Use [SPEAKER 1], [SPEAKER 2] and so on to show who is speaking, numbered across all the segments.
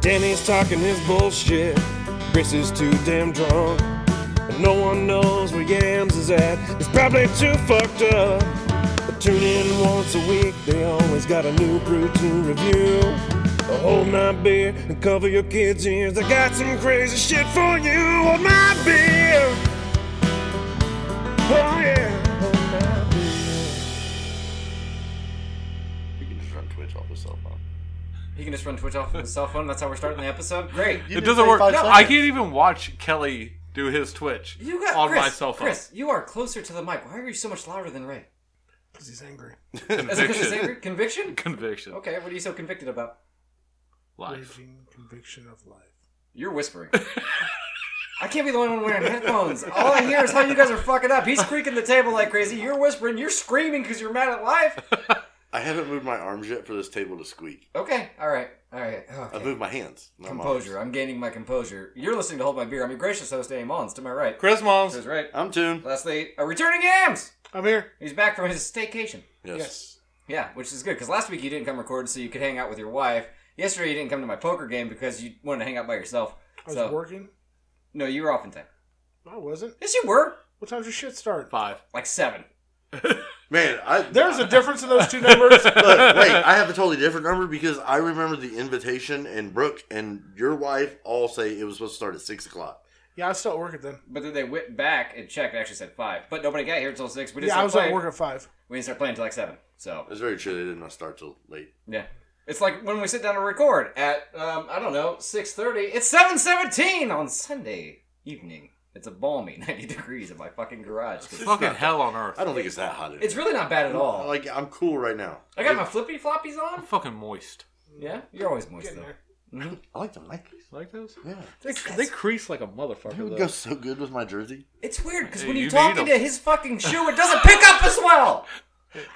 [SPEAKER 1] Danny's talking his bullshit. Chris is too damn drunk. And no one knows where Yams is at. He's probably too fucked up. But tune in once a week. They always got a new brew to review. So hold my beer and cover your kids' ears. I got some crazy shit for you. Hold my beer. Oh yeah. Hold my beer.
[SPEAKER 2] You can just run Twitch off the cell phone.
[SPEAKER 3] You can just run Twitch off of his cell phone. That's how we're starting the episode. Great.
[SPEAKER 2] You
[SPEAKER 4] It
[SPEAKER 2] did
[SPEAKER 4] doesn't work.
[SPEAKER 2] 35
[SPEAKER 4] No, I
[SPEAKER 2] seconds.
[SPEAKER 4] can't even watch Kelly do his Twitch
[SPEAKER 3] You got
[SPEAKER 4] on
[SPEAKER 3] Chris,
[SPEAKER 4] my cell phone.
[SPEAKER 3] Chris, you are closer to the mic. Why are you so much louder than Ray?
[SPEAKER 1] Because he's angry.
[SPEAKER 3] Is it 'cause it's
[SPEAKER 4] Conviction.
[SPEAKER 3] angry? Conviction?
[SPEAKER 4] Conviction.
[SPEAKER 3] Okay, what are you so convicted about?
[SPEAKER 4] Life.
[SPEAKER 1] Raging conviction of life.
[SPEAKER 3] You're whispering. I can't be the only one wearing headphones. All I hear is how you guys are fucking up. He's creaking the table like crazy. You're whispering. You're screaming because you're mad at life.
[SPEAKER 2] I haven't moved my arms yet for this table to squeak.
[SPEAKER 3] Okay, all right, all right. Okay.
[SPEAKER 2] I've moved my hands. not my arms.
[SPEAKER 3] Composure. I'm gaining my composure. You're listening to Hold My Beer. I'm your gracious host, Danny Mullins. To my right.
[SPEAKER 4] Chris Moms.
[SPEAKER 3] That's right.
[SPEAKER 2] I'm tuned.
[SPEAKER 3] Lastly, a returning Yams.
[SPEAKER 1] I'm here.
[SPEAKER 3] He's back from his staycation.
[SPEAKER 2] Yes.
[SPEAKER 1] Yes.
[SPEAKER 3] Yeah, which is good because last week you didn't come record, so you could hang out with your wife. Yesterday you didn't come to my poker game because you wanted to hang out by yourself.
[SPEAKER 1] I was
[SPEAKER 3] so
[SPEAKER 1] working.
[SPEAKER 3] no, you were off in time.
[SPEAKER 1] No, I wasn't.
[SPEAKER 3] Yes, you were.
[SPEAKER 1] What time's your shit start?
[SPEAKER 4] Five.
[SPEAKER 3] Like seven.
[SPEAKER 2] Man, I
[SPEAKER 1] There's a difference in those two numbers.
[SPEAKER 2] Look, wait, I have a totally different number because I remember the invitation and Brooke and your wife all say it was supposed to start at six o'clock.
[SPEAKER 1] yeah, I was still at work at then.
[SPEAKER 3] But then they went back and checked. It actually said five, but nobody got here until six. We didn't
[SPEAKER 1] Yeah,
[SPEAKER 3] start
[SPEAKER 1] I was
[SPEAKER 3] playing.
[SPEAKER 1] at work at five.
[SPEAKER 3] We didn't start playing until like seven. So
[SPEAKER 2] It's very true they didn't start till late.
[SPEAKER 3] yeah, it's like when we sit down to record at um, I don't know six thirty. It's seven seventeen on Sunday evening. It's a balmy ninety degrees in my fucking garage.
[SPEAKER 4] Fucking hell on earth.
[SPEAKER 2] I don't think it's that hot.
[SPEAKER 3] It's really not bad at all.
[SPEAKER 2] like I'm cool right now.
[SPEAKER 3] I got my flippy floppies on.
[SPEAKER 4] I'm fucking moist.
[SPEAKER 3] Yeah, you're always moist
[SPEAKER 1] Getting
[SPEAKER 3] though.
[SPEAKER 1] there.
[SPEAKER 2] I like the Nikes.
[SPEAKER 4] Like those?
[SPEAKER 2] Yeah,
[SPEAKER 4] They, they crease like a motherfucker.
[SPEAKER 2] it would
[SPEAKER 4] though.
[SPEAKER 2] go so good with my jersey.
[SPEAKER 3] It's weird because
[SPEAKER 4] Yeah,
[SPEAKER 3] when
[SPEAKER 4] you
[SPEAKER 3] you
[SPEAKER 4] need
[SPEAKER 3] talk into
[SPEAKER 4] 'em.
[SPEAKER 3] his fucking shoe, it doesn't pick up as well.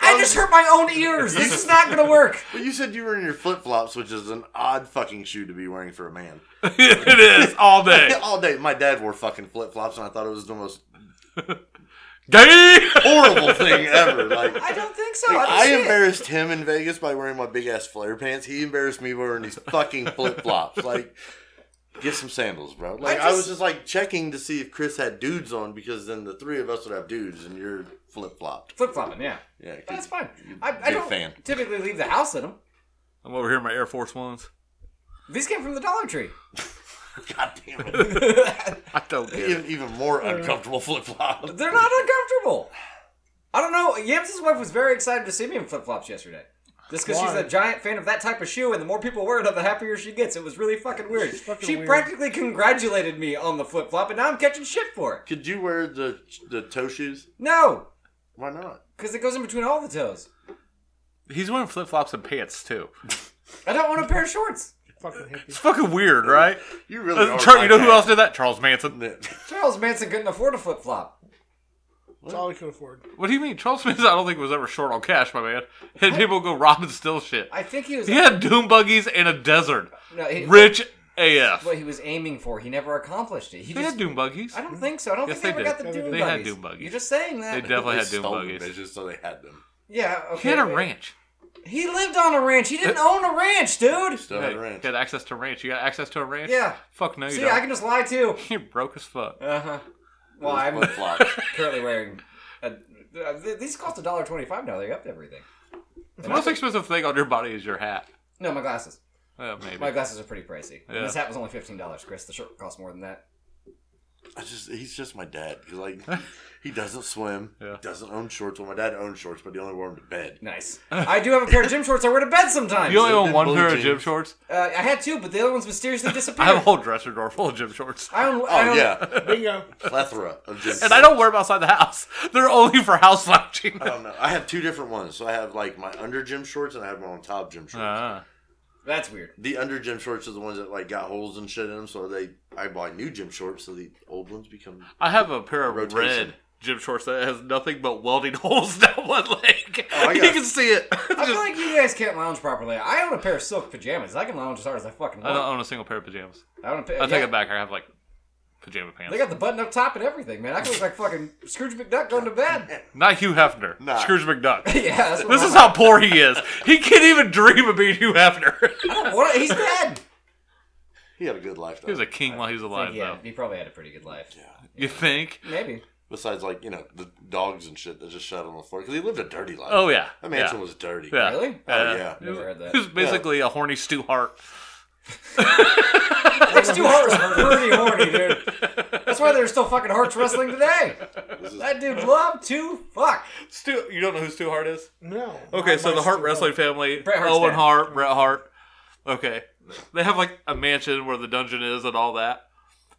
[SPEAKER 3] I just hurt my own ears. This is not gonna work.
[SPEAKER 2] But you said you were in your flip flops, which is an odd fucking shoe to be wearing for a man.
[SPEAKER 4] it is all day.
[SPEAKER 2] All day, my dad wore fucking flip flops, and I thought it was the most
[SPEAKER 4] Gay.
[SPEAKER 2] horrible thing ever. Like
[SPEAKER 3] I don't think so.
[SPEAKER 2] Like,
[SPEAKER 3] I, don't
[SPEAKER 2] I
[SPEAKER 3] see it.
[SPEAKER 2] embarrassed him in Vegas by wearing my big ass flare pants. He embarrassed me by wearing these fucking flip flops. Like, get some sandals, bro. Like, I,
[SPEAKER 3] just-
[SPEAKER 2] was just like checking to see if Chris had dudes on because then the three of us would have dudes and you're flip flopped.
[SPEAKER 3] Flip flopping, yeah.
[SPEAKER 2] Yeah,
[SPEAKER 3] But that's fine.
[SPEAKER 2] you-
[SPEAKER 3] I, I
[SPEAKER 2] big
[SPEAKER 3] don't
[SPEAKER 2] fan.
[SPEAKER 3] typically leave the house in them.
[SPEAKER 4] I'm over here in my Air Force Ones.
[SPEAKER 3] These came from the Dollar Tree.
[SPEAKER 2] God damn it.
[SPEAKER 4] I don't get it.
[SPEAKER 2] even, even more uncomfortable flip flops.
[SPEAKER 3] They're not uncomfortable. I don't know. Yams' wife was very excited to see me in flip flops yesterday. Just because she's
[SPEAKER 1] Why?
[SPEAKER 3] a giant fan of that type of shoe, and the more people wear it, the happier she gets. It was really fucking weird.
[SPEAKER 1] fucking
[SPEAKER 3] she
[SPEAKER 1] weird.
[SPEAKER 3] practically congratulated me on the flip flop, and now I'm catching shit for it.
[SPEAKER 2] Could you wear the the toe shoes?
[SPEAKER 3] No,
[SPEAKER 2] Why not?
[SPEAKER 3] because it goes in between all the toes.
[SPEAKER 4] He's wearing flip flops and pants too.
[SPEAKER 3] I don't want a pair of shorts.
[SPEAKER 1] Fucking
[SPEAKER 4] It's
[SPEAKER 1] hippie.
[SPEAKER 4] fucking weird, right?
[SPEAKER 2] You really
[SPEAKER 4] Uh,
[SPEAKER 2] are.
[SPEAKER 4] Char-
[SPEAKER 2] my
[SPEAKER 4] you know who
[SPEAKER 2] dad.
[SPEAKER 4] else did that? Charles Manson.
[SPEAKER 3] Charles Manson couldn't afford a flip flop.
[SPEAKER 1] That's all I could afford.
[SPEAKER 4] What do you mean? Charles Manson, I don't think was ever short on cash, my man. Had people go rob and steal shit.
[SPEAKER 3] I think he was
[SPEAKER 4] He had doom buggies and a desert.
[SPEAKER 3] no, he,
[SPEAKER 4] Rich AF.
[SPEAKER 3] what he was aiming for. He never accomplished it. He
[SPEAKER 4] They
[SPEAKER 3] just
[SPEAKER 4] had doom buggies.
[SPEAKER 3] I don't think so. I don't
[SPEAKER 4] Yes,
[SPEAKER 3] think they,
[SPEAKER 4] they
[SPEAKER 3] ever
[SPEAKER 4] did.
[SPEAKER 3] got the
[SPEAKER 1] Yeah, they
[SPEAKER 3] dune
[SPEAKER 1] did.
[SPEAKER 4] They had
[SPEAKER 3] buggies.
[SPEAKER 4] dune buggies.
[SPEAKER 3] You're just saying
[SPEAKER 4] They
[SPEAKER 3] that.
[SPEAKER 4] definitely had doom
[SPEAKER 2] stole them,
[SPEAKER 4] buggies.
[SPEAKER 2] bitches, so they had them.
[SPEAKER 3] Yeah. Okay.
[SPEAKER 4] He had a
[SPEAKER 3] wait.
[SPEAKER 4] ranch.
[SPEAKER 3] He lived on a ranch. He didn't own a ranch, dude.
[SPEAKER 2] Still
[SPEAKER 4] Hey,
[SPEAKER 2] had ranch.
[SPEAKER 4] He had access to a ranch. You got access to a ranch?
[SPEAKER 3] Yeah.
[SPEAKER 4] Fuck no, you
[SPEAKER 3] See,
[SPEAKER 4] don't.
[SPEAKER 3] I can just lie too.
[SPEAKER 4] You're broke as fuck.
[SPEAKER 3] Uh
[SPEAKER 1] Uh-huh.
[SPEAKER 3] huh. Well, I'm
[SPEAKER 2] Flip flops.
[SPEAKER 3] currently wearing. A, uh, th- these cost a dollar twenty-five now. They upped everything.
[SPEAKER 4] The most expensive thing on your body is your hat.
[SPEAKER 3] No, my glasses.
[SPEAKER 4] Uh, maybe.
[SPEAKER 3] My glasses are pretty pricey.
[SPEAKER 4] Yeah.
[SPEAKER 3] This hat was only fifteen dollars, Chris. The shirt cost more than that.
[SPEAKER 2] I just he's just my dad. He's like he doesn't swim.
[SPEAKER 4] Yeah.
[SPEAKER 2] Doesn't own shorts. Well, my dad owned shorts, but he only wore them to bed.
[SPEAKER 3] Nice. I do have a pair of gym shorts I wear to bed sometimes.
[SPEAKER 4] you only own
[SPEAKER 2] Zipped
[SPEAKER 4] one
[SPEAKER 2] blue
[SPEAKER 4] pair of
[SPEAKER 2] jeans.
[SPEAKER 4] gym shorts.
[SPEAKER 3] Uh, I had two, but the other ones mysteriously
[SPEAKER 4] I
[SPEAKER 3] disappeared.
[SPEAKER 4] have a whole dresser drawer full of gym shorts,
[SPEAKER 3] I own, I
[SPEAKER 2] Oh
[SPEAKER 3] own-
[SPEAKER 2] yeah,
[SPEAKER 1] Bingo.
[SPEAKER 2] plethora of gym.
[SPEAKER 4] and I don't wear them outside the house. They're only for house lounging.
[SPEAKER 2] I
[SPEAKER 3] Oh.
[SPEAKER 2] don't know. I have two different ones. So I have like my under gym shorts, and I have my on top gym shorts.
[SPEAKER 4] Uh,
[SPEAKER 3] That's weird.
[SPEAKER 2] The under gym shorts are the ones that like got holes and shit in them. So they, I buy new gym shorts, so the old ones become.
[SPEAKER 4] I have a pair of
[SPEAKER 2] Rotation.
[SPEAKER 4] red gym shorts that has nothing but welding holes down one leg.
[SPEAKER 2] I
[SPEAKER 4] you
[SPEAKER 2] got-
[SPEAKER 4] can see it.
[SPEAKER 3] Oh, I feel
[SPEAKER 4] Just-
[SPEAKER 3] like you guys can't lounge properly. I own a pair of silk pajamas. I can lounge as hard as I fucking
[SPEAKER 4] I don't
[SPEAKER 3] want.
[SPEAKER 4] own a single pair of pajamas.
[SPEAKER 3] I, own a pair.
[SPEAKER 4] I take
[SPEAKER 3] yeah.
[SPEAKER 4] it back. I have like pajama pants.
[SPEAKER 3] They got the button up top and everything, man. I could look like fucking Scrooge McDuck going to bed.
[SPEAKER 4] Not Hugh Hefner.
[SPEAKER 2] Nah.
[SPEAKER 4] Scrooge McDuck.
[SPEAKER 3] yeah, that's what
[SPEAKER 4] This
[SPEAKER 3] I'm
[SPEAKER 4] is how poor he is. He can't even dream of being Hugh Hefner.
[SPEAKER 3] like. What? He's dead.
[SPEAKER 2] He had a good life
[SPEAKER 4] he
[SPEAKER 2] though.
[SPEAKER 4] was a king while he was alive,
[SPEAKER 3] yeah,
[SPEAKER 4] though.
[SPEAKER 3] he probably had a pretty good life.
[SPEAKER 4] You think?
[SPEAKER 3] Maybe.
[SPEAKER 2] Besides, like you know, the dogs and shit that just shot on the floor because he lived a dirty life.
[SPEAKER 4] Oh yeah.
[SPEAKER 2] that mansion
[SPEAKER 4] yeah.
[SPEAKER 2] was dirty.
[SPEAKER 4] Yeah.
[SPEAKER 3] Really?
[SPEAKER 2] Oh, yeah.
[SPEAKER 4] He was,
[SPEAKER 3] Never heard that.
[SPEAKER 4] he was basically a horny Stu Hart.
[SPEAKER 3] That's too hard. Pretty horny, dude. That's why there's still fucking hearts wrestling today.
[SPEAKER 2] This is-
[SPEAKER 3] That dude loved to fuck.
[SPEAKER 4] Stu, you don't know who Stu Hart is?
[SPEAKER 5] No.
[SPEAKER 4] Okay,
[SPEAKER 5] Not
[SPEAKER 4] so
[SPEAKER 5] my
[SPEAKER 4] the Hart
[SPEAKER 5] stupid-
[SPEAKER 4] wrestling family,
[SPEAKER 3] Bret Hart's
[SPEAKER 4] Owen
[SPEAKER 3] dad.
[SPEAKER 4] Hart, Bret Hart. Okay, they have like a mansion where the dungeon is and all that.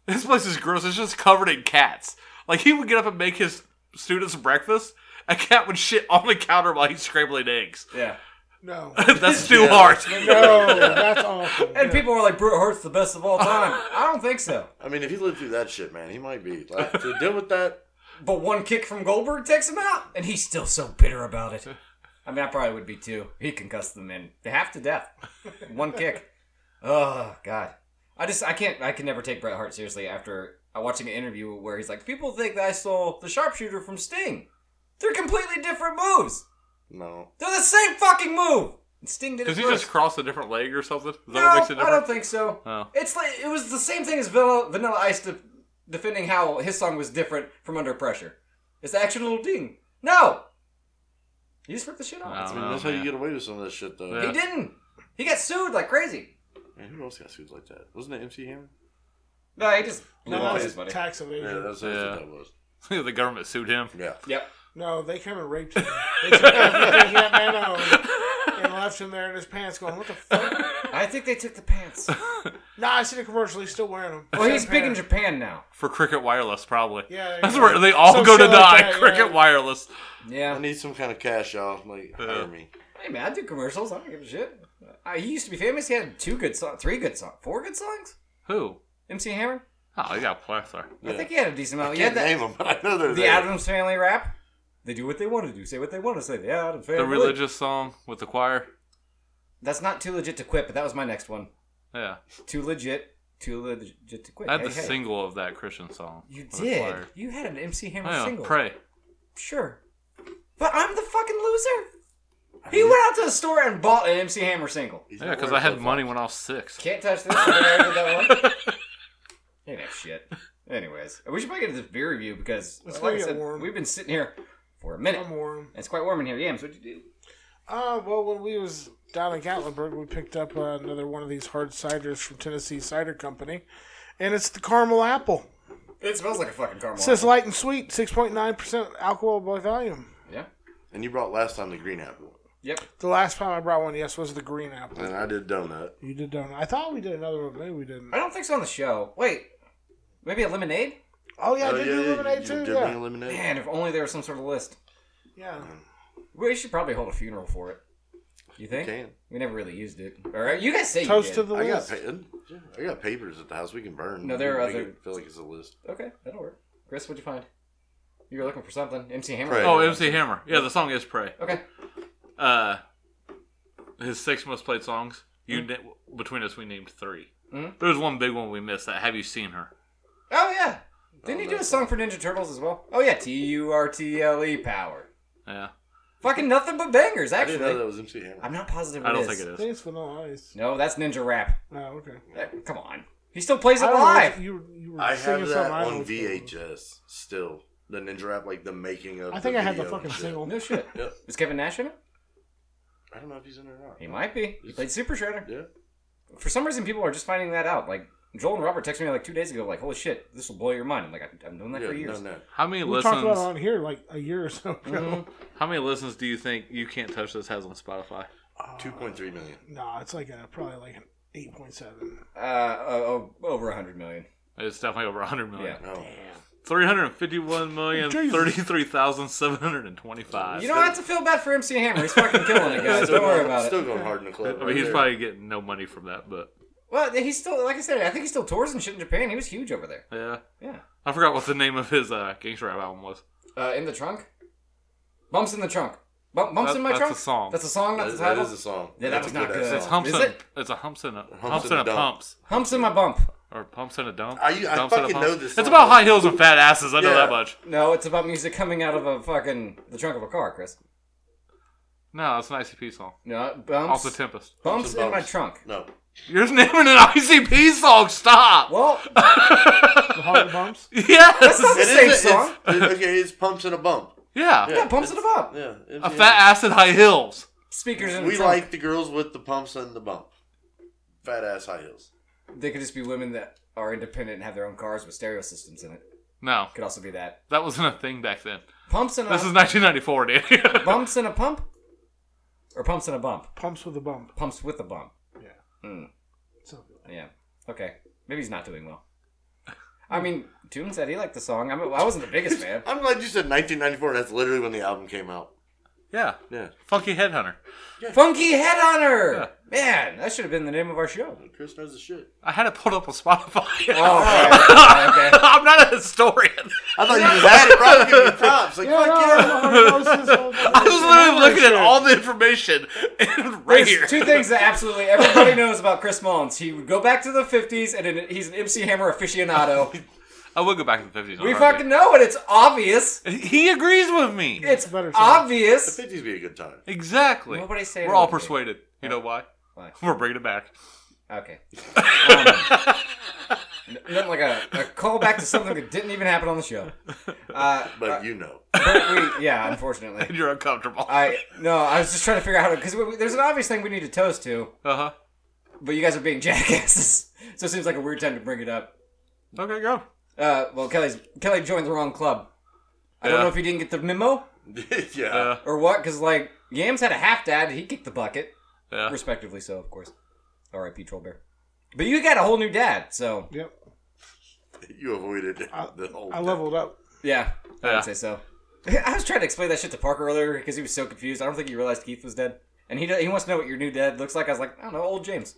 [SPEAKER 4] This place is gross. It's just covered in cats. Like he would get up and make his students breakfast. A cat would shit on the counter while he's scrambling eggs.
[SPEAKER 3] Yeah.
[SPEAKER 5] No.
[SPEAKER 4] That's Stu Hart.
[SPEAKER 5] No, that's awful.
[SPEAKER 3] And people were like, Bret Hart's the best of all time. I don't think so.
[SPEAKER 2] I mean, if he lived through that shit, man, he might be like, to deal with that.
[SPEAKER 3] But one kick from Goldberg takes him out, and he's still so bitter about it. I mean, I probably would be too. He concussed them in half to death. One kick. Oh God. I just I can't I can never take Bret Hart seriously after I watching an interview where he's like, people think that I stole the sharpshooter from Sting. They're completely different moves.
[SPEAKER 2] No,
[SPEAKER 3] They're the same fucking move. And Sting did it
[SPEAKER 4] Does he
[SPEAKER 3] first.
[SPEAKER 4] just cross a different leg or something? Is that
[SPEAKER 3] no,
[SPEAKER 4] what makes it
[SPEAKER 3] I
[SPEAKER 4] different?
[SPEAKER 3] don't think so.
[SPEAKER 4] Oh.
[SPEAKER 3] It's like it was the same thing as Vanilla, Vanilla Ice de- defending how his song was different from Under Pressure. It's the action little ding. No, he just ripped the shit
[SPEAKER 4] I
[SPEAKER 3] off.
[SPEAKER 2] I
[SPEAKER 4] don't
[SPEAKER 2] mean
[SPEAKER 4] know,
[SPEAKER 2] that's how
[SPEAKER 4] man.
[SPEAKER 2] you get away with some of that shit, though.
[SPEAKER 4] Yeah.
[SPEAKER 3] He didn't. He got sued like crazy.
[SPEAKER 2] Man, who else got sued like that? Wasn't it MC Hammer?
[SPEAKER 3] No, he just blew
[SPEAKER 5] No,
[SPEAKER 3] off
[SPEAKER 5] that
[SPEAKER 3] his
[SPEAKER 5] was
[SPEAKER 3] money.
[SPEAKER 5] tax
[SPEAKER 2] Yeah,
[SPEAKER 5] evasion.
[SPEAKER 2] that's, that's
[SPEAKER 4] Yeah.
[SPEAKER 2] what that was.
[SPEAKER 4] the government sued him.
[SPEAKER 2] Yeah,
[SPEAKER 3] Yep.
[SPEAKER 5] No, they came and raped him. They took everything that man owned and left him there in his pants going, what the fuck?
[SPEAKER 3] I think they took the pants.
[SPEAKER 5] Nah, I see the commercial. He's still wearing them.
[SPEAKER 3] Well, he's big in Japan now.
[SPEAKER 4] For Cricket Wireless, probably.
[SPEAKER 5] Yeah, there you
[SPEAKER 4] That's
[SPEAKER 5] go.
[SPEAKER 4] where they all
[SPEAKER 5] Some
[SPEAKER 4] go to
[SPEAKER 5] shit like
[SPEAKER 4] die.
[SPEAKER 5] that, yeah.
[SPEAKER 4] Cricket Wireless.
[SPEAKER 2] I
[SPEAKER 3] Yeah.
[SPEAKER 2] need some kind of cash, y'all. Like, hire me.
[SPEAKER 3] Hey man, I do commercials. I don't give a shit. Uh, he used to be famous. He had two good songs, three good songs, four good songs.
[SPEAKER 4] Who?
[SPEAKER 3] MC Hammer.
[SPEAKER 4] Oh, he got a plethora.
[SPEAKER 3] I
[SPEAKER 2] Yeah.
[SPEAKER 3] think he had a decent amount. He
[SPEAKER 2] Can't
[SPEAKER 3] had that,
[SPEAKER 2] name them, but I know they're
[SPEAKER 3] the
[SPEAKER 2] there.
[SPEAKER 3] Adams Family rap. They do what they want to do, say what they want to say. The Adams Family.
[SPEAKER 4] The religious song with the choir.
[SPEAKER 3] That's not too legit to quit, but that was my next one.
[SPEAKER 4] Yeah.
[SPEAKER 3] Too legit, too legit to quit.
[SPEAKER 4] I had the
[SPEAKER 3] Hey, hey.
[SPEAKER 4] single of that Christian song.
[SPEAKER 3] You
[SPEAKER 4] with the
[SPEAKER 3] did.
[SPEAKER 4] choir.
[SPEAKER 3] You had an MC Hammer
[SPEAKER 4] I know,
[SPEAKER 3] single.
[SPEAKER 4] Pray.
[SPEAKER 3] Sure. But I'm the fucking loser. He went out to the store and bought an MC Hammer single.
[SPEAKER 2] He's
[SPEAKER 4] Yeah,
[SPEAKER 2] not
[SPEAKER 4] because I
[SPEAKER 2] wearing
[SPEAKER 4] had
[SPEAKER 2] flip-flops.
[SPEAKER 4] money when I was six.
[SPEAKER 3] Can't touch this. I already did that one. Ain't that shit. Anyways, we should probably get into this beer review because,
[SPEAKER 5] Let's
[SPEAKER 3] like
[SPEAKER 5] go
[SPEAKER 3] I
[SPEAKER 5] get
[SPEAKER 3] said,
[SPEAKER 5] warm.
[SPEAKER 3] we've been sitting here for a minute.
[SPEAKER 5] I'm warm.
[SPEAKER 3] It's quite warm in here. Yams, what'd you do?
[SPEAKER 5] Uh, well, when we was down in Gatlinburg, we picked up uh, another one of these hard ciders from Tennessee Cider Company, and it's the caramel apple.
[SPEAKER 3] It smells like a fucking caramel.
[SPEAKER 5] It says light and sweet, 6.9% alcohol by volume.
[SPEAKER 3] yeah.
[SPEAKER 2] And you brought last time the green apple,
[SPEAKER 3] Yep.
[SPEAKER 5] The last time I brought one, yes, was the green apple.
[SPEAKER 2] and I did donut.
[SPEAKER 5] You did donut. I thought we did another one. Maybe we didn't.
[SPEAKER 3] I don't think so on the show. Wait, maybe a lemonade?
[SPEAKER 5] Oh, yeah, I
[SPEAKER 2] Oh,
[SPEAKER 5] did do lemonade,
[SPEAKER 2] you
[SPEAKER 5] too.
[SPEAKER 2] did me
[SPEAKER 5] Yeah.
[SPEAKER 2] lemonade.
[SPEAKER 3] Man, if only there was some sort of list.
[SPEAKER 5] yeah.
[SPEAKER 3] We should probably hold a funeral for it. You think?
[SPEAKER 2] Can.
[SPEAKER 3] We never really used it. All right, you guys say
[SPEAKER 5] Toast
[SPEAKER 3] you
[SPEAKER 5] to
[SPEAKER 3] did.
[SPEAKER 5] the
[SPEAKER 2] I got
[SPEAKER 5] list.
[SPEAKER 2] pa- yeah, I got papers at the house we can burn.
[SPEAKER 3] No, there are
[SPEAKER 2] Make
[SPEAKER 3] other-
[SPEAKER 2] it Feel like it's a list.
[SPEAKER 3] Okay, that'll work. Chris, what'd you find? You were looking for something. MC Hammer.
[SPEAKER 2] Pray.
[SPEAKER 4] Oh, MC Hammer. Yeah, the song is Pray.
[SPEAKER 3] Okay.
[SPEAKER 4] Uh, his six most played songs.
[SPEAKER 3] Hmm?
[SPEAKER 4] You na- between us, we named 3
[SPEAKER 3] Mhm.
[SPEAKER 4] There was one big one we missed. That Have you seen her?
[SPEAKER 3] Oh yeah. Didn't
[SPEAKER 2] Oh,
[SPEAKER 3] you do
[SPEAKER 2] no.
[SPEAKER 3] a song for Ninja Turtles as well? Oh yeah, T U R T L E power.
[SPEAKER 4] Yeah,
[SPEAKER 3] Fucking nothing but bangers,
[SPEAKER 2] I didn't know
[SPEAKER 3] actually.
[SPEAKER 2] that was MC Hammer.
[SPEAKER 3] I'm not positive.
[SPEAKER 4] I don't think it
[SPEAKER 5] I
[SPEAKER 4] is.
[SPEAKER 5] think it's vanilla ice.
[SPEAKER 3] No, that's Ninja Rap.
[SPEAKER 5] Oh, okay.
[SPEAKER 3] Eh, Come on, he still plays it
[SPEAKER 5] I don't know what
[SPEAKER 3] live.
[SPEAKER 5] You, you, you were
[SPEAKER 2] I
[SPEAKER 5] singing
[SPEAKER 2] have
[SPEAKER 5] something
[SPEAKER 2] that
[SPEAKER 5] I don't know
[SPEAKER 2] on
[SPEAKER 5] what you-
[SPEAKER 2] VHS still. The Ninja Rap, like the making of.
[SPEAKER 5] I think
[SPEAKER 2] the
[SPEAKER 5] I had
[SPEAKER 2] video
[SPEAKER 5] the
[SPEAKER 2] and
[SPEAKER 5] fucking
[SPEAKER 2] shit.
[SPEAKER 5] single.
[SPEAKER 3] No shit.
[SPEAKER 2] Yep.
[SPEAKER 3] Is Kevin Nash in it?
[SPEAKER 2] I don't know if he's in it or not.
[SPEAKER 3] He might be. He played Super Shredder.
[SPEAKER 2] Yeah.
[SPEAKER 3] for some reason people are just finding that out. Like Joel and Robert texted me like two days ago, like, "Holy shit, this will blow your mind." I'm like, "I've I've known that
[SPEAKER 2] yeah
[SPEAKER 3] for years."
[SPEAKER 2] No, no.
[SPEAKER 4] How many
[SPEAKER 5] We talked about it
[SPEAKER 4] listens?
[SPEAKER 5] on here like a year or so ago.
[SPEAKER 4] How many listens do you think you can't touch this has on Spotify?
[SPEAKER 5] Oh.
[SPEAKER 2] 2.3 million.
[SPEAKER 5] Nah, it's like a, probably like an 8.7.
[SPEAKER 3] Uh, oh, oh, over a hundred million.
[SPEAKER 4] It's definitely over 100 million.
[SPEAKER 3] Yeah.
[SPEAKER 2] No.
[SPEAKER 4] Three hundred fifty-one million
[SPEAKER 5] Jesus.
[SPEAKER 4] thirty-three thousand seven hundred and twenty-five.
[SPEAKER 3] You don't have to feel bad for MC Hammer. He's fucking killing it, guys.
[SPEAKER 2] Still
[SPEAKER 3] Don't worry
[SPEAKER 2] going-
[SPEAKER 3] about
[SPEAKER 2] Still
[SPEAKER 3] it.
[SPEAKER 2] going hard in the club.
[SPEAKER 4] I
[SPEAKER 2] right
[SPEAKER 4] mean, Oh, he's
[SPEAKER 2] there.
[SPEAKER 4] probably getting no money from that, but
[SPEAKER 3] Well, he's still, like I said, I think he still tours and shit in Japan. He was huge over there.
[SPEAKER 4] yeah.
[SPEAKER 3] Yeah.
[SPEAKER 4] I forgot what the name of his uh, gangster rap album was.
[SPEAKER 3] Uh, in the trunk. Bumps in the trunk. Bump, bumps
[SPEAKER 4] That-
[SPEAKER 3] in my
[SPEAKER 4] that's
[SPEAKER 3] trunk.
[SPEAKER 4] a song.
[SPEAKER 3] That's a song. That's
[SPEAKER 2] That,
[SPEAKER 3] the
[SPEAKER 2] that
[SPEAKER 3] title.
[SPEAKER 2] Oh, is a song.
[SPEAKER 3] Yeah, that
[SPEAKER 2] That's
[SPEAKER 3] was
[SPEAKER 2] a
[SPEAKER 3] not good.
[SPEAKER 2] ass
[SPEAKER 3] That's
[SPEAKER 4] It's
[SPEAKER 2] song.
[SPEAKER 3] hum-
[SPEAKER 4] humps
[SPEAKER 3] Is
[SPEAKER 4] and
[SPEAKER 3] it?
[SPEAKER 4] it's a humps and a humps,
[SPEAKER 2] Humps
[SPEAKER 4] and
[SPEAKER 2] and
[SPEAKER 4] a
[SPEAKER 2] a dump.
[SPEAKER 4] pumps.
[SPEAKER 3] Humps in my bump.
[SPEAKER 4] Or pumps in a dump.
[SPEAKER 2] I- I
[SPEAKER 4] Dumps in a
[SPEAKER 2] fucking
[SPEAKER 4] pump.
[SPEAKER 2] know this
[SPEAKER 4] It's
[SPEAKER 2] song.
[SPEAKER 4] about high heels and fat asses. I know
[SPEAKER 2] Yeah.
[SPEAKER 4] that much.
[SPEAKER 3] No, it's about music coming out of a fucking the trunk of a car, Chris.
[SPEAKER 4] No, it's an ICP song.
[SPEAKER 3] No, bumps,
[SPEAKER 4] Also Tempest.
[SPEAKER 3] bumps in my
[SPEAKER 2] Bumps.
[SPEAKER 3] trunk.
[SPEAKER 2] No.
[SPEAKER 4] You're naming an ICP song. Stop.
[SPEAKER 3] Well,
[SPEAKER 5] The Hot Pumps.
[SPEAKER 3] not
[SPEAKER 4] Yes.
[SPEAKER 3] the same
[SPEAKER 2] It's-
[SPEAKER 3] song.
[SPEAKER 2] it's- okay, it's pumps and a bump.
[SPEAKER 4] Yeah.
[SPEAKER 3] yeah, bumps in a bump.
[SPEAKER 2] Yeah. it's-
[SPEAKER 4] A fat ass and high heels.
[SPEAKER 3] Speakers in a
[SPEAKER 2] We
[SPEAKER 3] trunk.
[SPEAKER 2] like the girls with the pumps and the bump. Fat ass high heels.
[SPEAKER 3] They could just be women that are independent and have their own cars with stereo systems in it.
[SPEAKER 4] No,
[SPEAKER 3] Could also be that.
[SPEAKER 4] that wasn't a thing back then.
[SPEAKER 3] Pumps in a
[SPEAKER 4] This is 1994, dude.
[SPEAKER 3] bumps in a pump, or pumps in a bump.
[SPEAKER 5] Pumps with a bump.
[SPEAKER 3] Pumps with a bump.
[SPEAKER 5] Yeah.
[SPEAKER 3] Mm.
[SPEAKER 5] So good.
[SPEAKER 3] Yeah. Okay. Maybe he's not doing well. I mean, Toon said he liked the song. I, mean, I wasn't the biggest fan.
[SPEAKER 2] I'm glad you said 1994, and that's literally when the album came out.
[SPEAKER 4] yeah.
[SPEAKER 2] Yeah.
[SPEAKER 4] Funky Headhunter.
[SPEAKER 3] Funky Head Hunter!
[SPEAKER 4] Yeah.
[SPEAKER 3] Man, that should have been the name of our show.
[SPEAKER 2] Chris knows the shit.
[SPEAKER 4] I had it pulled up on
[SPEAKER 3] Oh,
[SPEAKER 4] Spotify.
[SPEAKER 3] okay. okay.
[SPEAKER 4] I'm not a historian.
[SPEAKER 2] I thought you just had it, bro. Give me props. Like,
[SPEAKER 5] Oh, Yeah,
[SPEAKER 2] fuck
[SPEAKER 5] no,
[SPEAKER 2] yeah.
[SPEAKER 5] no, no, this is all-
[SPEAKER 4] I was literally looking at all the information and right here.
[SPEAKER 3] There's two things that absolutely everybody knows about Chris Mullins. He would go back to the 50s, and an- he's an MC Hammer aficionado.
[SPEAKER 4] I will go back to the 50s. on
[SPEAKER 3] We
[SPEAKER 4] a
[SPEAKER 3] fucking know it. It's obvious.
[SPEAKER 4] heartbeat. He agrees with me.
[SPEAKER 3] It's
[SPEAKER 5] better song.
[SPEAKER 3] obvious.
[SPEAKER 2] The 50s be a good time.
[SPEAKER 4] exactly.
[SPEAKER 3] Nobody say
[SPEAKER 4] We're all
[SPEAKER 3] anything.
[SPEAKER 4] persuaded. You know why?
[SPEAKER 3] Why?
[SPEAKER 4] We're bringing it back.
[SPEAKER 3] Okay. Um, nothing like a, a callback to something that didn't even happen on the show. Uh,
[SPEAKER 2] But you know.
[SPEAKER 3] but we, yeah, unfortunately.
[SPEAKER 4] You're uncomfortable.
[SPEAKER 3] I no, I was just trying to figure out how to because there's an obvious thing we need to toast to,
[SPEAKER 4] Uh huh.
[SPEAKER 3] but you guys are being jackasses, so it seems like a weird time to bring it up.
[SPEAKER 4] Okay, go.
[SPEAKER 3] Uh, well, Kelly's Kelly joined the wrong club. I don't
[SPEAKER 4] Yeah.
[SPEAKER 3] know if he didn't get the memo
[SPEAKER 2] yeah.
[SPEAKER 4] Uh,
[SPEAKER 3] or what, because like Yams had a half dad, he kicked the bucket,
[SPEAKER 4] yeah.
[SPEAKER 3] respectively. So of course, R.I.P. Troll Bear. But you got a whole new dad, so
[SPEAKER 5] Yep.
[SPEAKER 2] You avoided the whole
[SPEAKER 5] I leveled up.
[SPEAKER 3] Yeah, I
[SPEAKER 4] Yeah.
[SPEAKER 3] would say so. I was trying to explain that shit to Parker earlier because he was so confused. I don't think he realized Keith was dead, and he do- he wants to know what your new dad looks like. I was like, I don't know, old James.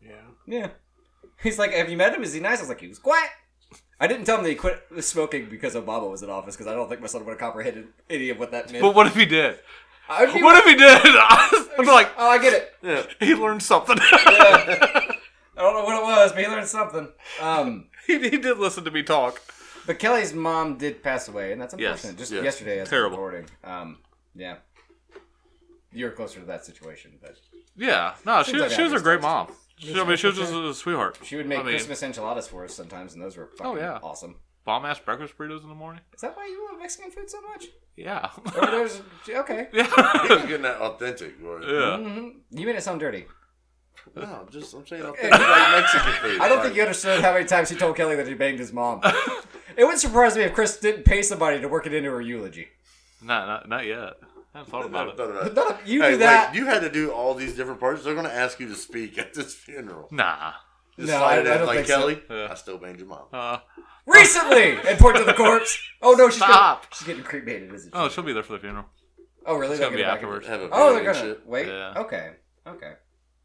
[SPEAKER 5] Yeah.
[SPEAKER 3] Yeah. He's like, have you met him? Is he nice? I was like, he was quiet. I didn't tell him that he quit smoking because Obama was in office because I don't think my son would have comprehended any of what that meant.
[SPEAKER 4] But what if he did?
[SPEAKER 3] I would be
[SPEAKER 4] What if he did? I'm like,
[SPEAKER 3] oh, I get it.
[SPEAKER 4] he learned something.
[SPEAKER 3] I don't know what it was, but he learned something. Um,
[SPEAKER 4] he, he did listen to me talk.
[SPEAKER 3] but Kelly's mom did pass away, and that's
[SPEAKER 4] Yes,
[SPEAKER 3] unfortunate. Just
[SPEAKER 2] yes.
[SPEAKER 3] yesterday, as
[SPEAKER 4] Terrible.
[SPEAKER 3] terrible recording. Um, yeah, you're closer to that situation, but
[SPEAKER 4] Yeah, no, she,
[SPEAKER 3] Seems like
[SPEAKER 4] she was a
[SPEAKER 3] Abby's
[SPEAKER 4] great
[SPEAKER 3] taste.
[SPEAKER 4] mom. She, I mean, she was just a sweetheart.
[SPEAKER 3] She would make
[SPEAKER 4] I mean,
[SPEAKER 3] Christmas enchiladas for us sometimes, and those were fucking
[SPEAKER 4] Oh, yeah.
[SPEAKER 3] awesome.
[SPEAKER 4] bomb ass breakfast burritos in the morning.
[SPEAKER 3] Is that why you love Mexican food so much?
[SPEAKER 4] Yeah,
[SPEAKER 3] Or there's okay.
[SPEAKER 2] He was getting that authentic. Or,
[SPEAKER 4] yeah.
[SPEAKER 3] hmm You made it sound dirty.
[SPEAKER 2] No, just, I'm saying authentic like Mexican food.
[SPEAKER 3] I don't think you understood how many times he told Kelly that he banged his mom. it wouldn't surprise me if Chris didn't pay somebody to work it into her eulogy.
[SPEAKER 4] Not, not not yet. I haven't thought about it.
[SPEAKER 2] about
[SPEAKER 3] No, you
[SPEAKER 2] Hey,
[SPEAKER 3] do that.
[SPEAKER 2] wait, you had to do all these different parts. They're going to ask you to speak at this funeral.
[SPEAKER 4] Nah.
[SPEAKER 2] Just
[SPEAKER 3] No,
[SPEAKER 2] slide
[SPEAKER 3] I-
[SPEAKER 2] it
[SPEAKER 3] I
[SPEAKER 2] in
[SPEAKER 3] don't
[SPEAKER 2] like
[SPEAKER 3] think so. Oh,
[SPEAKER 2] Kelly.
[SPEAKER 4] Yeah.
[SPEAKER 2] I still banged your mom.
[SPEAKER 4] Uh,
[SPEAKER 3] Recently, and point to the corpse. Oh no, she's
[SPEAKER 4] Stop.
[SPEAKER 3] Getting, she's getting cremated, isn't she?
[SPEAKER 4] oh, she'll be there for the funeral.
[SPEAKER 3] Oh, really?
[SPEAKER 4] It's
[SPEAKER 3] They're
[SPEAKER 4] gonna be
[SPEAKER 3] back in-
[SPEAKER 4] afterwards.
[SPEAKER 2] Have a
[SPEAKER 3] Oh,
[SPEAKER 2] baby and
[SPEAKER 3] they're gonna
[SPEAKER 2] shit.
[SPEAKER 3] wait.
[SPEAKER 4] Yeah.
[SPEAKER 3] Okay, okay.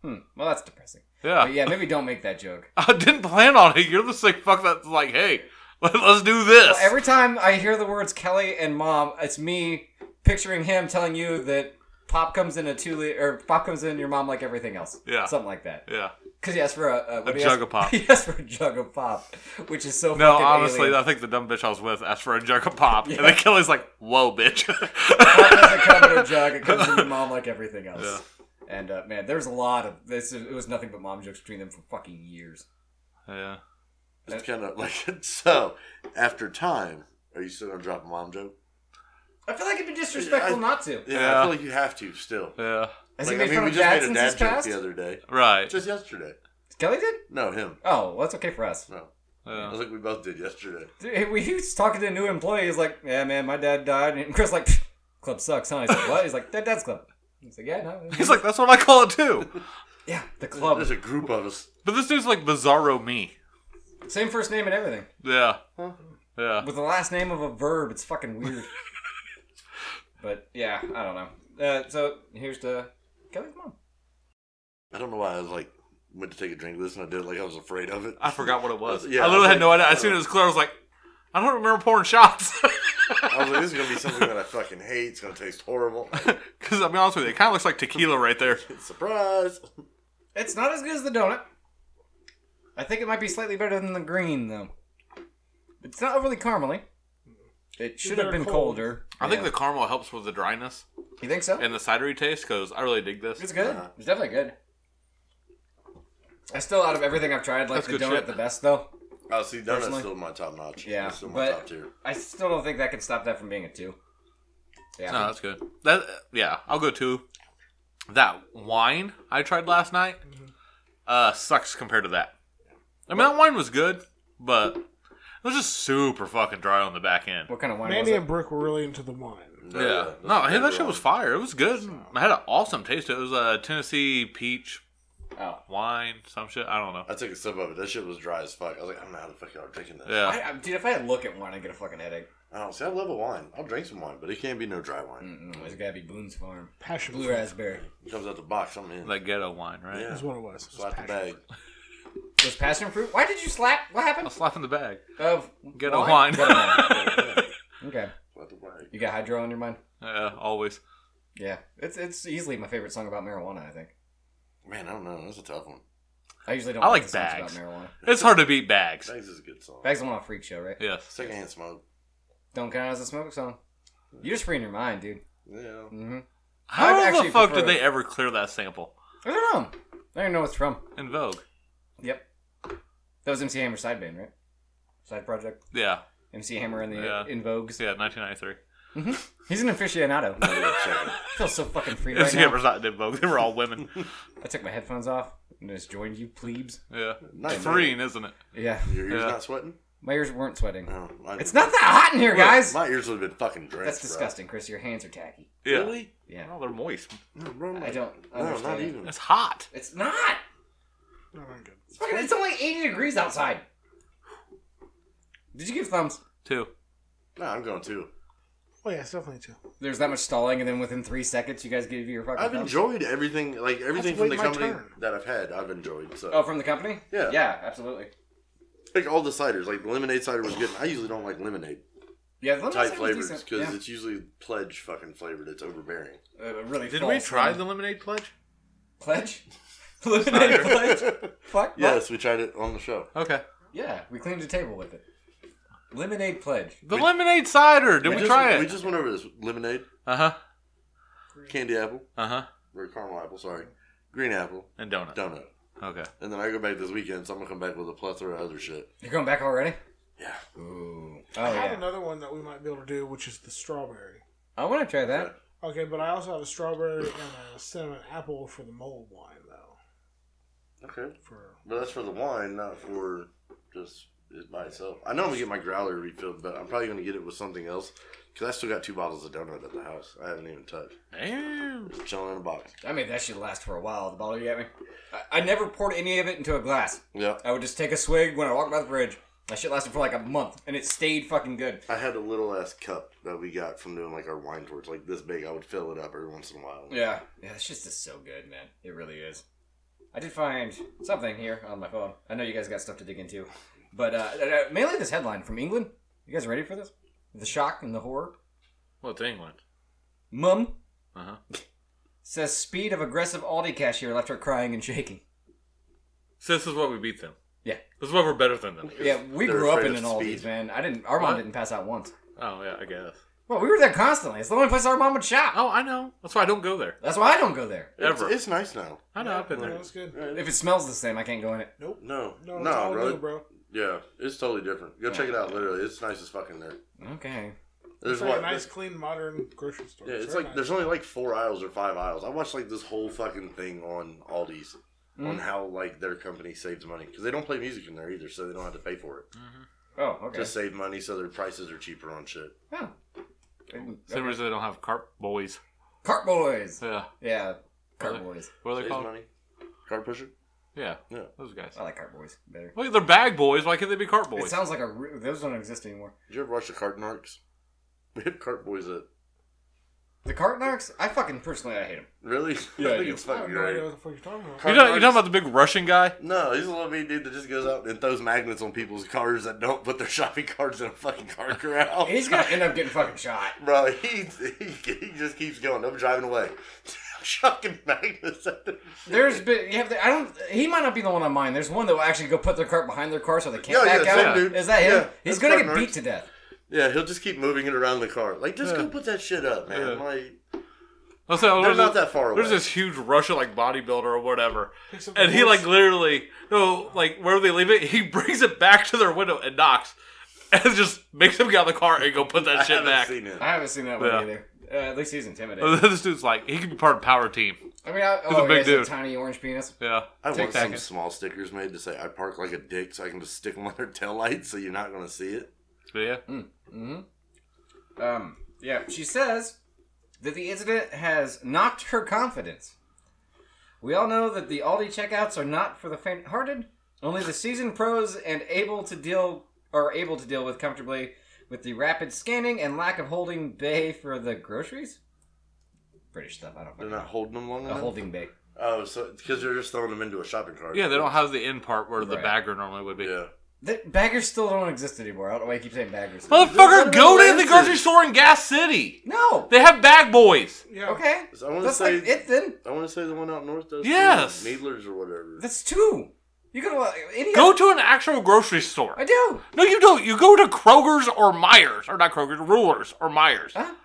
[SPEAKER 3] Hmm. Well, that's depressing.
[SPEAKER 4] Yeah.
[SPEAKER 3] But yeah, maybe don't make that joke.
[SPEAKER 4] I didn't plan on it. You're the sick fuck that's like, hey, let, us do this.
[SPEAKER 3] Well, every time I hear the words Kelly and Mom, it's me picturing him telling you that Pop comes in a two liter, or Pop comes in your mom like everything else.
[SPEAKER 4] Yeah.
[SPEAKER 3] something like that.
[SPEAKER 4] yeah.
[SPEAKER 3] Because he asked for a, a, what he
[SPEAKER 4] jug
[SPEAKER 3] asked-
[SPEAKER 4] of Pop.
[SPEAKER 3] He asked for a jug of Pop, which is so
[SPEAKER 4] No,
[SPEAKER 3] fucking
[SPEAKER 4] honestly,
[SPEAKER 3] alien.
[SPEAKER 4] I think the dumb bitch I was with asked for a jug of pop, and then Kelly's like, "Whoa, bitch."
[SPEAKER 3] Pop doesn't come in a jug; it comes in your mom like everything else. And uh, man, there's a lot of this. It was nothing but mom jokes between them for fucking years.
[SPEAKER 4] yeah.
[SPEAKER 2] It's kind of like so. After time, are you still gonna drop a mom joke?
[SPEAKER 3] I feel like it'd be disrespectful
[SPEAKER 2] I-
[SPEAKER 3] not to.
[SPEAKER 2] Yeah,
[SPEAKER 4] Yeah.
[SPEAKER 2] I feel like you have to still.
[SPEAKER 4] Yeah.
[SPEAKER 3] Has
[SPEAKER 2] Like,
[SPEAKER 3] he made
[SPEAKER 2] I mean,
[SPEAKER 3] fun
[SPEAKER 2] we
[SPEAKER 3] of
[SPEAKER 2] just
[SPEAKER 3] dad
[SPEAKER 2] made a
[SPEAKER 3] since
[SPEAKER 2] dad
[SPEAKER 3] his
[SPEAKER 2] joke
[SPEAKER 3] passed?
[SPEAKER 2] the other day,
[SPEAKER 4] Right.
[SPEAKER 2] just yesterday.
[SPEAKER 3] Kelly did?
[SPEAKER 2] No, him.
[SPEAKER 3] Oh, well, that's okay for us.
[SPEAKER 2] No, I
[SPEAKER 4] Yeah.
[SPEAKER 2] was like, we both did yesterday.
[SPEAKER 3] Dude, he- we- he was talking to a new employee. He's like, "Yeah, man, my dad died." And Chris like, "Pfft, "Club sucks, huh?" He's like, "What?" He's like, "That dad's club." He's like, "Yeah, no."
[SPEAKER 4] He's like, "That's what I call it too."
[SPEAKER 3] "Yeah, the
[SPEAKER 4] Oh.
[SPEAKER 3] club."
[SPEAKER 2] There's a group of us.
[SPEAKER 4] But this dude's like Bizarro me.
[SPEAKER 3] Same first name and everything.
[SPEAKER 4] Yeah. Yeah.
[SPEAKER 3] With the last name of a verb, it's fucking weird. but yeah, I don't know. Uh, so here's the Kelly's mom.
[SPEAKER 2] I don't know why I was like went to take a drink of this and I did it like I was afraid of it.
[SPEAKER 4] I forgot what it was.
[SPEAKER 2] Yeah,
[SPEAKER 4] I literally
[SPEAKER 2] I was
[SPEAKER 4] had no
[SPEAKER 2] like-
[SPEAKER 4] idea. As soon as it was clear, I was like, I don't remember pouring shots.
[SPEAKER 2] I was like, this is gonna be something that I fucking hate. It's gonna taste horrible.
[SPEAKER 4] Because I'll be honest with you, it kind of looks like tequila right there.
[SPEAKER 2] Surprise!
[SPEAKER 3] It's not as good as the donut. I think it might be slightly better than the green, though. It's not overly caramely. It should have
[SPEAKER 5] better
[SPEAKER 3] been
[SPEAKER 5] cold.
[SPEAKER 3] colder.
[SPEAKER 4] I think
[SPEAKER 3] Yeah.
[SPEAKER 4] the caramel helps with the dryness
[SPEAKER 3] You think so?
[SPEAKER 4] and uh, the cidery taste because I really dig this.
[SPEAKER 3] It's good. It's definitely good. I still, out of everything I've tried, like
[SPEAKER 4] That's
[SPEAKER 3] the
[SPEAKER 4] good
[SPEAKER 3] donut
[SPEAKER 4] shit.
[SPEAKER 3] the best, though.
[SPEAKER 2] Oh, see, donuts
[SPEAKER 3] Personally-
[SPEAKER 2] still my top notch.
[SPEAKER 3] Yeah,
[SPEAKER 2] It's still my
[SPEAKER 3] but-
[SPEAKER 2] top tier.
[SPEAKER 3] I still don't think that can stop that from being a two. Yeah,
[SPEAKER 4] No, that's good. That yeah, I'll go two. That wine I tried last night uh sucks compared to that. I mean that wine was good, but it was just super fucking dry on the back end.
[SPEAKER 3] What kind of wine
[SPEAKER 5] Mandy
[SPEAKER 3] was it?
[SPEAKER 5] and Brick were really into the wine.
[SPEAKER 2] No,
[SPEAKER 4] Yeah.
[SPEAKER 2] that's
[SPEAKER 4] No,
[SPEAKER 2] a
[SPEAKER 4] hey,
[SPEAKER 2] good
[SPEAKER 4] that shit
[SPEAKER 2] one.
[SPEAKER 4] was fire. It was good. I had an awesome taste. It was a Tennessee peach
[SPEAKER 3] Oh,
[SPEAKER 4] wine, some shit. I don't know.
[SPEAKER 2] I took a sip of it. That shit was dry as fuck. I was like, I don't know how the fuck y'all are drinking this.
[SPEAKER 4] Yeah.
[SPEAKER 3] I, I, dude, if I look at one, I get a fucking headache.
[SPEAKER 2] I don't see. I love a wine. I'll drink some wine, but it can't be no dry
[SPEAKER 4] Mm.
[SPEAKER 2] wine.
[SPEAKER 3] Mm-mm, it's gotta be Boone's Farm
[SPEAKER 5] Passion
[SPEAKER 3] blue
[SPEAKER 5] fruit
[SPEAKER 3] raspberry.
[SPEAKER 2] It comes out the box. I'm in.
[SPEAKER 4] That ghetto wine, right?
[SPEAKER 2] yeah.
[SPEAKER 5] is what it was. It
[SPEAKER 2] So
[SPEAKER 5] was
[SPEAKER 2] out the
[SPEAKER 5] passion
[SPEAKER 2] bag.
[SPEAKER 5] fruit.
[SPEAKER 3] Was passion fruit? Why did you slap? What
[SPEAKER 4] I'll
[SPEAKER 3] happened?
[SPEAKER 4] slap in the bag.
[SPEAKER 3] Of
[SPEAKER 4] Get a wine.
[SPEAKER 3] Get a wine.
[SPEAKER 2] Yeah,
[SPEAKER 3] okay,
[SPEAKER 2] so out the bag.
[SPEAKER 3] you got hydro on your mind.
[SPEAKER 4] Yeah, always.
[SPEAKER 3] Yeah, it's it's easily my favorite song about marijuana. I think
[SPEAKER 2] Man, I don't know. That's a tough one.
[SPEAKER 3] I usually don't.
[SPEAKER 4] I like
[SPEAKER 3] the
[SPEAKER 4] bags.
[SPEAKER 3] songs about marijuana.
[SPEAKER 4] It's hard to beat bags.
[SPEAKER 2] Bags is a good song.
[SPEAKER 3] Bags, I'm on a freak show, right?
[SPEAKER 4] Yes.
[SPEAKER 2] Secondhand smoke.
[SPEAKER 3] Don't count it as a smoke song. You're just freeing your mind, dude.
[SPEAKER 2] Yeah.
[SPEAKER 3] Mm-hmm. I'd
[SPEAKER 4] How the
[SPEAKER 3] actually
[SPEAKER 4] fuck
[SPEAKER 3] prefer-
[SPEAKER 4] did they ever clear that sample?
[SPEAKER 3] I don't know. I don't even know what's from.
[SPEAKER 4] In Vogue.
[SPEAKER 3] Yep. That was MC Hammer's side band, right? Side project.
[SPEAKER 4] Yeah.
[SPEAKER 3] MC Hammer and the uh,
[SPEAKER 4] Yeah.
[SPEAKER 3] In Vogues.
[SPEAKER 4] Yeah, 1993.
[SPEAKER 3] He's an aficionado. I
[SPEAKER 2] I'll go check it.
[SPEAKER 3] feel so fucking free
[SPEAKER 4] It's
[SPEAKER 3] right
[SPEAKER 4] yeah,
[SPEAKER 3] now.
[SPEAKER 4] we're not in Vogue. They were all women.
[SPEAKER 3] I took my headphones off and just joined you, plebes.
[SPEAKER 4] Yeah.
[SPEAKER 2] Nice.
[SPEAKER 4] It's freeing, isn't it?
[SPEAKER 3] Yeah.
[SPEAKER 2] Your ears
[SPEAKER 4] Yeah.
[SPEAKER 2] not sweating?
[SPEAKER 3] My ears weren't sweating.
[SPEAKER 2] No. I-
[SPEAKER 3] It's not that hot in here, guys.
[SPEAKER 2] Uh, My ears would have been fucking drenched.
[SPEAKER 3] That's
[SPEAKER 2] bro.
[SPEAKER 3] disgusting, Chris. Your hands are tacky.
[SPEAKER 4] Yeah.
[SPEAKER 2] Really?
[SPEAKER 3] Yeah.
[SPEAKER 4] Oh, they're moist.
[SPEAKER 2] No, bro,
[SPEAKER 3] I
[SPEAKER 2] like-
[SPEAKER 3] don't
[SPEAKER 2] No, not
[SPEAKER 3] understand.
[SPEAKER 2] even.
[SPEAKER 4] It's hot.
[SPEAKER 3] It's not.
[SPEAKER 5] No, I'm good.
[SPEAKER 3] It's, fucking, it's only 80 degrees outside. Did you give thumbs?
[SPEAKER 4] Too.
[SPEAKER 2] No, I'm going too.
[SPEAKER 5] Oh yeah, it's definitely two.
[SPEAKER 3] There's that much stalling, and then within three seconds, you guys give your fucking.
[SPEAKER 2] I've
[SPEAKER 3] thumbs?
[SPEAKER 2] enjoyed everything, like everything
[SPEAKER 5] That's
[SPEAKER 2] from
[SPEAKER 5] wait
[SPEAKER 2] the
[SPEAKER 5] my
[SPEAKER 2] company
[SPEAKER 5] turn.
[SPEAKER 2] that I've had. I've enjoyed. So
[SPEAKER 3] Oh, from the company?
[SPEAKER 2] Yeah.
[SPEAKER 3] Yeah, absolutely.
[SPEAKER 2] like all the ciders, like the lemonade cider was good. I usually don't like lemonade
[SPEAKER 3] Yeah, the lemon
[SPEAKER 2] type
[SPEAKER 3] cider was
[SPEAKER 2] flavors
[SPEAKER 3] decent.
[SPEAKER 2] because
[SPEAKER 3] Yeah.
[SPEAKER 2] it's usually pledge fucking flavored. It's overbearing.
[SPEAKER 3] Uh, really
[SPEAKER 4] Did
[SPEAKER 3] false
[SPEAKER 4] we try
[SPEAKER 3] one.
[SPEAKER 4] the lemonade pledge?
[SPEAKER 3] pledge? Lemonade pledge? Fuck.
[SPEAKER 2] Yes, we tried it on the show.
[SPEAKER 4] Okay.
[SPEAKER 3] Yeah, we cleaned the table with it. Lemonade pledge.
[SPEAKER 4] The lemonade cider. Did we,
[SPEAKER 2] just,
[SPEAKER 4] try it?
[SPEAKER 2] We just went over this lemonade,
[SPEAKER 4] Uh huh.
[SPEAKER 2] candy apple,
[SPEAKER 4] Uh huh.
[SPEAKER 2] or caramel apple. Sorry, green apple,
[SPEAKER 4] And donut.
[SPEAKER 2] donut.
[SPEAKER 4] Okay.
[SPEAKER 2] And then I go back this weekend, so I'm gonna come back with a plethora of other shit.
[SPEAKER 3] You're going back already?
[SPEAKER 2] Yeah,
[SPEAKER 3] Ooh. Oh,
[SPEAKER 5] I have
[SPEAKER 3] yeah.
[SPEAKER 5] another one that we might be able to do, which is the strawberry.
[SPEAKER 3] I want to try that.
[SPEAKER 5] Okay, but I also have a strawberry and a cinnamon apple for the mold wine though.
[SPEAKER 2] okay,
[SPEAKER 5] For
[SPEAKER 2] but that's for the wine, not for just it by itself. I know I'm gonna get my growler refilled, but I'm probably gonna get it with something else because I still got two bottles of donut at the house. I haven't even touched.
[SPEAKER 4] Damn.
[SPEAKER 2] Just chilling in a box.
[SPEAKER 3] I made that shit last for a while, the bottle you got me. I, I never poured any of it into a glass.
[SPEAKER 2] Yeah,
[SPEAKER 3] I would just take a swig when I walked by the bridge. That shit lasted for like a month, and it stayed fucking good.
[SPEAKER 2] I had a little ass cup that we got from doing like our wine tours, like this big. I would fill it up every once in a while.
[SPEAKER 3] Yeah. Yeah, this shit's just so good, man. It really is. I did find something here on my phone. I know you guys got stuff to dig into. But uh, uh, mainly this headline from England. You guys ready for this? The shock and the horror.
[SPEAKER 4] Well, it's England.
[SPEAKER 3] Mum
[SPEAKER 4] Uh huh.
[SPEAKER 3] says speed of aggressive Aldi cashier left her crying and shaking.
[SPEAKER 4] So this is what we beat them.
[SPEAKER 3] Yeah.
[SPEAKER 4] This is what we're better than them.
[SPEAKER 3] Yeah, we
[SPEAKER 2] They're
[SPEAKER 3] grew up
[SPEAKER 2] afraid
[SPEAKER 3] in an
[SPEAKER 2] of
[SPEAKER 3] Aldi's,
[SPEAKER 2] speed.
[SPEAKER 3] man. I didn't. Our mom
[SPEAKER 4] What?
[SPEAKER 3] didn't pass out once.
[SPEAKER 4] Oh yeah, I guess.
[SPEAKER 3] Well, we were there constantly. It's the only place our mom would shop.
[SPEAKER 4] Oh, I know. That's why I don't go there
[SPEAKER 3] That's why I don't go there.
[SPEAKER 2] It's,
[SPEAKER 4] ever.
[SPEAKER 2] it's nice now.
[SPEAKER 4] I know. I've been
[SPEAKER 5] no,
[SPEAKER 4] there.
[SPEAKER 5] it's good.
[SPEAKER 3] If it smells the same, I can't go in it.
[SPEAKER 5] Nope.
[SPEAKER 2] No,
[SPEAKER 5] No,
[SPEAKER 2] no,
[SPEAKER 5] it's all
[SPEAKER 2] bro.
[SPEAKER 5] new, bro.
[SPEAKER 2] Yeah, it's totally different. Go check it out. Literally, it's nice as fucking there.
[SPEAKER 3] Okay.
[SPEAKER 2] There's
[SPEAKER 5] It's like
[SPEAKER 2] what.
[SPEAKER 5] a nice, clean, modern grocery store.
[SPEAKER 2] yeah, it's
[SPEAKER 5] very
[SPEAKER 2] like
[SPEAKER 5] nice.
[SPEAKER 2] there's only like four aisles or five aisles. I watched like this whole fucking thing on Aldi's
[SPEAKER 4] Mm.
[SPEAKER 2] on how like their company saves money because they don't play music in there either, so they don't have to pay for it.
[SPEAKER 3] Oh, okay.
[SPEAKER 2] Just save money so their prices are cheaper on shit.
[SPEAKER 3] Oh.
[SPEAKER 4] Same reason they don't have carp boys.
[SPEAKER 3] Cart boys.
[SPEAKER 4] Yeah.
[SPEAKER 3] Yeah, cart boys.
[SPEAKER 4] What are they
[SPEAKER 2] Saves
[SPEAKER 4] called?
[SPEAKER 2] money. Card pusher.
[SPEAKER 4] Yeah.
[SPEAKER 2] Yeah.
[SPEAKER 4] Those guys.
[SPEAKER 3] I like cart boys better.
[SPEAKER 4] Well, they're bag boys. Why can't they be cart
[SPEAKER 3] It
[SPEAKER 4] boys?
[SPEAKER 3] sounds like a re- those don't exist anymore.
[SPEAKER 2] Did you ever watch the Card Narcs? We have cart boys at
[SPEAKER 3] The cart narcs. I fucking personally, I hate them.
[SPEAKER 2] Really?
[SPEAKER 3] Yeah,
[SPEAKER 2] I
[SPEAKER 3] I
[SPEAKER 2] think
[SPEAKER 3] do.
[SPEAKER 2] it's
[SPEAKER 5] I have
[SPEAKER 2] fucking
[SPEAKER 5] no idea
[SPEAKER 2] great.
[SPEAKER 5] what the fuck you're talking about.
[SPEAKER 4] you know, you talking about the big Russian guy?
[SPEAKER 2] No, he's a little mean dude that just goes out and throws magnets on people's cars that don't put their shopping carts in a fucking car corral.
[SPEAKER 3] And he's gonna end up getting fucking shot.
[SPEAKER 2] Bro, he, he he just keeps going. I'm driving away. Chuck and Magnus.
[SPEAKER 3] There's been. You have the, I don't. He might not be the one on mine. There's one that will actually go put their cart behind their car so they can't
[SPEAKER 2] Yeah, yeah,
[SPEAKER 3] back
[SPEAKER 2] same
[SPEAKER 3] out.
[SPEAKER 2] dude.
[SPEAKER 3] Is that him?
[SPEAKER 2] Yeah,
[SPEAKER 3] He's
[SPEAKER 2] that's
[SPEAKER 3] gonna
[SPEAKER 2] Bart
[SPEAKER 3] get
[SPEAKER 2] Norris.
[SPEAKER 3] beat to death.
[SPEAKER 2] yeah, he'll just keep moving it around the car. Like, just go
[SPEAKER 4] Yeah.
[SPEAKER 2] put that shit up, man.
[SPEAKER 4] Yeah.
[SPEAKER 2] Like,
[SPEAKER 4] Let's say, oh,
[SPEAKER 2] they're
[SPEAKER 4] there's
[SPEAKER 2] not
[SPEAKER 4] this-
[SPEAKER 2] that far away.
[SPEAKER 4] There's this huge Russian like bodybuilder or whatever,
[SPEAKER 5] up the
[SPEAKER 4] and he like
[SPEAKER 5] horse.
[SPEAKER 4] literally no like wherever they leave it, he brings it back to their window and knocks, and just makes them get out of the car and go put that
[SPEAKER 2] I
[SPEAKER 4] shit
[SPEAKER 2] haven't
[SPEAKER 4] back.
[SPEAKER 2] seen it.
[SPEAKER 3] I haven't seen that one
[SPEAKER 4] Yeah.
[SPEAKER 3] either. Uh, at least he's intimidating.
[SPEAKER 4] this dude's like he could be part of power team.
[SPEAKER 3] I mean, I, oh,
[SPEAKER 4] a big
[SPEAKER 3] he's a
[SPEAKER 4] dude.
[SPEAKER 3] tiny orange penis.
[SPEAKER 4] Yeah,
[SPEAKER 2] I want
[SPEAKER 4] Tic-tac
[SPEAKER 2] some
[SPEAKER 4] it.
[SPEAKER 2] small stickers made to say "I park like a dick," so I can just stick them on their taillights, so you're not gonna see it.
[SPEAKER 4] But yeah.
[SPEAKER 3] Um, yeah, she says that the incident has knocked her confidence. We all know that the Aldi checkouts are not for the faint-hearted. Only the seasoned pros and able to deal are able to deal with comfortably with the rapid scanning and lack of holding bay for the groceries. British stuff. I don't
[SPEAKER 2] They're
[SPEAKER 3] know.
[SPEAKER 2] not holding them long
[SPEAKER 3] A
[SPEAKER 2] enough.
[SPEAKER 3] holding bay.
[SPEAKER 2] oh, so because they're just throwing them into a shopping cart.
[SPEAKER 4] Yeah, they don't have the end part where the
[SPEAKER 3] Right.
[SPEAKER 4] bagger normally would be.
[SPEAKER 2] Yeah.
[SPEAKER 3] The baggers still don't exist anymore. I don't know why you keep saying baggers.
[SPEAKER 4] Motherfucker,
[SPEAKER 2] Those
[SPEAKER 4] go
[SPEAKER 2] are the
[SPEAKER 4] to the
[SPEAKER 2] lenses.
[SPEAKER 4] grocery store in Gas City.
[SPEAKER 3] No.
[SPEAKER 4] They have bag boys.
[SPEAKER 5] Yeah.
[SPEAKER 3] Okay.
[SPEAKER 2] So I wanna
[SPEAKER 3] That's
[SPEAKER 2] say-
[SPEAKER 3] like it then.
[SPEAKER 2] I want to say the one out north does. too,
[SPEAKER 4] Yes.
[SPEAKER 2] Needlers or whatever.
[SPEAKER 3] That's two. You could any
[SPEAKER 4] Go to an actual grocery store.
[SPEAKER 3] I do.
[SPEAKER 4] No, you don't. You go to Kroger's or Myers, or not Kroger's, Rulers or Myers.
[SPEAKER 3] Huh?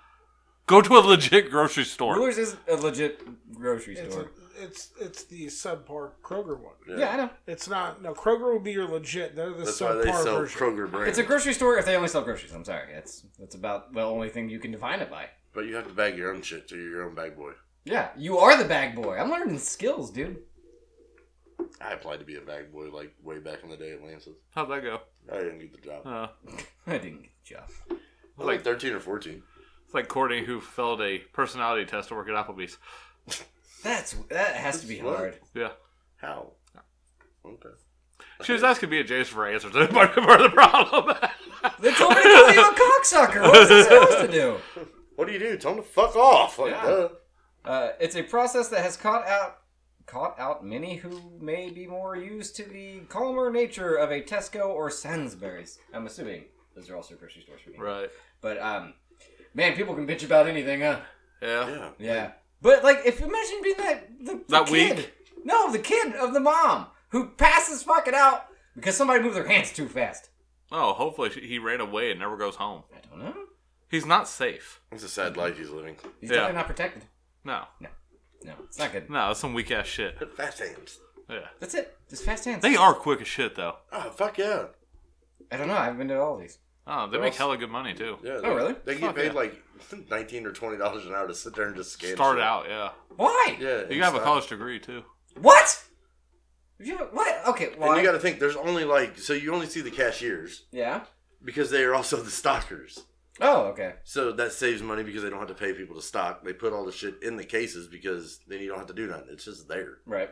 [SPEAKER 4] Go to a legit grocery store.
[SPEAKER 3] Brewers is a legit grocery
[SPEAKER 5] It's, a,
[SPEAKER 3] store.
[SPEAKER 5] it's it's the subpar Kroger one.
[SPEAKER 3] Yeah. I know.
[SPEAKER 5] It's not no Kroger would be your legit. They're the
[SPEAKER 2] That's why they
[SPEAKER 5] subpar
[SPEAKER 2] sell
[SPEAKER 5] version.
[SPEAKER 2] Kroger brand.
[SPEAKER 3] It's a grocery store if they only sell groceries. I'm sorry. That's that's about the only thing you can define it by.
[SPEAKER 2] but you have to bag your own shit, so you're your own bag boy.
[SPEAKER 3] Yeah, you are the bag boy. I'm learning skills, dude.
[SPEAKER 2] I applied to be a bag boy like way back in the day at Lance's.
[SPEAKER 4] How'd that go?
[SPEAKER 2] I didn't get the job.
[SPEAKER 4] Uh,
[SPEAKER 3] I didn't get the job.
[SPEAKER 2] I was like 13 or 14.
[SPEAKER 4] it's like Courtney who failed a personality test to work at Applebee's.
[SPEAKER 3] That's that has to be
[SPEAKER 2] What?
[SPEAKER 3] hard.
[SPEAKER 4] Yeah.
[SPEAKER 2] How? Okay.
[SPEAKER 4] She was asking me and Jason for answers. That might be part of the problem.
[SPEAKER 3] They told me to call you a cocksucker. What was I supposed to do?
[SPEAKER 2] What do you do? Tell him to fuck off. Like,
[SPEAKER 3] Yeah.
[SPEAKER 2] duh.
[SPEAKER 3] Uh, it's a process that has caught out caught out many who may be more used to the calmer nature of a Tesco or Sainsbury's. I'm assuming those are also grocery stores for me.
[SPEAKER 4] right.
[SPEAKER 3] But um, man, people can bitch about anything, huh?
[SPEAKER 4] Yeah.
[SPEAKER 2] Yeah.
[SPEAKER 3] Yeah. But like, if imagine being that the, the
[SPEAKER 4] That
[SPEAKER 3] kid.
[SPEAKER 4] weak?
[SPEAKER 3] No, the kid of the mom who passes fucking out because somebody moved their hands too fast.
[SPEAKER 4] Oh, hopefully she, he ran away and never goes home.
[SPEAKER 3] I don't know.
[SPEAKER 4] He's not safe.
[SPEAKER 2] It's a sad life he's living.
[SPEAKER 3] He's
[SPEAKER 4] Yeah.
[SPEAKER 3] definitely not protected.
[SPEAKER 4] No.
[SPEAKER 3] No, it's not good.
[SPEAKER 4] No, that's some weak ass shit.
[SPEAKER 2] Fast hands.
[SPEAKER 4] Yeah.
[SPEAKER 3] That's it. Just fast hands.
[SPEAKER 4] They are quick as shit, though.
[SPEAKER 2] Oh, fuck yeah.
[SPEAKER 3] I don't know. I haven't been to all these.
[SPEAKER 4] Oh, they make hella good money, too.
[SPEAKER 2] Yeah.
[SPEAKER 3] Oh, really?
[SPEAKER 2] They get
[SPEAKER 4] Fuck
[SPEAKER 2] paid
[SPEAKER 4] yeah.
[SPEAKER 2] like 19 or $20 an hour to sit there and just scan.
[SPEAKER 4] Start
[SPEAKER 2] shit.
[SPEAKER 4] out, yeah.
[SPEAKER 3] Why?
[SPEAKER 2] Yeah.
[SPEAKER 4] You
[SPEAKER 2] and
[SPEAKER 4] gotta have a
[SPEAKER 2] stop.
[SPEAKER 4] college degree, too.
[SPEAKER 3] What? If you what? Okay. Why?
[SPEAKER 2] And you gotta think, there's only like, so you only see the cashiers
[SPEAKER 3] yeah.
[SPEAKER 2] because they are also the stockers.
[SPEAKER 3] Oh, okay.
[SPEAKER 2] So that saves money because they don't have to pay people to stock. They put all the shit in the cases because then you don't have to do nothing. It's just there.
[SPEAKER 3] Right.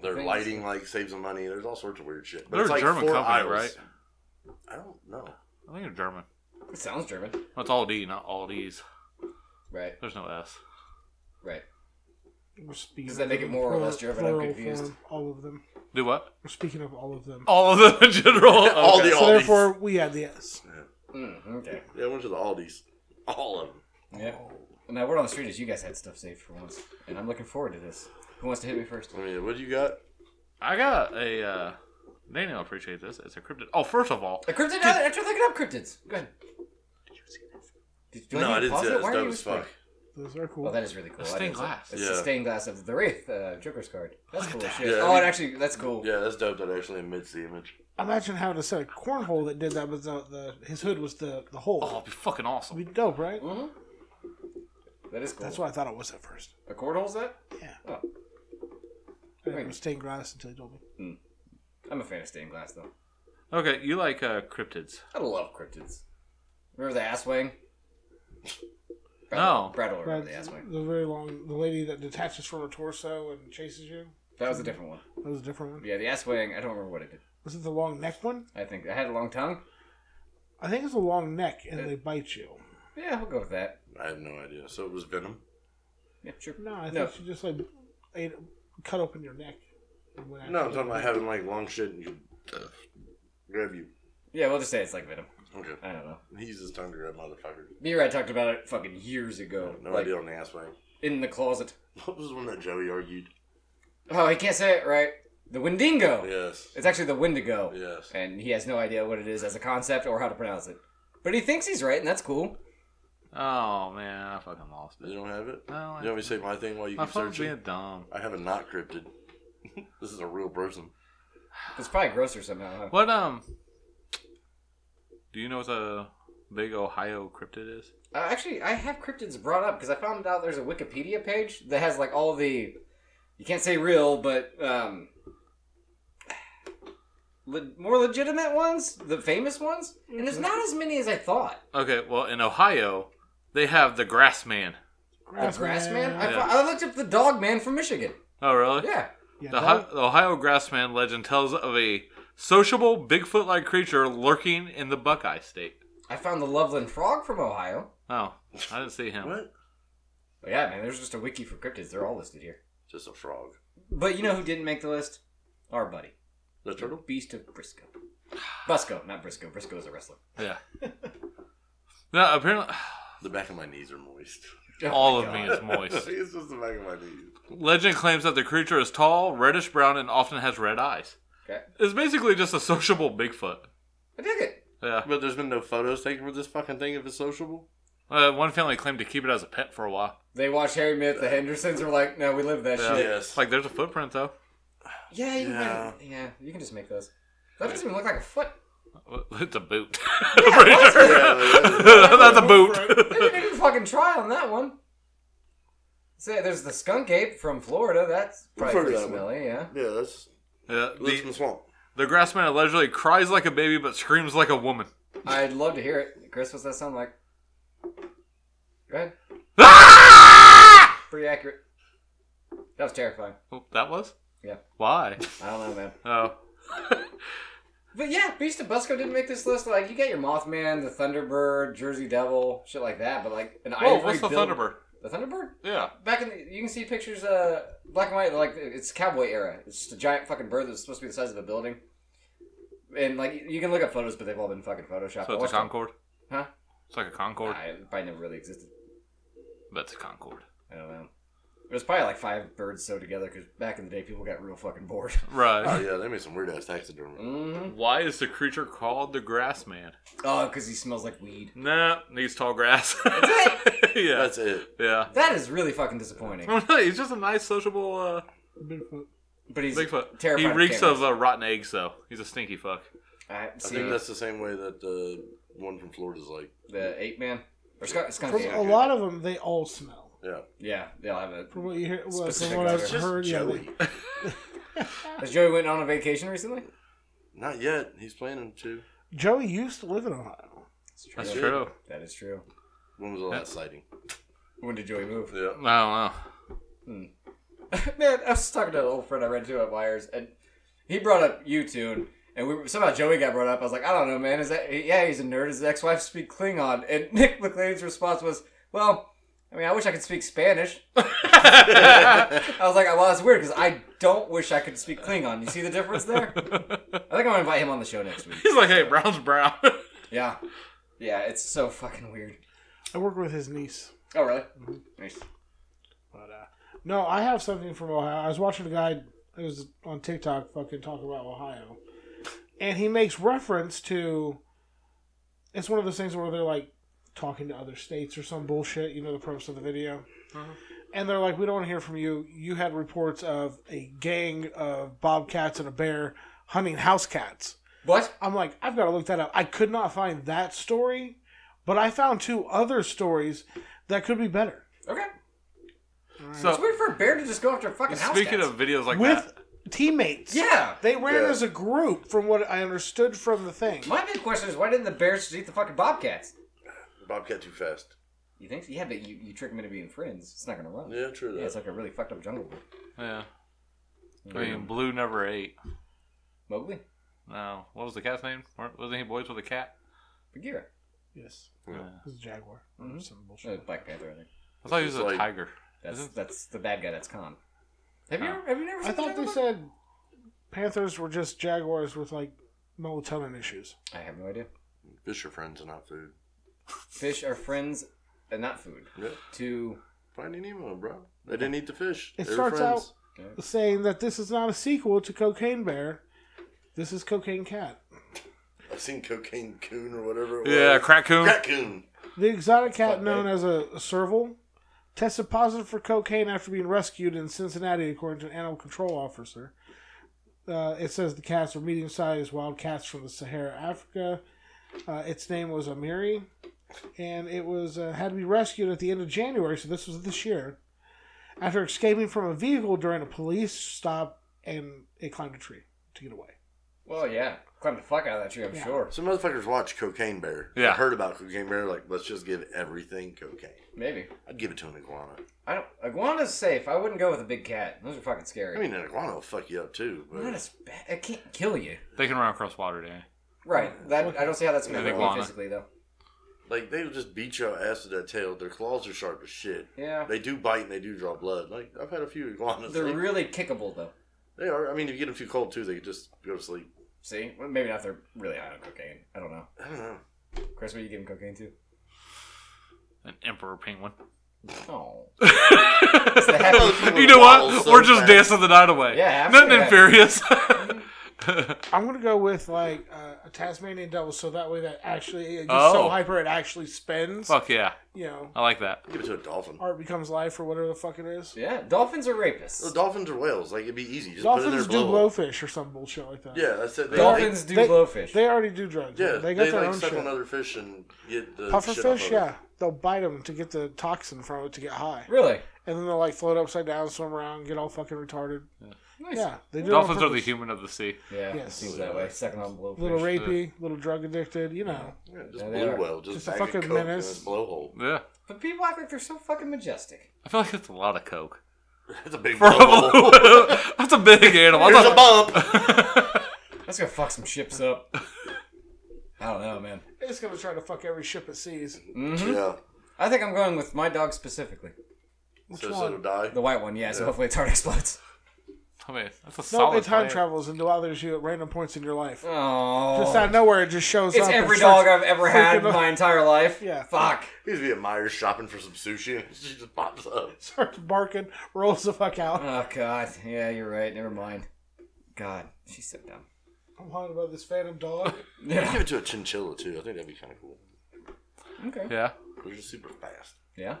[SPEAKER 2] Their
[SPEAKER 3] Things.
[SPEAKER 2] lighting like saves them money. There's all sorts of weird shit.
[SPEAKER 4] They're
[SPEAKER 2] it's
[SPEAKER 4] a
[SPEAKER 2] like
[SPEAKER 4] German
[SPEAKER 2] four
[SPEAKER 4] company,
[SPEAKER 2] aisles.
[SPEAKER 4] right?
[SPEAKER 2] I don't know.
[SPEAKER 4] I think they're German.
[SPEAKER 3] It sounds German.
[SPEAKER 4] That's all D, not all D's.
[SPEAKER 3] Right.
[SPEAKER 4] There's no S.
[SPEAKER 3] Right.
[SPEAKER 5] We're speaking
[SPEAKER 3] Does that
[SPEAKER 5] of
[SPEAKER 3] make it
[SPEAKER 5] them
[SPEAKER 3] more or
[SPEAKER 5] plural-
[SPEAKER 3] less German? I'm
[SPEAKER 5] plural
[SPEAKER 3] confused.
[SPEAKER 5] form, all of them.
[SPEAKER 4] Do what?
[SPEAKER 5] We're speaking of all of them.
[SPEAKER 4] All of them in general.
[SPEAKER 2] All the
[SPEAKER 4] Okay.
[SPEAKER 5] so
[SPEAKER 2] Aldi's.
[SPEAKER 5] therefore, we add the S.
[SPEAKER 3] Mm, okay.
[SPEAKER 2] Yeah, I went to the Aldi's. All of them.
[SPEAKER 3] Yeah. Now word on the street is you guys had stuff saved for once, and I'm looking forward to this. Who wants to hit me first?
[SPEAKER 2] I mean, what do you got?
[SPEAKER 4] I got a. Uh, Daniel will appreciate this. It's a cryptid. Oh, first of all,
[SPEAKER 3] A cryptid? I tried looking up cryptids. Go ahead. Did you see this?
[SPEAKER 2] no, I didn't see that. It's
[SPEAKER 3] Why are
[SPEAKER 2] dumb
[SPEAKER 3] you
[SPEAKER 2] as fuck.
[SPEAKER 3] whispering?
[SPEAKER 5] Those are cool.
[SPEAKER 3] Well, that is really cool.
[SPEAKER 4] A
[SPEAKER 3] I didn't
[SPEAKER 4] stained
[SPEAKER 3] see-
[SPEAKER 4] glass.
[SPEAKER 3] It's a
[SPEAKER 2] Yeah.
[SPEAKER 3] stained glass of the Wraith, uh, Joker's card. That's cool as shit.
[SPEAKER 2] Yeah,
[SPEAKER 3] oh,
[SPEAKER 2] I
[SPEAKER 3] and
[SPEAKER 2] mean-
[SPEAKER 3] actually, that's cool.
[SPEAKER 2] Yeah, that's dope that it actually admits the image.
[SPEAKER 5] Imagine having a set of cornhole that did that, but the, the his hood was the the hole.
[SPEAKER 4] oh, it'd be fucking awesome.
[SPEAKER 5] It'd be dope, right?
[SPEAKER 3] Mm-hmm. That is cool.
[SPEAKER 5] That's what I thought it was at first.
[SPEAKER 3] A cord holds that?
[SPEAKER 5] Yeah.
[SPEAKER 3] Oh.
[SPEAKER 5] I didn't know it was stained glass until he told me.
[SPEAKER 3] I'm a fan of stained glass, though.
[SPEAKER 4] Okay, you like uh, cryptids?
[SPEAKER 3] I love cryptids. Remember the ass wing? Brad,
[SPEAKER 4] No.
[SPEAKER 3] Brad will remember
[SPEAKER 5] But
[SPEAKER 3] the ass wing.
[SPEAKER 5] the very long, the lady that detaches from her torso and chases you.
[SPEAKER 3] That was a different one.
[SPEAKER 5] That was a different one.
[SPEAKER 3] Yeah, the ass wing, I don't remember what it did.
[SPEAKER 5] Was it the long neck one?
[SPEAKER 3] I think I had a long tongue.
[SPEAKER 5] I think it's the long neck,
[SPEAKER 3] Uh,
[SPEAKER 5] and they bite you.
[SPEAKER 3] Yeah, we'll go with that.
[SPEAKER 2] I have no idea. So it was Venom.
[SPEAKER 3] Yeah, sure.
[SPEAKER 5] No, I think
[SPEAKER 3] No.
[SPEAKER 5] she just like ate, cut open your neck. and went
[SPEAKER 2] No, I'm
[SPEAKER 5] after
[SPEAKER 2] talking
[SPEAKER 5] you.
[SPEAKER 2] about having like long shit and you grab you.
[SPEAKER 3] Yeah, we'll just say it's like Venom.
[SPEAKER 2] Okay.
[SPEAKER 3] I don't know.
[SPEAKER 2] He uses tongue to grab motherfuckers.
[SPEAKER 3] Me and I talked about it fucking years ago.
[SPEAKER 2] No
[SPEAKER 3] like,
[SPEAKER 2] idea on the ass wing.
[SPEAKER 3] in the closet.
[SPEAKER 2] What was the one that Joey argued?
[SPEAKER 3] Oh, he can't say it right. The Wendigo.
[SPEAKER 2] Yes.
[SPEAKER 3] It's actually the Wendigo.
[SPEAKER 2] Yes.
[SPEAKER 3] And he has no idea what it is as a concept or how to pronounce it. But he thinks he's right, and that's cool.
[SPEAKER 4] Oh man, I fucking lost it.
[SPEAKER 2] You don't have it?
[SPEAKER 4] No, I-
[SPEAKER 2] you want me to say my thing while you
[SPEAKER 4] My
[SPEAKER 2] keep
[SPEAKER 4] phone's
[SPEAKER 2] searching?
[SPEAKER 4] being dumb.
[SPEAKER 2] I have a not cryptid. this is a real person.
[SPEAKER 3] It's probably grosser somehow. Huh?
[SPEAKER 4] What um? Do you know what the big Ohio cryptid is?
[SPEAKER 3] Uh, actually, I have cryptids brought up because I found out there's a Wikipedia page that has like all the you can't say real, but um, le- more legitimate ones, the famous ones, and there's not as many as I thought.
[SPEAKER 4] Okay, well in Ohio, they have the Grass Man.
[SPEAKER 3] The grass man. I,
[SPEAKER 4] Yeah.
[SPEAKER 3] fo- I looked up the dog man from Michigan.
[SPEAKER 4] Oh really?
[SPEAKER 3] Yeah,
[SPEAKER 5] Yeah,
[SPEAKER 4] The,
[SPEAKER 5] dog-
[SPEAKER 4] Ohio, the Ohio Grassman legend tells of a sociable Bigfoot-like creature lurking in the Buckeye State.
[SPEAKER 3] I found the Loveland frog from Ohio.
[SPEAKER 4] Oh, I didn't see him.
[SPEAKER 2] What?
[SPEAKER 3] But yeah, man, there's just a wiki for cryptids. They're all listed here.
[SPEAKER 2] Just a frog.
[SPEAKER 3] But you know who didn't make the list? Our buddy,
[SPEAKER 2] The
[SPEAKER 3] the
[SPEAKER 2] turtle?
[SPEAKER 3] Beast of Briscoe. Busco, not Briscoe. Briscoe is a wrestler.
[SPEAKER 4] Yeah. No, apparently
[SPEAKER 2] The back of my knees are moist.
[SPEAKER 3] Oh
[SPEAKER 4] all of me is moist.
[SPEAKER 2] it's just the back of my knees.
[SPEAKER 4] Legend claims that the creature is tall, reddish brown, and often has red eyes.
[SPEAKER 3] Okay,
[SPEAKER 4] It's basically just a sociable Bigfoot.
[SPEAKER 3] I dig it.
[SPEAKER 4] Yeah.
[SPEAKER 2] But there's been no photos taken with this fucking thing if it's sociable?
[SPEAKER 4] Uh, one family claimed to keep it as a pet for a while.
[SPEAKER 3] They watch Harry Myth. The Hendersons are like, no, we live that shit.
[SPEAKER 2] Yes.
[SPEAKER 4] Like, there's a footprint though.
[SPEAKER 3] Yeah, you
[SPEAKER 2] Yeah.
[SPEAKER 3] Can, yeah, you can just make those. That doesn't even look like a foot.
[SPEAKER 4] It's a boot. Pretty sure. That's a boot.
[SPEAKER 3] They didn't even fucking try on that one. Say, there's the skunk ape from Florida. That's probably
[SPEAKER 2] heard of
[SPEAKER 3] pretty
[SPEAKER 2] that one.
[SPEAKER 3] smelly. Yeah.
[SPEAKER 2] yeah, that's
[SPEAKER 4] Yeah,
[SPEAKER 2] lives in
[SPEAKER 4] the,
[SPEAKER 2] the swamp.
[SPEAKER 4] the grassman allegedly cries like a baby but screams like a woman.
[SPEAKER 3] I'd love to hear it. Chris, what's that sound like? Go ahead.
[SPEAKER 4] Ah!
[SPEAKER 3] Pretty accurate. That was terrifying.
[SPEAKER 4] Oh, that was?
[SPEAKER 3] Yeah.
[SPEAKER 4] Why?
[SPEAKER 3] I don't know, man.
[SPEAKER 4] Oh.
[SPEAKER 3] But yeah, Beast of Busco didn't make this list. Like, you got your Mothman, the Thunderbird, Jersey Devil, shit like that. But like an
[SPEAKER 4] Whoa,
[SPEAKER 3] ivory
[SPEAKER 4] Oh, what's the
[SPEAKER 3] built-
[SPEAKER 4] Thunderbird?
[SPEAKER 3] The Thunderbird.
[SPEAKER 4] Yeah.
[SPEAKER 3] back in the, you can see pictures uh black and white like it's cowboy era it's just a giant fucking bird that's supposed to be the size of a building and like you can look up photos but they've all been fucking photoshopped I
[SPEAKER 4] So it's a
[SPEAKER 3] watched them.
[SPEAKER 4] Concorde?
[SPEAKER 3] Huh?
[SPEAKER 4] It's like a Concorde,
[SPEAKER 3] Nah, it probably never really existed
[SPEAKER 4] but it's a Concorde.
[SPEAKER 3] i don't know it was probably like five birds sewed together because back in the day people got real fucking bored
[SPEAKER 2] Oh,
[SPEAKER 4] Right.
[SPEAKER 2] yeah, they made some weird ass taxidermy.
[SPEAKER 3] mm-hmm.
[SPEAKER 4] Why is the creature called the Grassman?
[SPEAKER 3] oh because he smells like weed
[SPEAKER 4] Nah, needs tall grass. yeah.
[SPEAKER 2] That's it.
[SPEAKER 4] yeah.
[SPEAKER 3] that is really fucking disappointing
[SPEAKER 4] Oh, no, he's just a nice, sociable uh,
[SPEAKER 5] Bigfoot.
[SPEAKER 3] but he's
[SPEAKER 4] Bigfoot.
[SPEAKER 3] terrified
[SPEAKER 4] he reeks
[SPEAKER 3] cameras.
[SPEAKER 4] of uh, rotten eggs, though. He's a stinky fuck.
[SPEAKER 3] I
[SPEAKER 2] I
[SPEAKER 3] see
[SPEAKER 2] think that's the same way that the one from Florida's like.
[SPEAKER 3] the ape man or skunk, skunk
[SPEAKER 5] From
[SPEAKER 3] ape.
[SPEAKER 5] a lot of them, they all smell.
[SPEAKER 2] Yeah.
[SPEAKER 3] yeah they'll have a
[SPEAKER 5] From what you hear, well,
[SPEAKER 3] Specific
[SPEAKER 5] from what I've
[SPEAKER 3] odor. Just
[SPEAKER 5] heard, yeah,
[SPEAKER 2] Joey.
[SPEAKER 5] they,
[SPEAKER 3] has joey went on a vacation recently
[SPEAKER 2] Not yet. He's planning to.
[SPEAKER 5] Joey used to live in Ohio.
[SPEAKER 4] That's
[SPEAKER 2] Yeah.
[SPEAKER 4] true.
[SPEAKER 3] that is true
[SPEAKER 2] When was the last sighting?
[SPEAKER 3] when did joey move
[SPEAKER 2] Yeah.
[SPEAKER 4] I don't know.
[SPEAKER 3] Man, I was talking to an old friend I ran to at Myers, and he brought up YouTube, and we somehow Joey got brought up. I was like, I don't know, man. Is that yeah? He's a nerd. His ex-wife speak Klingon, and Nick McLean's response was, "Well, I mean, I wish I could speak Spanish." I was like, "Well, that's weird because I don't wish I could speak Klingon." You see the difference there? I think I'm gonna invite him on the show next week.
[SPEAKER 4] He's like, hey, brown's brown.
[SPEAKER 3] Yeah, yeah, it's so fucking weird.
[SPEAKER 5] I work with his niece.
[SPEAKER 3] Oh, really? Nice.
[SPEAKER 5] But uh, no, I have something from Ohio. I was watching a guy who was on TikTok fucking talk about Ohio, and he makes reference to. It's one of those things where they're like talking to other states or some bullshit. You know the premise of the video, and they're like, "We don't want to hear from you. You had reports of a gang of bobcats and a bear hunting house cats."
[SPEAKER 3] What?
[SPEAKER 5] I'm like, I've got to look that up. I could not find that story, but I found two other stories that could be better.
[SPEAKER 3] Okay. It's
[SPEAKER 4] so,
[SPEAKER 3] weird for a bear to just go after a fucking house.
[SPEAKER 4] speaking
[SPEAKER 3] cats.
[SPEAKER 4] of videos like
[SPEAKER 5] with
[SPEAKER 4] that,
[SPEAKER 5] teammates.
[SPEAKER 3] yeah.
[SPEAKER 5] They ran
[SPEAKER 2] Yeah.
[SPEAKER 5] as a group, from what I understood from the thing.
[SPEAKER 3] My big question is why didn't the Bears just eat the fucking Bobcats?
[SPEAKER 2] Bobcat too fast.
[SPEAKER 3] You think? Yeah, but you, you trick them into being friends. It's not gonna run.
[SPEAKER 2] Yeah, true. That.
[SPEAKER 3] Yeah, it's like a really fucked up jungle book.
[SPEAKER 4] yeah. I mean, Blue never ate.
[SPEAKER 3] Mowgli,
[SPEAKER 4] No. What was the cat's name? Weren't- Wasn't he boys with a cat?
[SPEAKER 3] Bagheera,
[SPEAKER 5] Yes,
[SPEAKER 4] Yeah.
[SPEAKER 5] it was a jaguar. or Some
[SPEAKER 3] uh,
[SPEAKER 5] bullshit.
[SPEAKER 3] Black Panther. I think
[SPEAKER 4] I thought he was a
[SPEAKER 2] It's like-
[SPEAKER 4] tiger.
[SPEAKER 3] that's
[SPEAKER 4] Isn't-
[SPEAKER 3] that's the bad guy. That's Khan. Have you
[SPEAKER 4] Oh.
[SPEAKER 3] ever, have you never? Seen
[SPEAKER 5] I thought
[SPEAKER 3] the
[SPEAKER 5] they
[SPEAKER 3] jungle
[SPEAKER 5] said panthers were just jaguars with like melatonin issues.
[SPEAKER 3] book? I have no idea.
[SPEAKER 2] Fish are friends and not food.
[SPEAKER 3] Fish are friends and not food
[SPEAKER 2] Yeah.
[SPEAKER 3] to
[SPEAKER 2] Finding Nemo, bro. They didn't eat the fish.
[SPEAKER 5] It
[SPEAKER 2] they
[SPEAKER 5] starts
[SPEAKER 2] were
[SPEAKER 5] out
[SPEAKER 2] friends.
[SPEAKER 5] saying that this is not a sequel to Cocaine Bear. This is Cocaine Cat.
[SPEAKER 2] I've seen Cocaine Coon or whatever it
[SPEAKER 4] Yeah,
[SPEAKER 2] was.
[SPEAKER 4] crack coon.
[SPEAKER 2] Crack Coon.
[SPEAKER 5] The exotic cat
[SPEAKER 2] Fuck,
[SPEAKER 5] known
[SPEAKER 2] man.
[SPEAKER 5] as a, a serval tested positive for cocaine after being rescued in Cincinnati, according to an animal control officer. Uh, it says the cats are medium sized wild cats from the Sahara, Africa. Uh, its name was Amiri, and it was uh, had to be rescued at the end of January, so this was this year. After escaping from a vehicle during a police stop, and it climbed a tree to get away.
[SPEAKER 3] Well, yeah. Climb the fuck out of that tree, I'm
[SPEAKER 5] Yeah.
[SPEAKER 3] sure.
[SPEAKER 2] Some motherfuckers watch Cocaine Bear.
[SPEAKER 4] Yeah.
[SPEAKER 2] I heard about Cocaine Bear. Like, let's just give everything cocaine.
[SPEAKER 3] Maybe.
[SPEAKER 2] I'd give it to an iguana.
[SPEAKER 3] I don't. Iguana's safe. I wouldn't go with a big cat. Those are fucking scary.
[SPEAKER 2] I mean, an iguana will fuck you up too. But
[SPEAKER 3] Not as bad. It can't kill you.
[SPEAKER 4] They can run across water, Dan.
[SPEAKER 3] Right. That I don't see how that's going
[SPEAKER 4] An
[SPEAKER 3] to work
[SPEAKER 4] iguana.
[SPEAKER 3] physically, though.
[SPEAKER 2] like, they would just beat your ass with that tail. Their claws are sharp as shit.
[SPEAKER 3] Yeah.
[SPEAKER 2] They do bite and they do draw blood. Like, I've had a few iguanas.
[SPEAKER 3] They're
[SPEAKER 2] They-
[SPEAKER 3] really kickable, though.
[SPEAKER 2] they are. I mean, if you get them too cold too, they just go to sleep.
[SPEAKER 3] See? Well, maybe not if they're really high on cocaine. I don't know.
[SPEAKER 2] I don't know.
[SPEAKER 3] Chris, what you giving cocaine to?
[SPEAKER 4] An emperor penguin.
[SPEAKER 3] Oh. the happy-
[SPEAKER 4] you know what?
[SPEAKER 2] Balls
[SPEAKER 4] We're
[SPEAKER 2] so
[SPEAKER 4] just
[SPEAKER 2] fast.
[SPEAKER 4] dancing the night away.
[SPEAKER 3] Yeah,
[SPEAKER 4] nothing
[SPEAKER 3] absolutely.
[SPEAKER 4] inferious.
[SPEAKER 5] I'm gonna go with like uh, a Tasmanian devil, so that way that actually it gets
[SPEAKER 4] Oh.
[SPEAKER 5] so hyper it actually spins.
[SPEAKER 4] Fuck yeah,
[SPEAKER 5] You know,
[SPEAKER 4] I like that.
[SPEAKER 2] Give it to a dolphin.
[SPEAKER 5] art becomes life or whatever the fuck it is.
[SPEAKER 3] yeah. Dolphins are
[SPEAKER 2] Well,
[SPEAKER 3] rapists.
[SPEAKER 2] dolphins or whales. Like, it'd be easy. Just put it
[SPEAKER 5] Dolphins
[SPEAKER 2] in
[SPEAKER 5] do
[SPEAKER 2] their blowhole.
[SPEAKER 5] blowfish or some bullshit like that.
[SPEAKER 2] Yeah, that's it. They,
[SPEAKER 3] Dolphins do
[SPEAKER 5] They-
[SPEAKER 3] blowfish.
[SPEAKER 5] They already do drugs.
[SPEAKER 2] They, yeah,
[SPEAKER 5] they got
[SPEAKER 2] they
[SPEAKER 5] their
[SPEAKER 2] like
[SPEAKER 5] own
[SPEAKER 2] suck
[SPEAKER 5] shit.
[SPEAKER 2] on other fish and get the
[SPEAKER 5] Puffer
[SPEAKER 2] shit off
[SPEAKER 5] fish,
[SPEAKER 2] of it.
[SPEAKER 5] yeah, they'll bite them to get the toxin from it to get high,
[SPEAKER 3] really?
[SPEAKER 5] and then they'll like float upside down, swim around, get all fucking retarded.
[SPEAKER 3] Nice.
[SPEAKER 5] Yeah, they do. it on
[SPEAKER 4] Dolphins are the
[SPEAKER 5] purpose.
[SPEAKER 4] human of the sea.
[SPEAKER 3] Yeah.
[SPEAKER 5] Yes.
[SPEAKER 3] Seems that way. Second on blowfish.
[SPEAKER 5] little rapey, little drug addicted. You know,
[SPEAKER 2] Yeah, just
[SPEAKER 3] Yeah, they
[SPEAKER 2] blue
[SPEAKER 3] are.
[SPEAKER 2] whale. Just,
[SPEAKER 5] Just a
[SPEAKER 2] bag of
[SPEAKER 5] fucking
[SPEAKER 2] Coke in a
[SPEAKER 5] menace.
[SPEAKER 2] Blowhole.
[SPEAKER 4] Yeah,
[SPEAKER 3] But people act like they're so fucking majestic.
[SPEAKER 4] I feel like that's a lot of coke.
[SPEAKER 2] That's a big
[SPEAKER 4] For a
[SPEAKER 2] blowhole.
[SPEAKER 4] blue whale. that's a big animal. I
[SPEAKER 2] There's a
[SPEAKER 4] thought-
[SPEAKER 2] bump.
[SPEAKER 3] That's gonna fuck some ships up. I don't know, man.
[SPEAKER 5] it's gonna try to fuck every ship it sees.
[SPEAKER 2] yeah.
[SPEAKER 3] I think I'm going with my dog specifically.
[SPEAKER 2] so so it'll die.
[SPEAKER 3] The white one, yeah, so hopefully its heart explodes.
[SPEAKER 4] I mean, that's a
[SPEAKER 5] No,
[SPEAKER 4] solid.
[SPEAKER 5] it time
[SPEAKER 4] plan.
[SPEAKER 5] travels and bothers you at random points in your life.
[SPEAKER 3] Oh.
[SPEAKER 5] Just out of nowhere, it just shows
[SPEAKER 3] It's
[SPEAKER 5] up. and
[SPEAKER 3] every
[SPEAKER 5] starts
[SPEAKER 3] dog I've ever had in
[SPEAKER 5] freaking-
[SPEAKER 3] my entire life.
[SPEAKER 5] Yeah.
[SPEAKER 3] Fuck.
[SPEAKER 2] He's be at Myers shopping for some sushi and she just pops up.
[SPEAKER 5] starts barking, rolls the fuck out.
[SPEAKER 3] Oh god. Yeah, you're right. Never mind. God, she's so dumb.
[SPEAKER 5] I'm haunted by this phantom dog.
[SPEAKER 3] Yeah.
[SPEAKER 2] Give it to a chinchilla too. I think that'd be kind of cool.
[SPEAKER 3] Okay.
[SPEAKER 4] Yeah,
[SPEAKER 2] They're just super fast.
[SPEAKER 3] Yeah.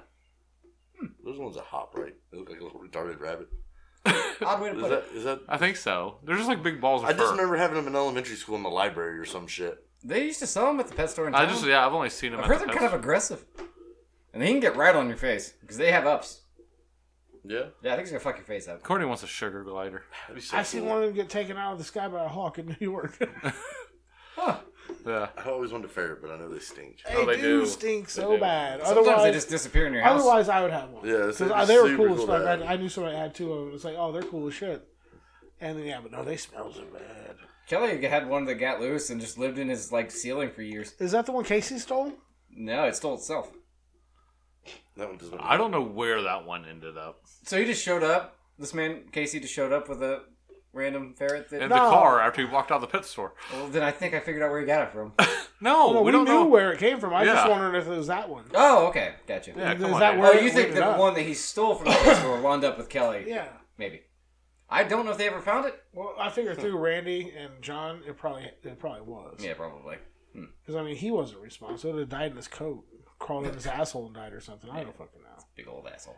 [SPEAKER 2] Those ones that hop right. They look like a little retarded rabbit.
[SPEAKER 3] Odd way to
[SPEAKER 2] Is
[SPEAKER 3] put
[SPEAKER 2] that?
[SPEAKER 3] it.
[SPEAKER 2] Is that?
[SPEAKER 4] I think so. They're just like big balls of
[SPEAKER 2] I
[SPEAKER 4] fur.
[SPEAKER 2] just remember having them in elementary school in the library or some shit.
[SPEAKER 3] They used to sell them at the pet store in town.
[SPEAKER 4] I just yeah, I've only seen them.
[SPEAKER 3] I've
[SPEAKER 4] at
[SPEAKER 3] heard
[SPEAKER 4] the
[SPEAKER 3] they're
[SPEAKER 4] pet
[SPEAKER 3] kind of aggressive, and they can get right on your face because they have ups.
[SPEAKER 2] Yeah.
[SPEAKER 3] Yeah, I think it's gonna fuck your face up.
[SPEAKER 4] Courtney wants a sugar glider.
[SPEAKER 2] That'd be so
[SPEAKER 5] I seen
[SPEAKER 2] cool.
[SPEAKER 5] one of them get taken out of the sky by a hawk in New York.
[SPEAKER 3] Huh.
[SPEAKER 4] Yeah.
[SPEAKER 2] I always wanted a ferret, but I know they stink.
[SPEAKER 5] they
[SPEAKER 4] Oh, they
[SPEAKER 5] do
[SPEAKER 4] do.
[SPEAKER 5] stink
[SPEAKER 4] They
[SPEAKER 5] so
[SPEAKER 4] do.
[SPEAKER 5] bad.
[SPEAKER 3] Sometimes
[SPEAKER 5] Otherwise,
[SPEAKER 3] they just disappear in your house.
[SPEAKER 5] otherwise I would have one.
[SPEAKER 2] Yeah, it's-
[SPEAKER 5] 'Cause
[SPEAKER 2] it's
[SPEAKER 5] I- they were
[SPEAKER 2] super
[SPEAKER 5] cool as
[SPEAKER 2] cool
[SPEAKER 5] fuck.
[SPEAKER 2] to have.
[SPEAKER 5] I, I knew somebody had two of them. It's like, oh, they're cool as shit. And then yeah, but no, they smell so bad.
[SPEAKER 3] Kelly had one that got loose and just lived in his like ceiling for years.
[SPEAKER 5] Is that the one Casey stole?
[SPEAKER 3] No, it stole itself.
[SPEAKER 2] That one doesn't.
[SPEAKER 4] I don't know where that one ended up.
[SPEAKER 3] So he just showed up. This man Casey just showed up with a random ferret. That,
[SPEAKER 4] In
[SPEAKER 5] No.
[SPEAKER 4] the car after he walked out of the pet store.
[SPEAKER 3] well, then I think I figured out where he got it from.
[SPEAKER 4] No,
[SPEAKER 5] No,
[SPEAKER 4] Oh, we,
[SPEAKER 5] we,
[SPEAKER 4] don't
[SPEAKER 5] knew
[SPEAKER 4] know.
[SPEAKER 5] where it came from. I was just
[SPEAKER 4] Yeah.
[SPEAKER 5] wondering if it was that one.
[SPEAKER 3] oh, okay, gotcha.
[SPEAKER 4] Yeah, come
[SPEAKER 5] Is
[SPEAKER 4] on,
[SPEAKER 5] that
[SPEAKER 4] Dan.
[SPEAKER 5] where-
[SPEAKER 3] Oh, you
[SPEAKER 5] Where
[SPEAKER 3] think
[SPEAKER 5] did
[SPEAKER 3] the
[SPEAKER 5] it-
[SPEAKER 3] one that he stole from the pet store wound up with Kelly?
[SPEAKER 5] Yeah.
[SPEAKER 3] Maybe. I don't know if they ever found it.
[SPEAKER 5] Well, I figured through Randy and John, it probably it probably was.
[SPEAKER 3] Yeah, probably.
[SPEAKER 5] Because I mean, he wasn't responsible. It would have died in his coat, crawled in his asshole and died or something. I don't fucking know.
[SPEAKER 3] Big old asshole.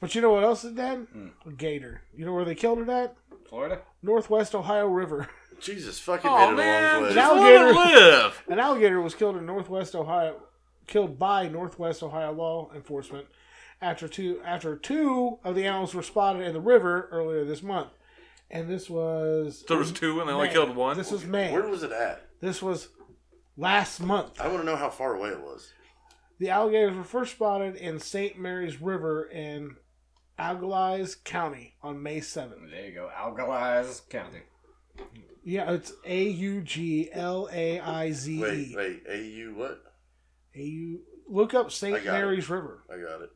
[SPEAKER 5] But you know what else is dead?
[SPEAKER 4] Hmm.
[SPEAKER 5] A gator. You know where they killed it at?
[SPEAKER 3] Florida?
[SPEAKER 5] Northwest Ohio River.
[SPEAKER 2] Jesus fucking made
[SPEAKER 4] Oh,
[SPEAKER 2] it a
[SPEAKER 4] man,
[SPEAKER 2] long way.
[SPEAKER 4] just
[SPEAKER 5] Now-
[SPEAKER 4] let it
[SPEAKER 5] Alligator.
[SPEAKER 4] live.
[SPEAKER 5] An alligator was killed in Northwest Ohio, killed by Northwest Ohio law enforcement after two after two of the animals were spotted in the river earlier this month. And this was
[SPEAKER 4] There was two and they only
[SPEAKER 5] May.
[SPEAKER 4] killed one.
[SPEAKER 5] This was May.
[SPEAKER 2] Where was it at?
[SPEAKER 5] This was last month.
[SPEAKER 2] I want to know how far away it was.
[SPEAKER 5] The alligators were first spotted in St. Mary's River in Algalize County on May 7th.
[SPEAKER 3] There you go. Alkalize County.
[SPEAKER 5] Yeah, it's A U G L A I Z
[SPEAKER 2] Wait,
[SPEAKER 5] E.
[SPEAKER 2] wait, AU what?
[SPEAKER 5] A U. Look up
[SPEAKER 2] I
[SPEAKER 5] St.
[SPEAKER 2] got it.
[SPEAKER 5] Mary's River.
[SPEAKER 2] I got it.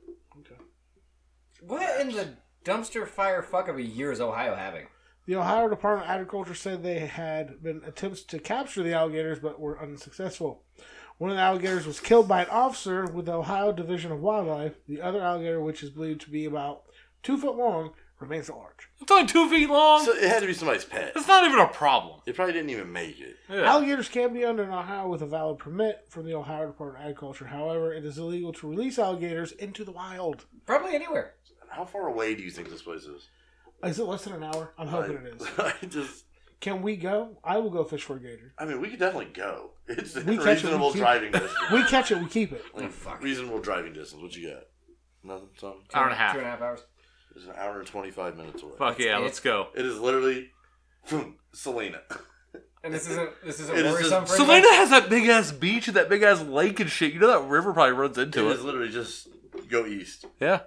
[SPEAKER 3] What in the dumpster fire fuck of a year is Ohio having?
[SPEAKER 5] The Ohio Department of Agriculture said they had been attempts to capture the alligators but were unsuccessful. One of the alligators was killed by an officer with the Ohio Division of Wildlife. The other alligator, which is believed to be about two foot long, remains at large.
[SPEAKER 4] It's only two feet long.
[SPEAKER 2] So it had to be somebody's pet.
[SPEAKER 4] It's not even a problem.
[SPEAKER 2] It probably didn't even make it.
[SPEAKER 4] Yeah.
[SPEAKER 5] Alligators can be owned in Ohio with a valid permit from the Ohio Department of Agriculture. However, it is illegal to release alligators into the wild.
[SPEAKER 3] Probably anywhere.
[SPEAKER 2] How far away do you think this place is?
[SPEAKER 5] Is it less than an hour? I'm hoping it is.
[SPEAKER 2] I just,
[SPEAKER 5] Can we go? I will go fish for a gator.
[SPEAKER 2] I mean, we could definitely go. It's a
[SPEAKER 5] We catch it, we
[SPEAKER 2] reasonable
[SPEAKER 5] keep-
[SPEAKER 2] driving distance.
[SPEAKER 5] We catch it, we keep it.
[SPEAKER 2] Like,
[SPEAKER 3] fuck.
[SPEAKER 2] Reasonable driving distance. What you got? Nothing. Something.
[SPEAKER 4] Hour and a
[SPEAKER 3] Two and a
[SPEAKER 4] half.
[SPEAKER 3] half hours.
[SPEAKER 2] It's an hour and twenty five minutes away.
[SPEAKER 4] Fuck yeah,
[SPEAKER 3] it.
[SPEAKER 4] let's go.
[SPEAKER 2] It is literally from Selena.
[SPEAKER 3] And this isn't this isn't
[SPEAKER 2] It is
[SPEAKER 3] worrisome
[SPEAKER 2] just-
[SPEAKER 3] for you
[SPEAKER 4] Selena has that big ass beach and that big ass lake and shit. You know that river probably runs
[SPEAKER 2] It
[SPEAKER 4] into it.
[SPEAKER 2] is literally just go east.
[SPEAKER 4] Yeah.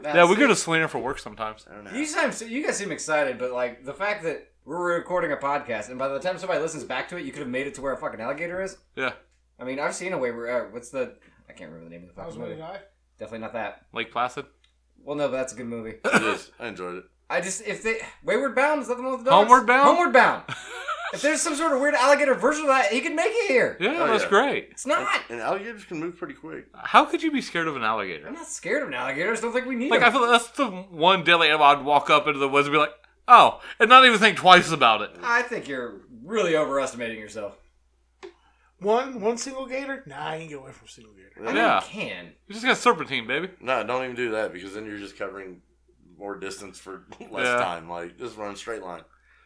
[SPEAKER 3] guys?
[SPEAKER 4] Yeah, we go to Selena for work sometimes.
[SPEAKER 2] I don't know.
[SPEAKER 3] You seem so- you guys seem excited, but like the fact that we're recording a podcast, and by the time somebody listens back to it, you could have made it to where a fucking alligator is.
[SPEAKER 4] Yeah.
[SPEAKER 3] I mean, I've seen a way where uh, what's the I can't remember the name of the
[SPEAKER 5] I was
[SPEAKER 3] fucking
[SPEAKER 5] gonna
[SPEAKER 3] movie.
[SPEAKER 5] die.
[SPEAKER 3] Definitely not that.
[SPEAKER 4] Lake Placid.
[SPEAKER 3] Well, no, but that's a good movie.
[SPEAKER 2] It is. I enjoyed it.
[SPEAKER 3] I just if they Wayward Bound is that the one with the dogs?
[SPEAKER 4] Homeward Bound?
[SPEAKER 3] Homeward Bound. if there's some sort of weird alligator version of that, he can make it here.
[SPEAKER 4] Yeah,
[SPEAKER 2] Oh,
[SPEAKER 4] that's
[SPEAKER 2] yeah.
[SPEAKER 4] great.
[SPEAKER 3] It's not.
[SPEAKER 2] And alligators can move pretty quick.
[SPEAKER 4] How could you be scared of an alligator?
[SPEAKER 3] I'm not scared of an alligator. I just don't think we need
[SPEAKER 4] Like, I feel like that's the one daily animal I'd walk up into the woods and be like, oh, and not even think twice about it.
[SPEAKER 3] I think you're really overestimating yourself.
[SPEAKER 5] One one single gator? Nah, I can get away from single gator.
[SPEAKER 3] I mean,
[SPEAKER 4] Yeah.
[SPEAKER 3] you can.
[SPEAKER 4] You just got serpentine, baby.
[SPEAKER 2] No, don't even do that because then you're just covering more distance for less
[SPEAKER 4] Yeah.
[SPEAKER 2] time. Like just run straight line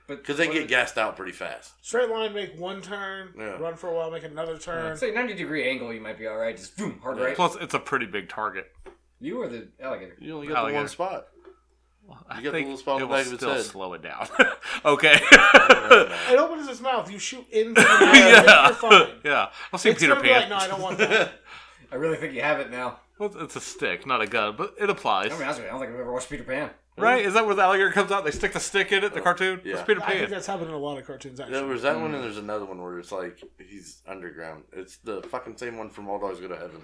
[SPEAKER 3] But
[SPEAKER 2] because they
[SPEAKER 3] what
[SPEAKER 2] get
[SPEAKER 3] if-
[SPEAKER 2] gassed out pretty fast.
[SPEAKER 5] Straight line, make one turn,
[SPEAKER 2] Yeah.
[SPEAKER 5] run for a while, make another turn.
[SPEAKER 3] Say 90 degree angle, you might be all right. Just boom, hard right.
[SPEAKER 4] Plus, it's a pretty big target.
[SPEAKER 3] You or the alligator?
[SPEAKER 2] You only got
[SPEAKER 4] Alligator.
[SPEAKER 2] the one spot.
[SPEAKER 4] I
[SPEAKER 2] You got the
[SPEAKER 4] think
[SPEAKER 2] little spot on
[SPEAKER 4] it
[SPEAKER 2] the
[SPEAKER 4] will
[SPEAKER 2] back of its
[SPEAKER 4] still
[SPEAKER 2] head.
[SPEAKER 4] slow it down. okay.
[SPEAKER 5] It opens its mouth, you shoot into the yeah.
[SPEAKER 4] yeah.
[SPEAKER 5] you're fine.
[SPEAKER 4] Yeah. I'll see
[SPEAKER 5] It's
[SPEAKER 4] Peter
[SPEAKER 5] gonna be like,
[SPEAKER 4] Pan.
[SPEAKER 5] no, I don't want that.
[SPEAKER 3] I really think you have it now.
[SPEAKER 4] Well, it's a stick, not a gun, but it applies.
[SPEAKER 3] I mean, I don't think I've ever watched Peter Pan.
[SPEAKER 4] Right? Is that where the alligator comes out? They stick the stick in it, the cartoon?
[SPEAKER 2] Oh, Yeah.
[SPEAKER 4] It's Peter
[SPEAKER 5] I think
[SPEAKER 4] Pan.
[SPEAKER 5] that's happened in a lot of cartoons actually.
[SPEAKER 2] There was that one, and there's another one where it's like he's underground. It's the fucking same one from All Dogs Go to Heaven.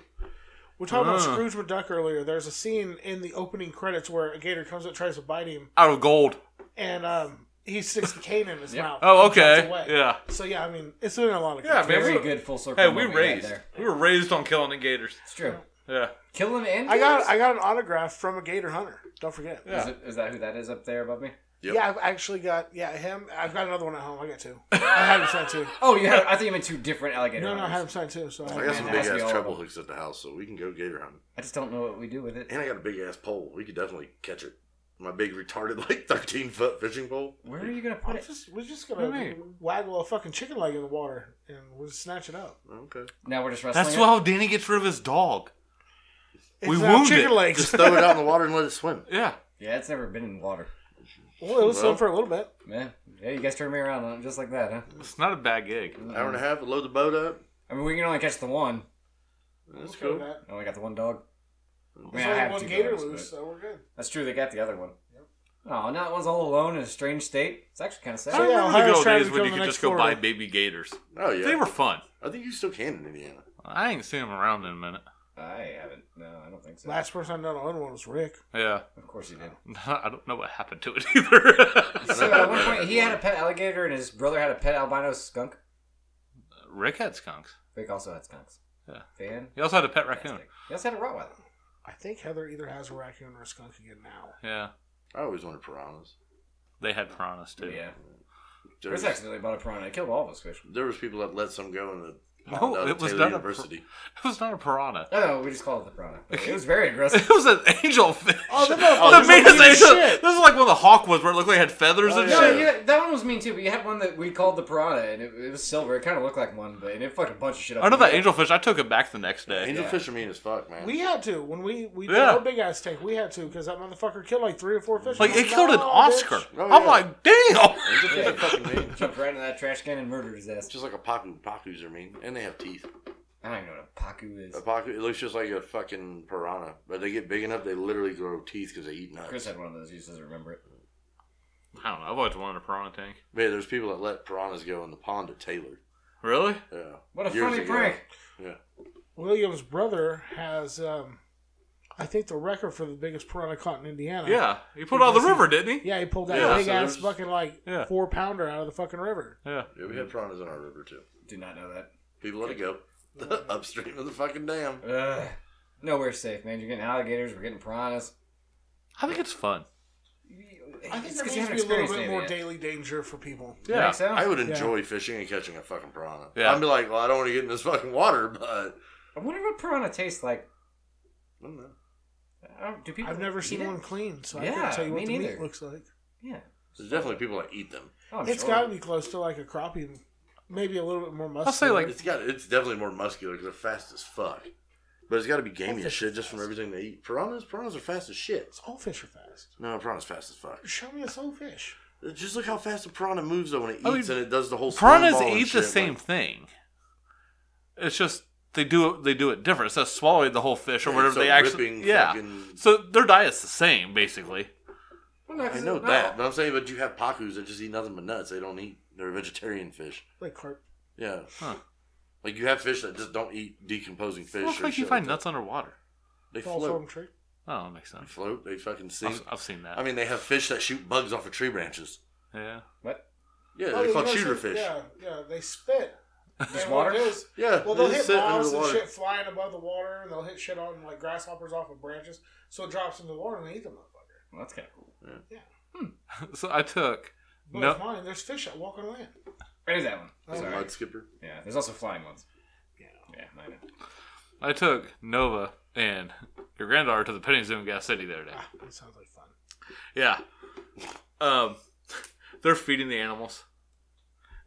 [SPEAKER 5] We're talking about
[SPEAKER 4] Uh.
[SPEAKER 5] Scrooge McDuck earlier. There's a scene in the opening credits where a gator comes up, tries to bite him,
[SPEAKER 4] Out of gold.
[SPEAKER 5] and um, he sticks the cane in his mouth.
[SPEAKER 4] Oh,
[SPEAKER 5] and runs
[SPEAKER 4] okay.
[SPEAKER 5] away.
[SPEAKER 4] Yeah.
[SPEAKER 5] So yeah, I mean, it's been a lot of
[SPEAKER 4] Yeah,
[SPEAKER 5] cartoons.
[SPEAKER 4] man.
[SPEAKER 3] Very
[SPEAKER 4] we-
[SPEAKER 3] good full circle.
[SPEAKER 4] Hey, we
[SPEAKER 3] moment we had
[SPEAKER 4] raised.
[SPEAKER 3] there.
[SPEAKER 4] We were raised on killing the gators.
[SPEAKER 3] It's true.
[SPEAKER 4] Yeah.
[SPEAKER 3] Killing and
[SPEAKER 5] I got
[SPEAKER 3] Gators?
[SPEAKER 5] I got an autograph from a gator hunter. Don't forget. Yeah,
[SPEAKER 3] Is, it, is that who that is up there above me?
[SPEAKER 2] Yep.
[SPEAKER 5] I've actually got yeah him. I've got another one at home. I got two. I had him signed too.
[SPEAKER 3] Oh, you had. I thought you meant two different alligator.
[SPEAKER 5] No, no, I had him
[SPEAKER 3] hunters.
[SPEAKER 5] signed too. So
[SPEAKER 2] I got
[SPEAKER 5] I,
[SPEAKER 2] some
[SPEAKER 3] that
[SPEAKER 2] big
[SPEAKER 3] has to be all
[SPEAKER 2] ass
[SPEAKER 3] of
[SPEAKER 2] treble
[SPEAKER 3] them.
[SPEAKER 2] hooks at the house, so we can go gator hunting.
[SPEAKER 3] I just don't know what we do with it.
[SPEAKER 2] And I got a big ass pole. We could definitely catch it. My big retarded like thirteen foot fishing pole.
[SPEAKER 3] Where are you gonna put
[SPEAKER 5] I'm
[SPEAKER 3] it?
[SPEAKER 5] just we're just gonna
[SPEAKER 4] What do you
[SPEAKER 5] waggle a fucking chicken leg in the water and we'll just snatch it up.
[SPEAKER 2] Okay.
[SPEAKER 3] Now we're just wrestling.
[SPEAKER 4] That's
[SPEAKER 3] it?
[SPEAKER 4] how Danny gets rid of his dog. We
[SPEAKER 5] It's not
[SPEAKER 4] wound
[SPEAKER 5] chicken
[SPEAKER 4] it.
[SPEAKER 5] legs.
[SPEAKER 2] Just throw it out in the water and let it swim.
[SPEAKER 4] Yeah.
[SPEAKER 3] Yeah, it's never been in water.
[SPEAKER 5] well, it was
[SPEAKER 2] Well.
[SPEAKER 5] fun for a little bit.
[SPEAKER 3] Yeah. Yeah, you guys turned me around on it just like that, huh?
[SPEAKER 4] It's not a bad gig.
[SPEAKER 2] Hour and a half, load the boat up.
[SPEAKER 3] I mean, we can only catch the one.
[SPEAKER 2] That's
[SPEAKER 5] We'll
[SPEAKER 2] cool.
[SPEAKER 5] go with that.
[SPEAKER 3] I only got the one dog. I mean,
[SPEAKER 5] There's
[SPEAKER 3] I
[SPEAKER 5] only
[SPEAKER 3] have
[SPEAKER 5] one
[SPEAKER 3] two
[SPEAKER 5] gator
[SPEAKER 3] dogs,
[SPEAKER 5] loose,
[SPEAKER 3] but-
[SPEAKER 5] so we're good.
[SPEAKER 3] That's true. They got the other one. Oh, now that one's all alone in a strange state. It's actually kind of sad.
[SPEAKER 5] So, yeah,
[SPEAKER 4] Remember
[SPEAKER 5] Ohio's
[SPEAKER 4] the good
[SPEAKER 5] trying
[SPEAKER 4] old
[SPEAKER 5] to
[SPEAKER 4] days when
[SPEAKER 5] become
[SPEAKER 4] you
[SPEAKER 5] the
[SPEAKER 4] could
[SPEAKER 5] next
[SPEAKER 4] just go buy
[SPEAKER 5] Florida.
[SPEAKER 4] baby gators.
[SPEAKER 2] Oh yeah.
[SPEAKER 4] They were fun.
[SPEAKER 2] I think you still can in Indiana.
[SPEAKER 4] I ain't seen them around in a minute.
[SPEAKER 3] I haven't. No, I don't think so.
[SPEAKER 5] Last person I know to own one was Rick.
[SPEAKER 4] Yeah.
[SPEAKER 3] Of course he did.
[SPEAKER 4] I don't know what happened to it either.
[SPEAKER 3] So at one point, he had a pet alligator, and his brother had a pet albino skunk.
[SPEAKER 4] Rick had skunks.
[SPEAKER 3] Rick also had skunks.
[SPEAKER 4] Yeah.
[SPEAKER 3] Fan.
[SPEAKER 4] He also had a pet raccoon.
[SPEAKER 3] He also had a Rottweiler.
[SPEAKER 5] I think Heather either has a raccoon or a skunk again now.
[SPEAKER 4] Yeah.
[SPEAKER 2] I always wanted piranhas.
[SPEAKER 4] They had piranhas too.
[SPEAKER 3] Yeah.
[SPEAKER 2] There
[SPEAKER 3] Chris
[SPEAKER 2] was,
[SPEAKER 3] accidentally bought a piranha. It killed all of us fish.
[SPEAKER 2] there was people that let some go in the
[SPEAKER 4] No,
[SPEAKER 2] pond out
[SPEAKER 4] it
[SPEAKER 2] at
[SPEAKER 4] was
[SPEAKER 2] Taylor
[SPEAKER 4] not a pir-
[SPEAKER 2] University.
[SPEAKER 4] It was not a piranha.
[SPEAKER 3] No, no, we just called it the piranha. But it was very aggressive.
[SPEAKER 4] It was an angelfish.
[SPEAKER 5] Oh, the
[SPEAKER 4] the
[SPEAKER 5] motherfucker's
[SPEAKER 4] meanest
[SPEAKER 5] mean as
[SPEAKER 4] angel.
[SPEAKER 5] shit.
[SPEAKER 4] This is like one of the hawk ones where it looked like it had feathers
[SPEAKER 2] Oh,
[SPEAKER 4] and
[SPEAKER 2] yeah.
[SPEAKER 3] No,
[SPEAKER 4] shit.
[SPEAKER 3] you, that one was mean too, but you had one that we called the piranha, and it, it was silver. It kind of looked like one, but and it fucked a bunch of shit up.
[SPEAKER 4] I know that angelfish. I took it back the next day.
[SPEAKER 2] Angelfish are mean as fuck, man.
[SPEAKER 5] We had to when we we did
[SPEAKER 4] Yeah.
[SPEAKER 5] our big ass tank. We had to because that motherfucker killed like three or four fish.
[SPEAKER 4] Like
[SPEAKER 5] I'm
[SPEAKER 4] it killed an
[SPEAKER 5] "No,
[SPEAKER 4] Oscar.
[SPEAKER 5] bitch."
[SPEAKER 2] Oh,
[SPEAKER 4] I'm
[SPEAKER 2] yeah.
[SPEAKER 4] like, damn.
[SPEAKER 2] Angelfish are fucking mean.
[SPEAKER 3] Jumped right into that trash can and murdered his ass.
[SPEAKER 2] Just like a paku. Pakus are mean, and they have teeth.
[SPEAKER 3] I don't even know what a paku is.
[SPEAKER 2] A paku, it looks just like a fucking piranha, but they get big enough, they literally grow teeth because they eat nuts.
[SPEAKER 3] Chris had one of those. He just doesn't remember it.
[SPEAKER 4] I don't know. I've always wanted a piranha tank.
[SPEAKER 2] Man, there's people that let piranhas go in the pond at Taylor.
[SPEAKER 4] Really?
[SPEAKER 2] Yeah.
[SPEAKER 3] What a
[SPEAKER 2] Years
[SPEAKER 3] funny
[SPEAKER 2] ago.
[SPEAKER 3] prank!
[SPEAKER 2] Yeah.
[SPEAKER 5] William's brother has, um, I think, the record for the biggest piranha caught in Indiana.
[SPEAKER 4] Yeah. He put it out of the river, didn't he?
[SPEAKER 5] yeah. He pulled that
[SPEAKER 2] Yeah,
[SPEAKER 5] big
[SPEAKER 2] so there's-
[SPEAKER 5] ass fucking like
[SPEAKER 4] Yeah.
[SPEAKER 5] four pounder out of the fucking river.
[SPEAKER 4] Yeah.
[SPEAKER 2] Yeah, we had piranhas in our river too.
[SPEAKER 3] Did not know that.
[SPEAKER 2] People let it go. upstream of the fucking dam.
[SPEAKER 3] Ugh. Nowhere safe, man. You're getting alligators. We're getting piranhas.
[SPEAKER 4] I think it's fun.
[SPEAKER 5] I think
[SPEAKER 3] It's
[SPEAKER 5] there
[SPEAKER 3] 'cause you haven't
[SPEAKER 5] needs to be a little
[SPEAKER 3] experienced
[SPEAKER 5] bit
[SPEAKER 3] any
[SPEAKER 5] more
[SPEAKER 3] of it.
[SPEAKER 5] daily danger for people.
[SPEAKER 3] You think so?
[SPEAKER 2] I
[SPEAKER 3] I,
[SPEAKER 2] would enjoy fishing and catching a fucking piranha.
[SPEAKER 4] Yeah.
[SPEAKER 2] I'd be like, well, I don't want to get in this fucking water, but
[SPEAKER 3] wonder what piranha tastes like.
[SPEAKER 2] I don't know.
[SPEAKER 3] I don't, do people?
[SPEAKER 5] I've never
[SPEAKER 3] eat
[SPEAKER 5] seen
[SPEAKER 3] it?
[SPEAKER 5] one clean, so I
[SPEAKER 3] Yeah,
[SPEAKER 5] can't tell you what
[SPEAKER 3] me
[SPEAKER 5] the meat
[SPEAKER 3] neither.
[SPEAKER 5] looks like.
[SPEAKER 3] Yeah,
[SPEAKER 2] there's definitely people that eat them.
[SPEAKER 3] oh, I'm
[SPEAKER 5] It's
[SPEAKER 3] sure.
[SPEAKER 5] got to be close to like a crappie, maybe a little bit more muscular.
[SPEAKER 4] say, like,
[SPEAKER 2] It's got it's definitely more muscular because they're fast as fuck. But it's got to be gamey as shit just from everything they eat. Piranhas, piranhas are fast as shit.
[SPEAKER 5] all fish are fast.
[SPEAKER 2] No, a piranha's fast as fuck.
[SPEAKER 5] Show me a sole fish.
[SPEAKER 2] Just look how fast a piranha moves though when it eats,
[SPEAKER 4] I mean,
[SPEAKER 2] and it does the whole.
[SPEAKER 4] Piranhas
[SPEAKER 2] spinball and
[SPEAKER 4] eat the
[SPEAKER 2] shit,
[SPEAKER 4] same
[SPEAKER 2] like-
[SPEAKER 4] thing. It's just they do it. They do it different. Instead of swallowing the whole fish or
[SPEAKER 2] Yeah,
[SPEAKER 4] whatever
[SPEAKER 2] it's a
[SPEAKER 4] they
[SPEAKER 2] ripping
[SPEAKER 4] actually, yeah.
[SPEAKER 2] fucking-
[SPEAKER 4] So their diet's the same basically.
[SPEAKER 3] Well, no, 'cause
[SPEAKER 2] I know
[SPEAKER 3] it's-
[SPEAKER 2] that.
[SPEAKER 3] no.
[SPEAKER 2] But I'm saying, but you have pakus that just eat nothing but nuts. They don't eat. They're vegetarian fish.
[SPEAKER 5] Like carp.
[SPEAKER 2] Yeah.
[SPEAKER 4] Huh.
[SPEAKER 2] Like you have fish that just don't eat decomposing fish.
[SPEAKER 4] Well, it's
[SPEAKER 2] or
[SPEAKER 4] like you
[SPEAKER 2] shit
[SPEAKER 4] find
[SPEAKER 2] like
[SPEAKER 4] nuts underwater.
[SPEAKER 2] that. They
[SPEAKER 5] Dolphin
[SPEAKER 2] float.
[SPEAKER 5] tree.
[SPEAKER 4] Oh, that makes
[SPEAKER 2] They
[SPEAKER 4] sense.
[SPEAKER 2] float. They fucking sink.
[SPEAKER 4] I've, I've seen that.
[SPEAKER 2] I mean, they have fish that shoot bugs off of tree branches.
[SPEAKER 4] yeah.
[SPEAKER 3] What?
[SPEAKER 2] Yeah,
[SPEAKER 5] Oh,
[SPEAKER 2] they're
[SPEAKER 5] you
[SPEAKER 2] called
[SPEAKER 5] know,
[SPEAKER 2] shooter
[SPEAKER 5] so-
[SPEAKER 2] fish. Yeah,
[SPEAKER 5] Yeah, yeah, they spit. Just
[SPEAKER 3] water?
[SPEAKER 2] Yeah,
[SPEAKER 5] well, they'll
[SPEAKER 2] they
[SPEAKER 5] hit
[SPEAKER 2] sit under
[SPEAKER 5] moths
[SPEAKER 2] the
[SPEAKER 5] and
[SPEAKER 2] water.
[SPEAKER 5] shit flying above the water, and they'll hit shit on like grasshoppers off of branches, so it drops into the water and they eat the motherfucker.
[SPEAKER 3] Well, that's kind of cool.
[SPEAKER 4] So I took
[SPEAKER 5] But
[SPEAKER 4] No.
[SPEAKER 5] it's mine. There's fish that walk on land.
[SPEAKER 3] I knew that one. Sorry.
[SPEAKER 2] Mud skipper.
[SPEAKER 3] Yeah, there's also flying ones.
[SPEAKER 5] Oh, Yeah.
[SPEAKER 3] Yeah, I know.
[SPEAKER 4] I took Nova and your granddaughter to the petting zoo in Gas City the other day.
[SPEAKER 5] Ah, that sounds like fun.
[SPEAKER 4] Yeah. Um, they're feeding the animals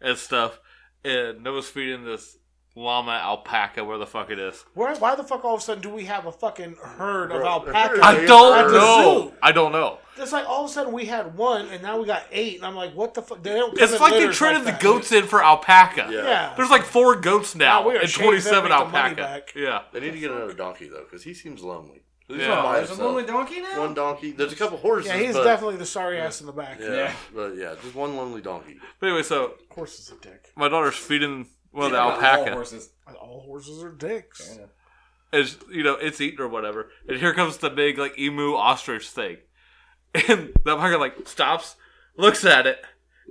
[SPEAKER 4] and stuff, and Nova's feeding this llama alpaca, where the fuck it is.
[SPEAKER 5] Why, why the fuck all of a sudden do we have a fucking herd of
[SPEAKER 2] Bro,
[SPEAKER 5] alpacas?
[SPEAKER 2] I
[SPEAKER 4] I
[SPEAKER 5] At
[SPEAKER 4] don't
[SPEAKER 5] the
[SPEAKER 4] know.
[SPEAKER 5] zoo.
[SPEAKER 4] I don't know.
[SPEAKER 5] It's like all of a sudden we had one, and now we got eight, and I'm like, what the fuck? They don't. come
[SPEAKER 4] It's
[SPEAKER 5] in
[SPEAKER 4] like they
[SPEAKER 5] litters
[SPEAKER 4] traded
[SPEAKER 5] like
[SPEAKER 4] the goats in for alpaca.
[SPEAKER 2] Yeah.
[SPEAKER 5] Yeah.
[SPEAKER 4] There's like four goats now
[SPEAKER 5] Wow, we are
[SPEAKER 4] and
[SPEAKER 5] ashamed they
[SPEAKER 4] 27
[SPEAKER 5] don't make the money
[SPEAKER 4] alpaca.
[SPEAKER 5] back.
[SPEAKER 4] Yeah.
[SPEAKER 2] They need to get another donkey though, because he seems lonely. He's
[SPEAKER 4] Yeah.
[SPEAKER 2] not
[SPEAKER 3] Oh,
[SPEAKER 2] by
[SPEAKER 3] there's a
[SPEAKER 2] himself.
[SPEAKER 3] lonely donkey now.
[SPEAKER 2] uh, One donkey. There's a couple horses.
[SPEAKER 5] Yeah, he's
[SPEAKER 2] but,
[SPEAKER 5] definitely the sorry ass in the back.
[SPEAKER 2] Yeah,
[SPEAKER 3] Yeah.
[SPEAKER 2] but yeah, just one lonely donkey.
[SPEAKER 4] But anyway, so
[SPEAKER 5] Horse is a dick.
[SPEAKER 4] my daughter's feeding one of the
[SPEAKER 3] Not all
[SPEAKER 4] alpaca.
[SPEAKER 3] horses.
[SPEAKER 5] All horses are dicks.
[SPEAKER 3] Yeah.
[SPEAKER 4] It's you know it's eaten or whatever, and here comes the big like emu ostrich thing, and the alpaca like stops, looks at it,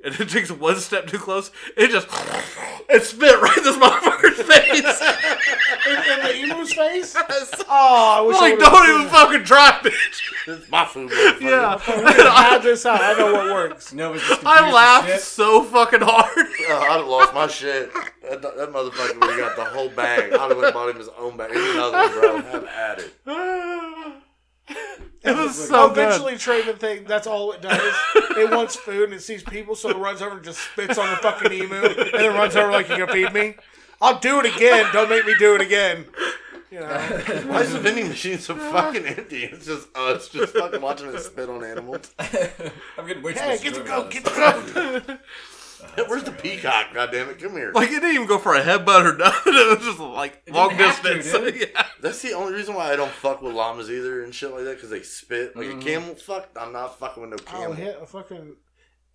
[SPEAKER 4] and it takes one step too close, and it just it spit right in this motherfucker's face.
[SPEAKER 5] In, in the emu's face? Oh, I wish I
[SPEAKER 4] like
[SPEAKER 5] would've
[SPEAKER 4] don't
[SPEAKER 5] seen
[SPEAKER 4] even
[SPEAKER 5] it.
[SPEAKER 4] fucking try, bitch.
[SPEAKER 2] This is my food. motherfucker.
[SPEAKER 4] Yeah,
[SPEAKER 5] We're gonna hide this out. I know what works.
[SPEAKER 3] Nova's just confused
[SPEAKER 4] I
[SPEAKER 3] as
[SPEAKER 4] laughed
[SPEAKER 3] shit.
[SPEAKER 4] so fucking hard.
[SPEAKER 2] Yeah, I'd have lost my shit. That, that motherfucker would have got the whole bag. I'd have went and bought him his own bag. Here's another one, bro. Have at it.
[SPEAKER 4] it was
[SPEAKER 5] So
[SPEAKER 4] so good.
[SPEAKER 5] eventually, Traven thing. That's all it does. It wants food and it sees people, so it runs over and just spits on the fucking emu, and then runs over like you gonna feed me. I'll do it again. Don't make me do it again. You know,
[SPEAKER 2] Why is the vending machine so fucking empty? It's just us just fucking watching it spit on animals.
[SPEAKER 3] I'm getting way too
[SPEAKER 5] hey,
[SPEAKER 3] much
[SPEAKER 5] get the
[SPEAKER 3] enjoyment out
[SPEAKER 5] goat,
[SPEAKER 3] of
[SPEAKER 5] get
[SPEAKER 3] this.
[SPEAKER 5] the goat.
[SPEAKER 2] Where's the peacock? God damn it, come here.
[SPEAKER 4] Like it didn't even go for a headbutt or nothing. It was just like
[SPEAKER 3] didn't
[SPEAKER 4] long
[SPEAKER 3] have to,
[SPEAKER 4] distance.
[SPEAKER 3] did
[SPEAKER 4] yeah.
[SPEAKER 2] That's the only reason why I don't fuck with llamas either and shit like that because they spit.
[SPEAKER 3] Mm-hmm.
[SPEAKER 2] Like a camel, fuck. I'm not fucking with no
[SPEAKER 3] Oh,
[SPEAKER 5] I'll
[SPEAKER 2] camel.
[SPEAKER 5] hit a Oh, fucking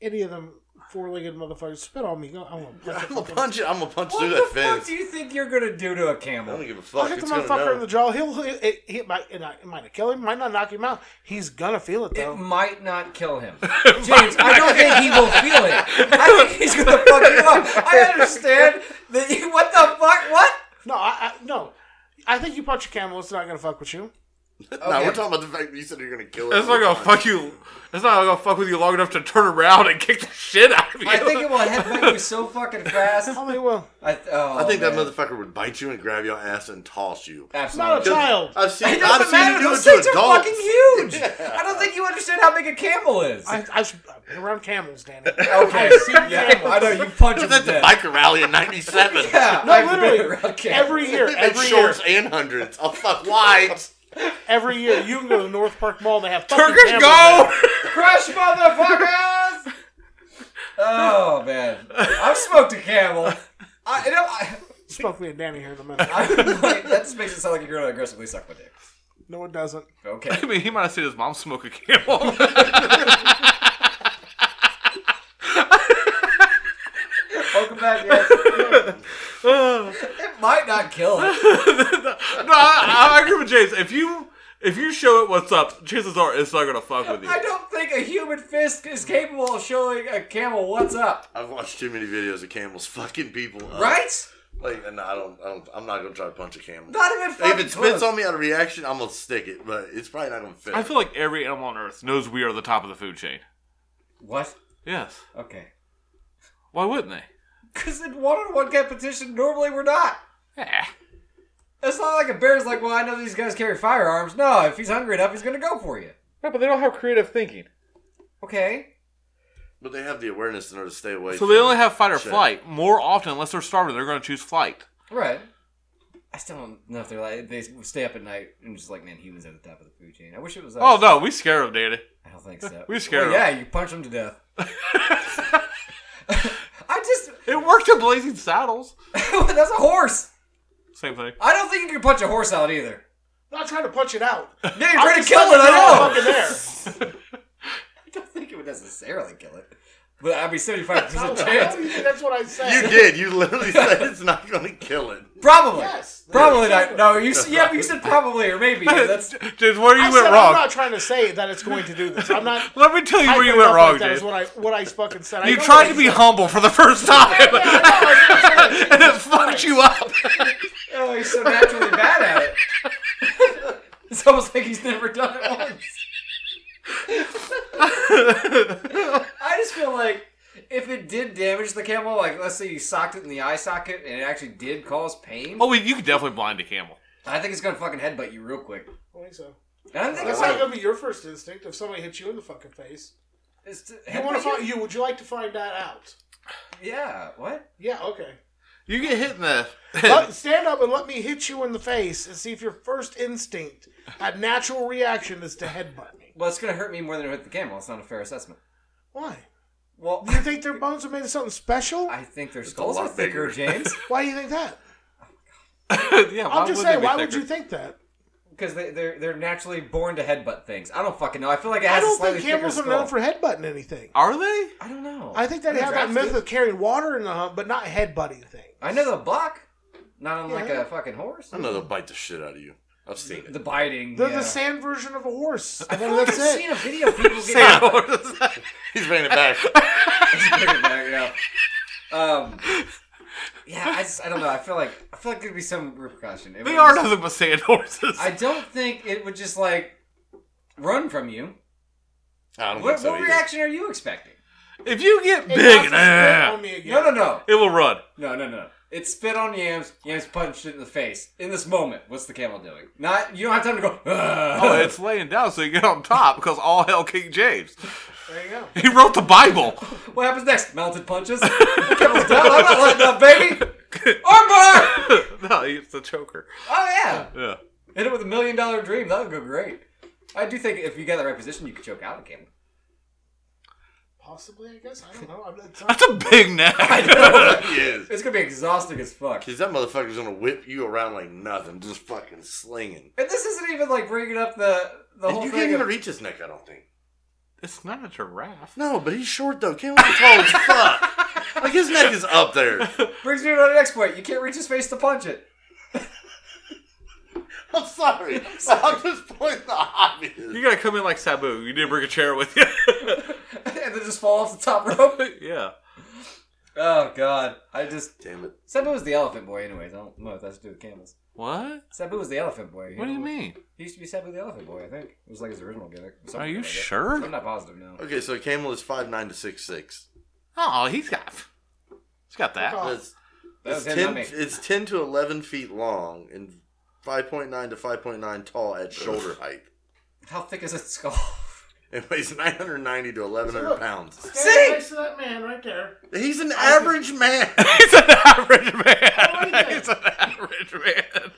[SPEAKER 5] any of them four-legged motherfuckers. Spit on me. Go. I'm gonna punch
[SPEAKER 2] I'm
[SPEAKER 5] the
[SPEAKER 2] gonna
[SPEAKER 5] fucking-
[SPEAKER 2] punch it. I'm gonna punch
[SPEAKER 3] What
[SPEAKER 2] through
[SPEAKER 3] the
[SPEAKER 2] that
[SPEAKER 3] fuck
[SPEAKER 2] fence.
[SPEAKER 3] do you think you're gonna do to a
[SPEAKER 2] I don't
[SPEAKER 3] camel?
[SPEAKER 2] give a
[SPEAKER 5] I'll
[SPEAKER 2] fuck.
[SPEAKER 5] hit the
[SPEAKER 2] It's gonna
[SPEAKER 5] motherfucker in
[SPEAKER 2] know.
[SPEAKER 5] the jaw. He'll it, it, it might it, not- it might not kill him. Might not knock him out. He's gonna feel it
[SPEAKER 3] It
[SPEAKER 5] though.
[SPEAKER 3] might not kill him, James. I don't think he will feel it. I think he's gonna fuck you up. I understand that. You, what the fuck? What?
[SPEAKER 5] no, I, I no. I think you punch a camel. It's not gonna fuck with you.
[SPEAKER 2] No,
[SPEAKER 3] Okay.
[SPEAKER 2] we're talking about the fact that you said you're gonna kill it.
[SPEAKER 4] It's not gonna fuck you. It's not gonna fuck with you long enough to turn around and kick the shit out of you.
[SPEAKER 3] I think it will headbutt you so fucking fast.
[SPEAKER 5] I mean, well,
[SPEAKER 3] I, th- oh,
[SPEAKER 2] I think
[SPEAKER 3] man.
[SPEAKER 2] that motherfucker would bite you and grab your ass and toss you.
[SPEAKER 5] not a
[SPEAKER 3] Absolutely.
[SPEAKER 5] child.
[SPEAKER 2] I've seen.
[SPEAKER 3] It
[SPEAKER 2] I've
[SPEAKER 3] doesn't
[SPEAKER 2] seen
[SPEAKER 3] matter.
[SPEAKER 2] you do it
[SPEAKER 3] Those
[SPEAKER 2] to
[SPEAKER 3] things are
[SPEAKER 2] adults.
[SPEAKER 3] fucking huge. I don't think you understand how big a camel is.
[SPEAKER 5] I, I've I've been around camels, Danny.
[SPEAKER 3] okay, see, yeah, I know you punch him to
[SPEAKER 2] That's a
[SPEAKER 3] death.
[SPEAKER 2] biker rally in '97.
[SPEAKER 3] Yeah,
[SPEAKER 5] No,
[SPEAKER 3] I've been
[SPEAKER 5] literally
[SPEAKER 3] around camels.
[SPEAKER 5] every year,
[SPEAKER 2] They made
[SPEAKER 5] every year,
[SPEAKER 2] shorts and hundreds. Oh fuck, why?
[SPEAKER 5] every year, you can go to North Park Mall. They have fucking
[SPEAKER 4] Turkish
[SPEAKER 5] camels
[SPEAKER 4] go.
[SPEAKER 5] there.
[SPEAKER 3] Crush motherfuckers! oh man, I've smoked a camel. I, you know, I,
[SPEAKER 5] Smoke me and Danny here in a minute.
[SPEAKER 3] I, like, that just makes it sound like you're going to aggressively suck my dick.
[SPEAKER 5] No, it doesn't.
[SPEAKER 4] I
[SPEAKER 3] Okay.
[SPEAKER 4] mean, he might have seen his mom smoke a camel.
[SPEAKER 3] Welcome back, yes. it might not kill it.
[SPEAKER 4] no, I, I agree with James. If you if you show it what's up, chances are it's not gonna fuck with you.
[SPEAKER 3] I don't think a human fist is capable of showing a camel what's up.
[SPEAKER 2] I've watched too many videos of camels fucking people. Up.
[SPEAKER 3] Right?
[SPEAKER 2] Like, and I don't, I don't, I'm not gonna try to punch a camel.
[SPEAKER 3] Not even
[SPEAKER 2] If
[SPEAKER 3] fucking
[SPEAKER 2] it spits
[SPEAKER 3] close.
[SPEAKER 2] on me out of reaction, I'm gonna stick it, but it's probably not gonna fit.
[SPEAKER 4] I feel like every animal on Earth knows we are the top of the food chain.
[SPEAKER 3] What?
[SPEAKER 4] Yes.
[SPEAKER 3] Okay.
[SPEAKER 4] Why wouldn't they?
[SPEAKER 3] Because in one-on-one competition, normally we're not.
[SPEAKER 4] Eh.
[SPEAKER 3] It's not like a bear's like, well, I know these guys carry firearms. No, if he's hungry enough, he's gonna go for you.
[SPEAKER 4] No, but they don't have creative thinking.
[SPEAKER 3] Okay.
[SPEAKER 2] but they have the awareness in order to stay away.
[SPEAKER 4] So they
[SPEAKER 2] from-
[SPEAKER 4] only have fight or
[SPEAKER 2] Shit.
[SPEAKER 4] flight. More often, unless they're starving, they're going to choose flight.
[SPEAKER 3] Right. I still don't know if they're like they stay up at night and just like, man, humans are the top of the food chain. I wish it was us.
[SPEAKER 4] Oh no, we scare them, Danny.
[SPEAKER 3] I don't think so.
[SPEAKER 4] We scare
[SPEAKER 3] Well, yeah, you punch them to death. I just
[SPEAKER 4] It worked in Blazing Saddles.
[SPEAKER 3] that's a horse.
[SPEAKER 4] Same thing.
[SPEAKER 3] I don't think you can punch a horse out either.
[SPEAKER 5] Not trying to punch it out.
[SPEAKER 3] Yeah, you're
[SPEAKER 5] I'm
[SPEAKER 3] trying to
[SPEAKER 5] just
[SPEAKER 3] kill it.
[SPEAKER 5] letting you know I'm
[SPEAKER 3] I know.
[SPEAKER 5] Fucking there.
[SPEAKER 3] I don't think it would necessarily kill it, but I'd be seventy-five percent
[SPEAKER 5] That's-
[SPEAKER 3] chance.
[SPEAKER 5] That's what I said.
[SPEAKER 2] You did. You literally said it's not gonna kill it.
[SPEAKER 3] Probably.
[SPEAKER 5] Yes.
[SPEAKER 3] Probably
[SPEAKER 5] Yes.
[SPEAKER 3] not. No, you. s- Yeah, but you said probably or maybe. Yeah, That's
[SPEAKER 4] James, where you
[SPEAKER 5] I
[SPEAKER 4] went
[SPEAKER 5] said
[SPEAKER 4] wrong.
[SPEAKER 5] I'm not trying to say that it's going to do this. I'm not.
[SPEAKER 4] Let me tell you where
[SPEAKER 5] hyping
[SPEAKER 4] you
[SPEAKER 5] it
[SPEAKER 4] went
[SPEAKER 5] up
[SPEAKER 4] wrong,
[SPEAKER 5] like that is
[SPEAKER 4] James.
[SPEAKER 5] what I what I fucking said. I
[SPEAKER 4] You
[SPEAKER 5] know
[SPEAKER 4] tried
[SPEAKER 5] what
[SPEAKER 4] to
[SPEAKER 5] I
[SPEAKER 4] be
[SPEAKER 5] said.
[SPEAKER 4] humble for the first time, and it fucked you up.
[SPEAKER 3] oh, he's so naturally bad at it. it's almost like he's never done it once. I just feel like if it did damage the camel, like let's say you socked it in the eye socket and it actually did cause pain,
[SPEAKER 4] oh, wait, you could definitely blind a camel.
[SPEAKER 3] I think it's gonna fucking headbutt you real quick.
[SPEAKER 5] I don't think so.
[SPEAKER 3] And I think
[SPEAKER 5] That's
[SPEAKER 3] it's
[SPEAKER 5] not
[SPEAKER 3] like
[SPEAKER 5] gonna be your first instinct if somebody hits you in the fucking face.
[SPEAKER 3] it's to,
[SPEAKER 5] You want to
[SPEAKER 3] headbutt
[SPEAKER 5] find you? Would you like to find that out?
[SPEAKER 3] you? Yeah. What?
[SPEAKER 5] Yeah. Okay.
[SPEAKER 4] You get hit in the.
[SPEAKER 5] Let- stand up and let me hit you in the face and see if your first instinct, a natural reaction, is to headbutt me.
[SPEAKER 3] Well, it's gonna hurt me more than it hurt the camel. It's not a fair assessment.
[SPEAKER 5] Why?
[SPEAKER 3] Well,
[SPEAKER 5] Do you think their bones are made of something special?
[SPEAKER 3] I think their skulls are
[SPEAKER 2] lot
[SPEAKER 3] thicker,
[SPEAKER 2] bigger.
[SPEAKER 3] James,
[SPEAKER 5] Why do you think that?
[SPEAKER 4] yeah,
[SPEAKER 5] I'm
[SPEAKER 4] why would
[SPEAKER 5] just saying.
[SPEAKER 4] they be
[SPEAKER 5] Why would
[SPEAKER 4] thicker?
[SPEAKER 5] you think that?
[SPEAKER 3] because they, they're they're naturally born to headbutt things. I don't fucking know. I feel like it
[SPEAKER 5] I
[SPEAKER 3] has a
[SPEAKER 5] don't
[SPEAKER 3] slightly
[SPEAKER 5] think camels
[SPEAKER 3] thicker
[SPEAKER 5] are
[SPEAKER 3] skull.
[SPEAKER 5] known for headbutting anything.
[SPEAKER 4] Are they?
[SPEAKER 3] I don't know.
[SPEAKER 5] I think they
[SPEAKER 3] They're
[SPEAKER 5] have that
[SPEAKER 3] drafted.
[SPEAKER 5] myth of carrying water in the hump, but not headbutting things.
[SPEAKER 3] I know the buck, not unlike
[SPEAKER 5] Yeah.
[SPEAKER 3] a fucking horse.
[SPEAKER 2] I know they'll bite the shit out of you. I've seen it.
[SPEAKER 3] The biting.
[SPEAKER 5] They're
[SPEAKER 3] yeah.
[SPEAKER 5] the sand version of a horse.
[SPEAKER 3] I
[SPEAKER 5] And
[SPEAKER 3] feel
[SPEAKER 5] then
[SPEAKER 3] like I've
[SPEAKER 5] that's it.
[SPEAKER 3] seen a video of people getting
[SPEAKER 2] He's bringing it back.
[SPEAKER 3] Bring it back, yeah. Um, yeah, I just I don't know. I feel like I feel like there'd be some repercussion. It
[SPEAKER 4] They
[SPEAKER 3] would
[SPEAKER 4] are
[SPEAKER 3] just-
[SPEAKER 4] nothing but sand horses.
[SPEAKER 3] I don't think it would just like run from you.
[SPEAKER 2] I don't think
[SPEAKER 3] What,
[SPEAKER 2] so
[SPEAKER 3] what
[SPEAKER 2] either.
[SPEAKER 3] reaction are you expecting?
[SPEAKER 4] if you get
[SPEAKER 5] It
[SPEAKER 4] big,
[SPEAKER 5] doesn't spit on
[SPEAKER 4] and,
[SPEAKER 5] me again.
[SPEAKER 3] No, no, no,
[SPEAKER 4] it will run.
[SPEAKER 3] no, no, no. It spit on yams. Yams punched it in the face. In this moment, what's the camel doing? Not you don't have time to go.
[SPEAKER 4] Oh, it's laying down so you get on top because all hell King James.
[SPEAKER 5] There you go.
[SPEAKER 4] He wrote the Bible.
[SPEAKER 3] What happens next? Mounted punches. Camel's down. I'm not letting up, baby. Armbar.
[SPEAKER 4] no, he's the choker.
[SPEAKER 3] Oh yeah.
[SPEAKER 4] Yeah.
[SPEAKER 3] Hit it with a million dollar dream. That would go great. I do think if you got the right position, you could choke out a camel.
[SPEAKER 5] Possibly, I guess. I don't know. I'm not,
[SPEAKER 4] That's a big neck.
[SPEAKER 2] He is.
[SPEAKER 3] It's gonna be exhausting as fuck.
[SPEAKER 2] Cause that motherfucker's gonna whip you around like nothing, just fucking slinging.
[SPEAKER 3] And this isn't even like bringing up the the
[SPEAKER 2] And
[SPEAKER 3] whole
[SPEAKER 2] you
[SPEAKER 3] thing.
[SPEAKER 2] can't even
[SPEAKER 3] of-
[SPEAKER 2] reach his neck, I don't think.
[SPEAKER 4] It's not a giraffe.
[SPEAKER 2] No, but he's short though. Can't be tall as fuck. Like his neck is up there.
[SPEAKER 3] brings me to the next point. You can't reach his face to punch it.
[SPEAKER 2] I'm sorry. I'm just pointing the obvious.
[SPEAKER 4] You gotta come in like Sabu. You didn't bring a chair with you.
[SPEAKER 3] and then just fall off the top rope.
[SPEAKER 4] yeah.
[SPEAKER 3] Oh god. I just
[SPEAKER 2] Damn it.
[SPEAKER 3] Sabu was the elephant boy anyways. I don't know if that's to do with camels.
[SPEAKER 4] What?
[SPEAKER 3] Sabu was the elephant boy.
[SPEAKER 4] What do you mean?
[SPEAKER 3] He used to be Sabu the elephant boy, I think. It was like his original gimmick.
[SPEAKER 4] Are you
[SPEAKER 3] sure?
[SPEAKER 4] sure?
[SPEAKER 3] I'm not positive now.
[SPEAKER 2] Okay, so Camel is five nine to six six.
[SPEAKER 4] Oh, he's got. He's got that.
[SPEAKER 2] That's,
[SPEAKER 3] Oh, That
[SPEAKER 2] it's
[SPEAKER 3] was him,
[SPEAKER 2] ten.
[SPEAKER 3] not me.
[SPEAKER 2] It's ten to eleven feet long and five point nine to five point nine tall at shoulder height.
[SPEAKER 3] How thick is its skull?
[SPEAKER 2] It weighs nine hundred ninety to eleven
[SPEAKER 5] So look.
[SPEAKER 2] hundred pounds.
[SPEAKER 3] See?
[SPEAKER 5] next to that man right there.
[SPEAKER 2] He's an average man.
[SPEAKER 4] He's an average
[SPEAKER 2] Oh,
[SPEAKER 5] do you
[SPEAKER 4] man.
[SPEAKER 5] think?
[SPEAKER 4] He's an average man.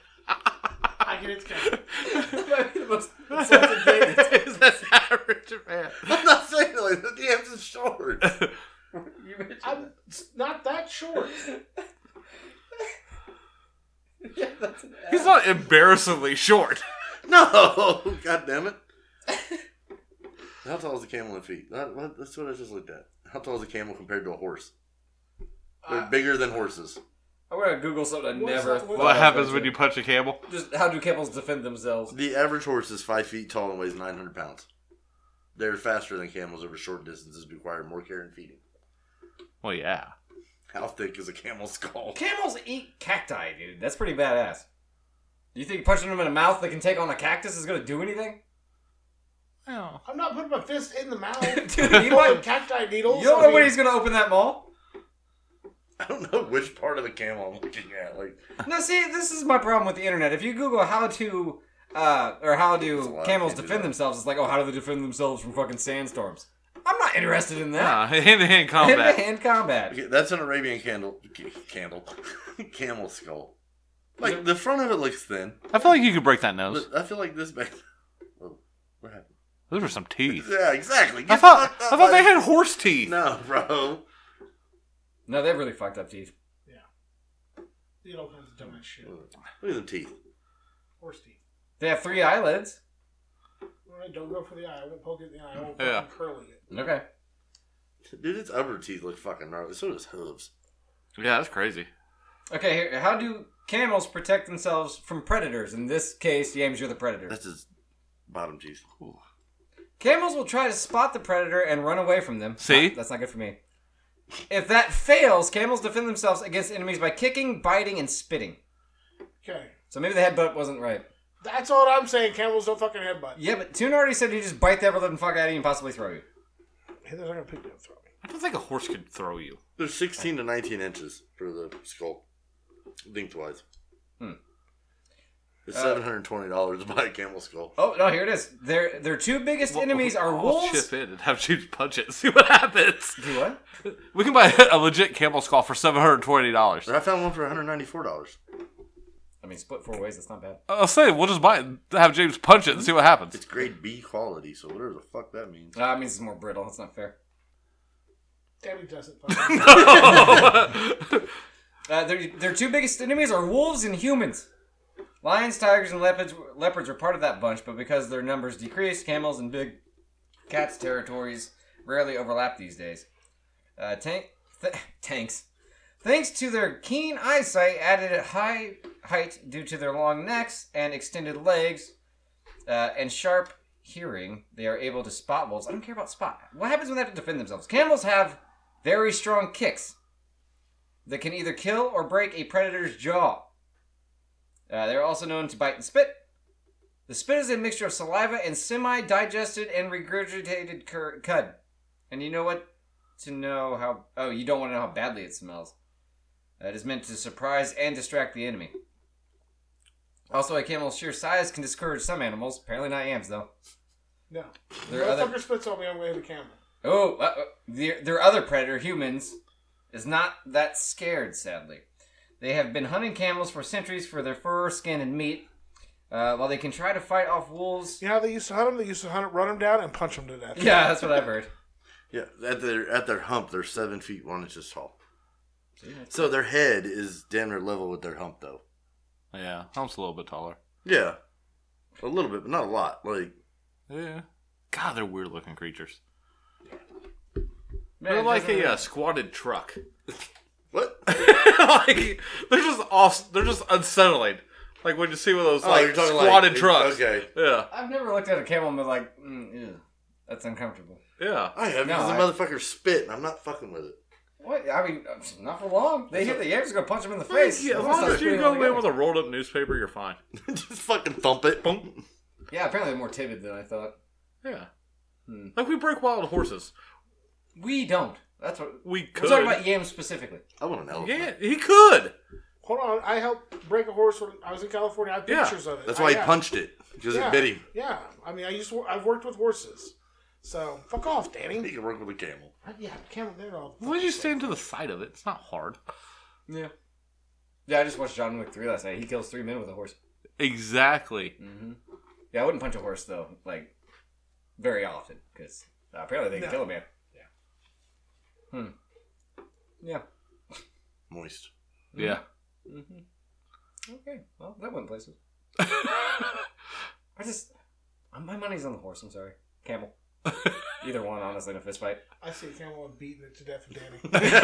[SPEAKER 5] I get it. Kevin.
[SPEAKER 3] That might be the most insulting thing.
[SPEAKER 4] He's an average man.
[SPEAKER 2] I'm not saying like the DM's is short.
[SPEAKER 3] You mentioned
[SPEAKER 5] I'm not that short.
[SPEAKER 4] He's not embarrassingly short.
[SPEAKER 2] No, god damn it. How tall is the camel in feet? That- that- that's what I just looked at. How tall is a camel compared to a horse? They're bigger than horses.
[SPEAKER 3] I'm gonna Google something I
[SPEAKER 5] What's
[SPEAKER 3] never.
[SPEAKER 5] that-
[SPEAKER 3] thought
[SPEAKER 4] What
[SPEAKER 3] of.
[SPEAKER 4] happens when you punch a camel?
[SPEAKER 3] Just how do camels defend themselves?
[SPEAKER 2] The average horse is five feet tall and weighs nine hundred pounds. They're faster than camels over short distances, but require more care and feeding.
[SPEAKER 4] Well, yeah.
[SPEAKER 2] How thick is a camel's skull?
[SPEAKER 3] Camels eat cacti, dude. That's pretty badass. Do you think punching them in the mouth that can take on a cactus is gonna do anything?
[SPEAKER 4] Oh.
[SPEAKER 5] I'm not putting my fist in the mouth.
[SPEAKER 3] Dude, you
[SPEAKER 5] you want
[SPEAKER 3] might.
[SPEAKER 5] cacti needles?
[SPEAKER 3] You don't
[SPEAKER 5] I
[SPEAKER 3] know
[SPEAKER 5] mean,
[SPEAKER 3] when he's gonna open that mall.
[SPEAKER 2] I don't know which part of the camel I'm looking at. Like,
[SPEAKER 3] No, see, this is my problem with the internet. If you Google how to uh, or how
[SPEAKER 2] There's a
[SPEAKER 3] do
[SPEAKER 2] lot
[SPEAKER 3] camels
[SPEAKER 2] they do that.
[SPEAKER 3] defend themselves, it's like, oh, how do they defend themselves from fucking sandstorms? I'm not interested in that.
[SPEAKER 4] Yeah, hand to hand combat.
[SPEAKER 3] Hand-to-hand combat.
[SPEAKER 2] okay, that's an Arabian candle, c- candle, camel skull. Like the front of it looks thin.
[SPEAKER 4] I feel like you could break that nose.
[SPEAKER 2] But I feel like this back. Oh, what happened?
[SPEAKER 4] Those were some teeth.
[SPEAKER 2] Yeah, exactly.
[SPEAKER 4] I
[SPEAKER 2] Get
[SPEAKER 4] thought
[SPEAKER 2] fucked
[SPEAKER 4] I
[SPEAKER 2] up
[SPEAKER 4] thought
[SPEAKER 2] by-
[SPEAKER 4] they had horse teeth.
[SPEAKER 2] No, bro.
[SPEAKER 3] No, they have really fucked up teeth.
[SPEAKER 5] You don't have to dumb that shit.
[SPEAKER 2] Look at them teeth.
[SPEAKER 5] Horse teeth.
[SPEAKER 3] They have three eyelids.
[SPEAKER 5] All right, don't go for the eye. I won't poke it in the eye. I won't
[SPEAKER 4] Yeah.
[SPEAKER 5] fucking curly it.
[SPEAKER 3] Okay.
[SPEAKER 2] Dude, its upper teeth look fucking gnarly. So does hooves.
[SPEAKER 4] Yeah, that's crazy.
[SPEAKER 3] Okay, here, how do camels protect themselves from predators? In this case, James, you're the predator.
[SPEAKER 2] That's his bottom teeth.
[SPEAKER 3] Camels will try to spot the predator and run away from them.
[SPEAKER 4] See?
[SPEAKER 3] Ah, that's not good for me. If that fails, camels defend themselves against enemies by kicking, biting, and spitting.
[SPEAKER 5] Okay.
[SPEAKER 3] So maybe the headbutt wasn't right.
[SPEAKER 5] That's all I'm saying. Camels don't fucking headbutt.
[SPEAKER 3] Yeah, but Toon already said you just bite the ever-living fuck out of you and possibly throw you.
[SPEAKER 5] Hey, they're not gonna pick me up, throw me.
[SPEAKER 4] I don't think a horse could throw you.
[SPEAKER 2] They're 16 to 19 inches for the skull, lengthwise. wise.
[SPEAKER 3] Hmm.
[SPEAKER 2] It's $720 to buy a camel skull.
[SPEAKER 3] Oh, no, here it is. Their, their two biggest enemies are
[SPEAKER 4] I'll
[SPEAKER 3] wolves.
[SPEAKER 4] Chip in and have James punch it. and See what happens.
[SPEAKER 3] Do what?
[SPEAKER 4] We can buy a legit camel skull for seven hundred twenty dollars.
[SPEAKER 2] But I found one for $194.
[SPEAKER 3] I mean, split four ways, that's not bad.
[SPEAKER 4] I'll say we'll just buy it, and have James punch it, and see what happens.
[SPEAKER 2] It's grade B quality, so whatever the fuck that means.
[SPEAKER 3] Ah, it means it's more brittle. That's not fair.
[SPEAKER 5] Debbie doesn't fucking.
[SPEAKER 3] Uh, their, their two biggest enemies are wolves and humans. Lions, tigers, and leopards, leopards are part of that bunch, but because their numbers decrease, camels and big cats territories rarely overlap these days. Uh, tank, th- tanks. Thanks to their keen eyesight, added at high height due to their long necks and extended legs, uh, and sharp hearing, they are able to spot wolves. I don't care about spot. What happens when they have to defend themselves? Camels have very strong kicks that can either kill or break a predator's jaw. Uh, they're also known to bite and spit. The spit is a mixture of saliva and semi digested and regurgitated cur- cud. And you know what? To know how. Oh, you don't want to know how badly it smells. Uh, it is meant to surprise and distract the enemy. Also, a camel's sheer size can discourage some animals. Apparently, not yams, though.
[SPEAKER 5] No.
[SPEAKER 3] There are other-
[SPEAKER 5] Motherfucker spits on me. I'm gonna hit the camera.
[SPEAKER 3] Oh, uh, uh, their, their other predator, humans, is not that scared, sadly. They have been hunting camels for centuries for their fur, skin, and meat. Uh, while they can try to fight off wolves.
[SPEAKER 5] You know how they used to hunt them? They used to hunt, run them down, and punch them to death.
[SPEAKER 3] Yeah, that's what I've heard.
[SPEAKER 2] Yeah, at their at their hump, they're seven feet one inches tall. So their head is damn near level with their hump, though.
[SPEAKER 4] Yeah, Hump's a little bit taller.
[SPEAKER 2] Yeah, a little bit, but not a lot. Like
[SPEAKER 4] Yeah. God, they're weird looking creatures.
[SPEAKER 3] Man,
[SPEAKER 4] they're
[SPEAKER 3] it
[SPEAKER 4] like
[SPEAKER 3] doesn't
[SPEAKER 4] a
[SPEAKER 3] really-
[SPEAKER 4] uh, squatted truck.
[SPEAKER 2] what?
[SPEAKER 4] like they're just off. They're just unsettling. Like when you see one of
[SPEAKER 2] Oh,
[SPEAKER 3] Oh,
[SPEAKER 4] those like squatted trucks.
[SPEAKER 2] Okay,
[SPEAKER 4] Yeah,
[SPEAKER 3] I've never looked at a camel and been like, mm, ew, that's uncomfortable.
[SPEAKER 4] yeah.
[SPEAKER 2] I have
[SPEAKER 3] No,
[SPEAKER 2] because the
[SPEAKER 3] I-
[SPEAKER 2] motherfucker spit, and I'm not fucking with it.
[SPEAKER 3] What? I mean, uh, not for long. They hear the yams are gonna punch them in the face.
[SPEAKER 4] Yeah, as
[SPEAKER 3] Almost
[SPEAKER 4] long
[SPEAKER 3] like
[SPEAKER 4] as you
[SPEAKER 3] putting
[SPEAKER 4] go
[SPEAKER 3] them
[SPEAKER 4] in with
[SPEAKER 3] together.
[SPEAKER 4] a rolled up newspaper, you're fine.
[SPEAKER 2] Just fucking thump it. Boom.
[SPEAKER 3] Yeah, apparently they're more timid than I thought.
[SPEAKER 4] Yeah.
[SPEAKER 3] Hmm.
[SPEAKER 4] Like we break wild horses.
[SPEAKER 3] We don't. That's what.
[SPEAKER 4] We
[SPEAKER 3] We're
[SPEAKER 4] could.
[SPEAKER 3] talking about yams specifically.
[SPEAKER 2] I want an elephant.
[SPEAKER 4] yeah, he could.
[SPEAKER 5] Hold on. I helped break a horse when I was in California. I have
[SPEAKER 4] Yeah.
[SPEAKER 5] pictures of it.
[SPEAKER 2] That's
[SPEAKER 5] I-
[SPEAKER 2] why he
[SPEAKER 5] yeah.
[SPEAKER 2] punched it because
[SPEAKER 5] Yeah.
[SPEAKER 2] it bit him.
[SPEAKER 5] Yeah. I mean, I used to, I've worked with horses. So, fuck off,
[SPEAKER 2] He
[SPEAKER 5] Danny.
[SPEAKER 2] can work with a camel.
[SPEAKER 5] Yeah, camel, they're all.
[SPEAKER 4] Why don't you stand to the side of it? It's not hard.
[SPEAKER 3] Yeah. Yeah, I just watched John Wick 3 last night. He kills three men with a horse.
[SPEAKER 4] Exactly.
[SPEAKER 3] Mm-hmm. Yeah, I wouldn't punch a horse, though, like, very often, because apparently they can
[SPEAKER 5] No.
[SPEAKER 3] kill a man. Yeah. Hmm. Yeah.
[SPEAKER 2] Moist.
[SPEAKER 4] Yeah.
[SPEAKER 3] Mm-hmm. Okay, well, that went places. I just. uh, My money's on the horse, I'm sorry. Camel. Either one, honestly, in a fist fight.
[SPEAKER 5] I see a camel and beating it to death with Danny.
[SPEAKER 2] I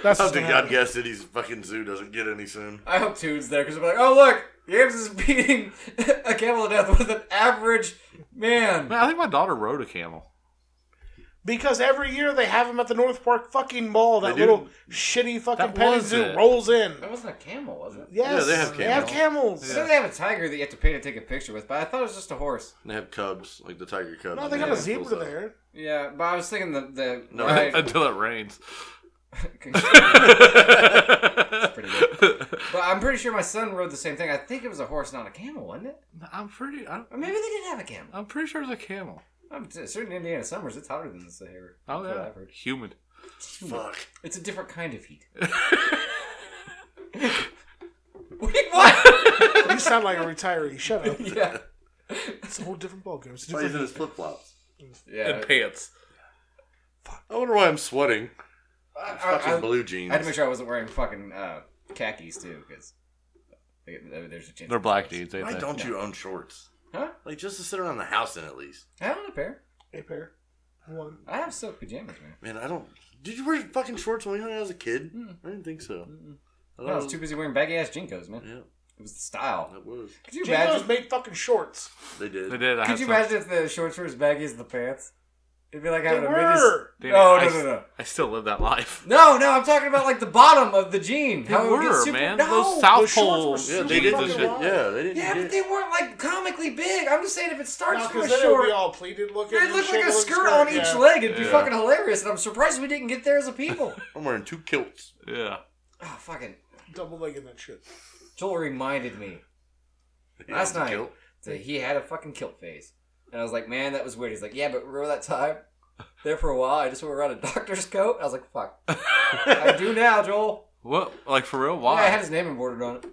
[SPEAKER 5] That's
[SPEAKER 2] don't think
[SPEAKER 5] gonna
[SPEAKER 2] God guessed City's fucking zoo doesn't get any soon.
[SPEAKER 3] I hope Tune's there, because I'm like, oh, look! Yams is beating a camel to death with an average man.
[SPEAKER 4] Man, I think my daughter rode a camel.
[SPEAKER 5] Because every year they have them at the North Park fucking mall. That
[SPEAKER 2] They do.
[SPEAKER 5] little shitty fucking
[SPEAKER 4] That
[SPEAKER 5] petting
[SPEAKER 4] was
[SPEAKER 5] zoo
[SPEAKER 4] it.
[SPEAKER 5] rolls in.
[SPEAKER 3] That wasn't a camel, was it?
[SPEAKER 5] Yes,
[SPEAKER 2] they have
[SPEAKER 5] they have camels.
[SPEAKER 3] I know they have a tiger that you have to pay to take a picture with, but I thought it was just a horse.
[SPEAKER 2] And they have cubs, like the tiger cubs.
[SPEAKER 5] No,
[SPEAKER 2] and
[SPEAKER 5] they got
[SPEAKER 2] have
[SPEAKER 5] a zebra
[SPEAKER 2] those, uh,
[SPEAKER 5] there.
[SPEAKER 3] Yeah, but I was thinking the the
[SPEAKER 2] No,
[SPEAKER 3] ride-
[SPEAKER 4] until it rains.
[SPEAKER 3] pretty good. But I'm pretty sure my son rode the same thing. I think it was a horse, not a camel, wasn't it?
[SPEAKER 4] I'm pretty. I'm,
[SPEAKER 3] Or maybe they did have a camel.
[SPEAKER 4] I'm pretty sure it's a camel.
[SPEAKER 3] I'm t- certain Indiana summers, it's hotter than the Sahara.
[SPEAKER 4] Oh
[SPEAKER 3] That's what
[SPEAKER 4] yeah,
[SPEAKER 3] I've heard.
[SPEAKER 4] human.
[SPEAKER 2] Fuck.
[SPEAKER 3] It's a different kind of heat. Wait, what?
[SPEAKER 5] You sound like a retiree. Shut up.
[SPEAKER 3] yeah.
[SPEAKER 5] It's a whole different ballgame. It's a
[SPEAKER 2] Why he's in
[SPEAKER 5] different-
[SPEAKER 2] his flip flops?
[SPEAKER 3] Yeah.
[SPEAKER 4] and pants.
[SPEAKER 2] I wonder why I'm sweating.
[SPEAKER 3] I, I-
[SPEAKER 2] Fucking
[SPEAKER 3] I-
[SPEAKER 2] blue
[SPEAKER 3] I
[SPEAKER 2] jeans.
[SPEAKER 3] had to make sure I wasn't wearing fucking uh, khakis too, because there's a chance.
[SPEAKER 4] They're black dudes. Ain't
[SPEAKER 2] Why
[SPEAKER 4] they?
[SPEAKER 2] don't you own shorts?
[SPEAKER 3] Huh?
[SPEAKER 2] Like just to sit around the house in at least.
[SPEAKER 3] I own a pair.
[SPEAKER 5] a pair. One.
[SPEAKER 3] I have silk pajamas, man.
[SPEAKER 2] Man, I don't. Did you wear fucking shorts when you were- as a kid? I didn't think so. I
[SPEAKER 3] No, I was too busy wearing baggy ass jinkos,
[SPEAKER 4] Mm.
[SPEAKER 3] man.
[SPEAKER 2] Yeah,
[SPEAKER 3] It was the style.
[SPEAKER 2] that was.
[SPEAKER 3] Could you imagine?
[SPEAKER 5] Jimbo's made fucking shorts.
[SPEAKER 2] They did.
[SPEAKER 4] They did. I had
[SPEAKER 3] Could you
[SPEAKER 4] some.
[SPEAKER 3] imagine if the shorts were as baggy as the pants? It'd be like
[SPEAKER 5] They
[SPEAKER 3] having a mini.
[SPEAKER 5] were.
[SPEAKER 4] Dude,
[SPEAKER 3] Oh, No,
[SPEAKER 4] I,
[SPEAKER 3] no, no, no.
[SPEAKER 4] I still live that life.
[SPEAKER 3] No, no, I'm talking about like the bottom of the jean.
[SPEAKER 4] They
[SPEAKER 3] it would get
[SPEAKER 4] were,
[SPEAKER 3] super-
[SPEAKER 4] man.
[SPEAKER 3] No!
[SPEAKER 4] Those South
[SPEAKER 5] Those shorts
[SPEAKER 4] Pole
[SPEAKER 5] were
[SPEAKER 2] Yeah,
[SPEAKER 5] super
[SPEAKER 2] they did this
[SPEAKER 4] jeans and
[SPEAKER 5] fucking
[SPEAKER 2] shit.
[SPEAKER 5] long.
[SPEAKER 2] Yeah, they didn't.
[SPEAKER 3] Yeah,
[SPEAKER 2] get-
[SPEAKER 3] but they weren't like comically big. I'm just saying if it starts
[SPEAKER 5] No,
[SPEAKER 3] from a
[SPEAKER 5] because then it would
[SPEAKER 3] short,
[SPEAKER 5] be all pleated looking.
[SPEAKER 3] it
[SPEAKER 5] and
[SPEAKER 3] looked like a
[SPEAKER 5] shit-looking
[SPEAKER 3] skirt, on each
[SPEAKER 5] yeah.
[SPEAKER 3] leg. It'd be
[SPEAKER 4] Yeah.
[SPEAKER 3] fucking hilarious, and I'm surprised we didn't get there as a people.
[SPEAKER 2] I'm wearing two kilts.
[SPEAKER 4] Yeah.
[SPEAKER 3] oh, fucking
[SPEAKER 5] Double legging that shit.
[SPEAKER 3] Joel reminded me Last night. that he had a fucking kilt phase, and I was like, man, that was weird. He's like, yeah, but remember that time? There for a while, I just wore around a doctor's coat. I was like, fuck, I do now, Joel.
[SPEAKER 4] What? Like for real?
[SPEAKER 3] Yeah, I
[SPEAKER 4] Why?
[SPEAKER 3] had his name embroidered on it.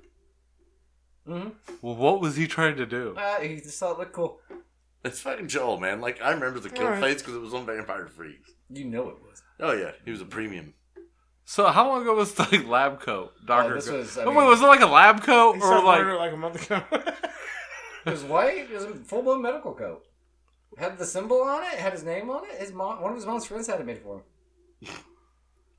[SPEAKER 3] hmm
[SPEAKER 4] well, what was he trying to do?
[SPEAKER 3] Uh, he just thought it looked cool.
[SPEAKER 2] It's fucking Joel, man. Like I remember the kilt
[SPEAKER 5] Alright.
[SPEAKER 2] plates because it was on Vampire Freaks.
[SPEAKER 3] You know it was.
[SPEAKER 2] Oh yeah, he was a premium.
[SPEAKER 4] So how long ago was the like, lab coat, doctor?
[SPEAKER 3] this
[SPEAKER 4] coat?
[SPEAKER 3] was- I
[SPEAKER 4] Oh, wait,
[SPEAKER 3] mean-
[SPEAKER 4] was it like a lab coat
[SPEAKER 5] He
[SPEAKER 4] or
[SPEAKER 5] started wearing
[SPEAKER 4] like?
[SPEAKER 5] it like a month ago.
[SPEAKER 3] It was white. It was a full blown medical coat. Had the symbol on it. Had his name on it. His mom, one of his mom's friends had it made for him.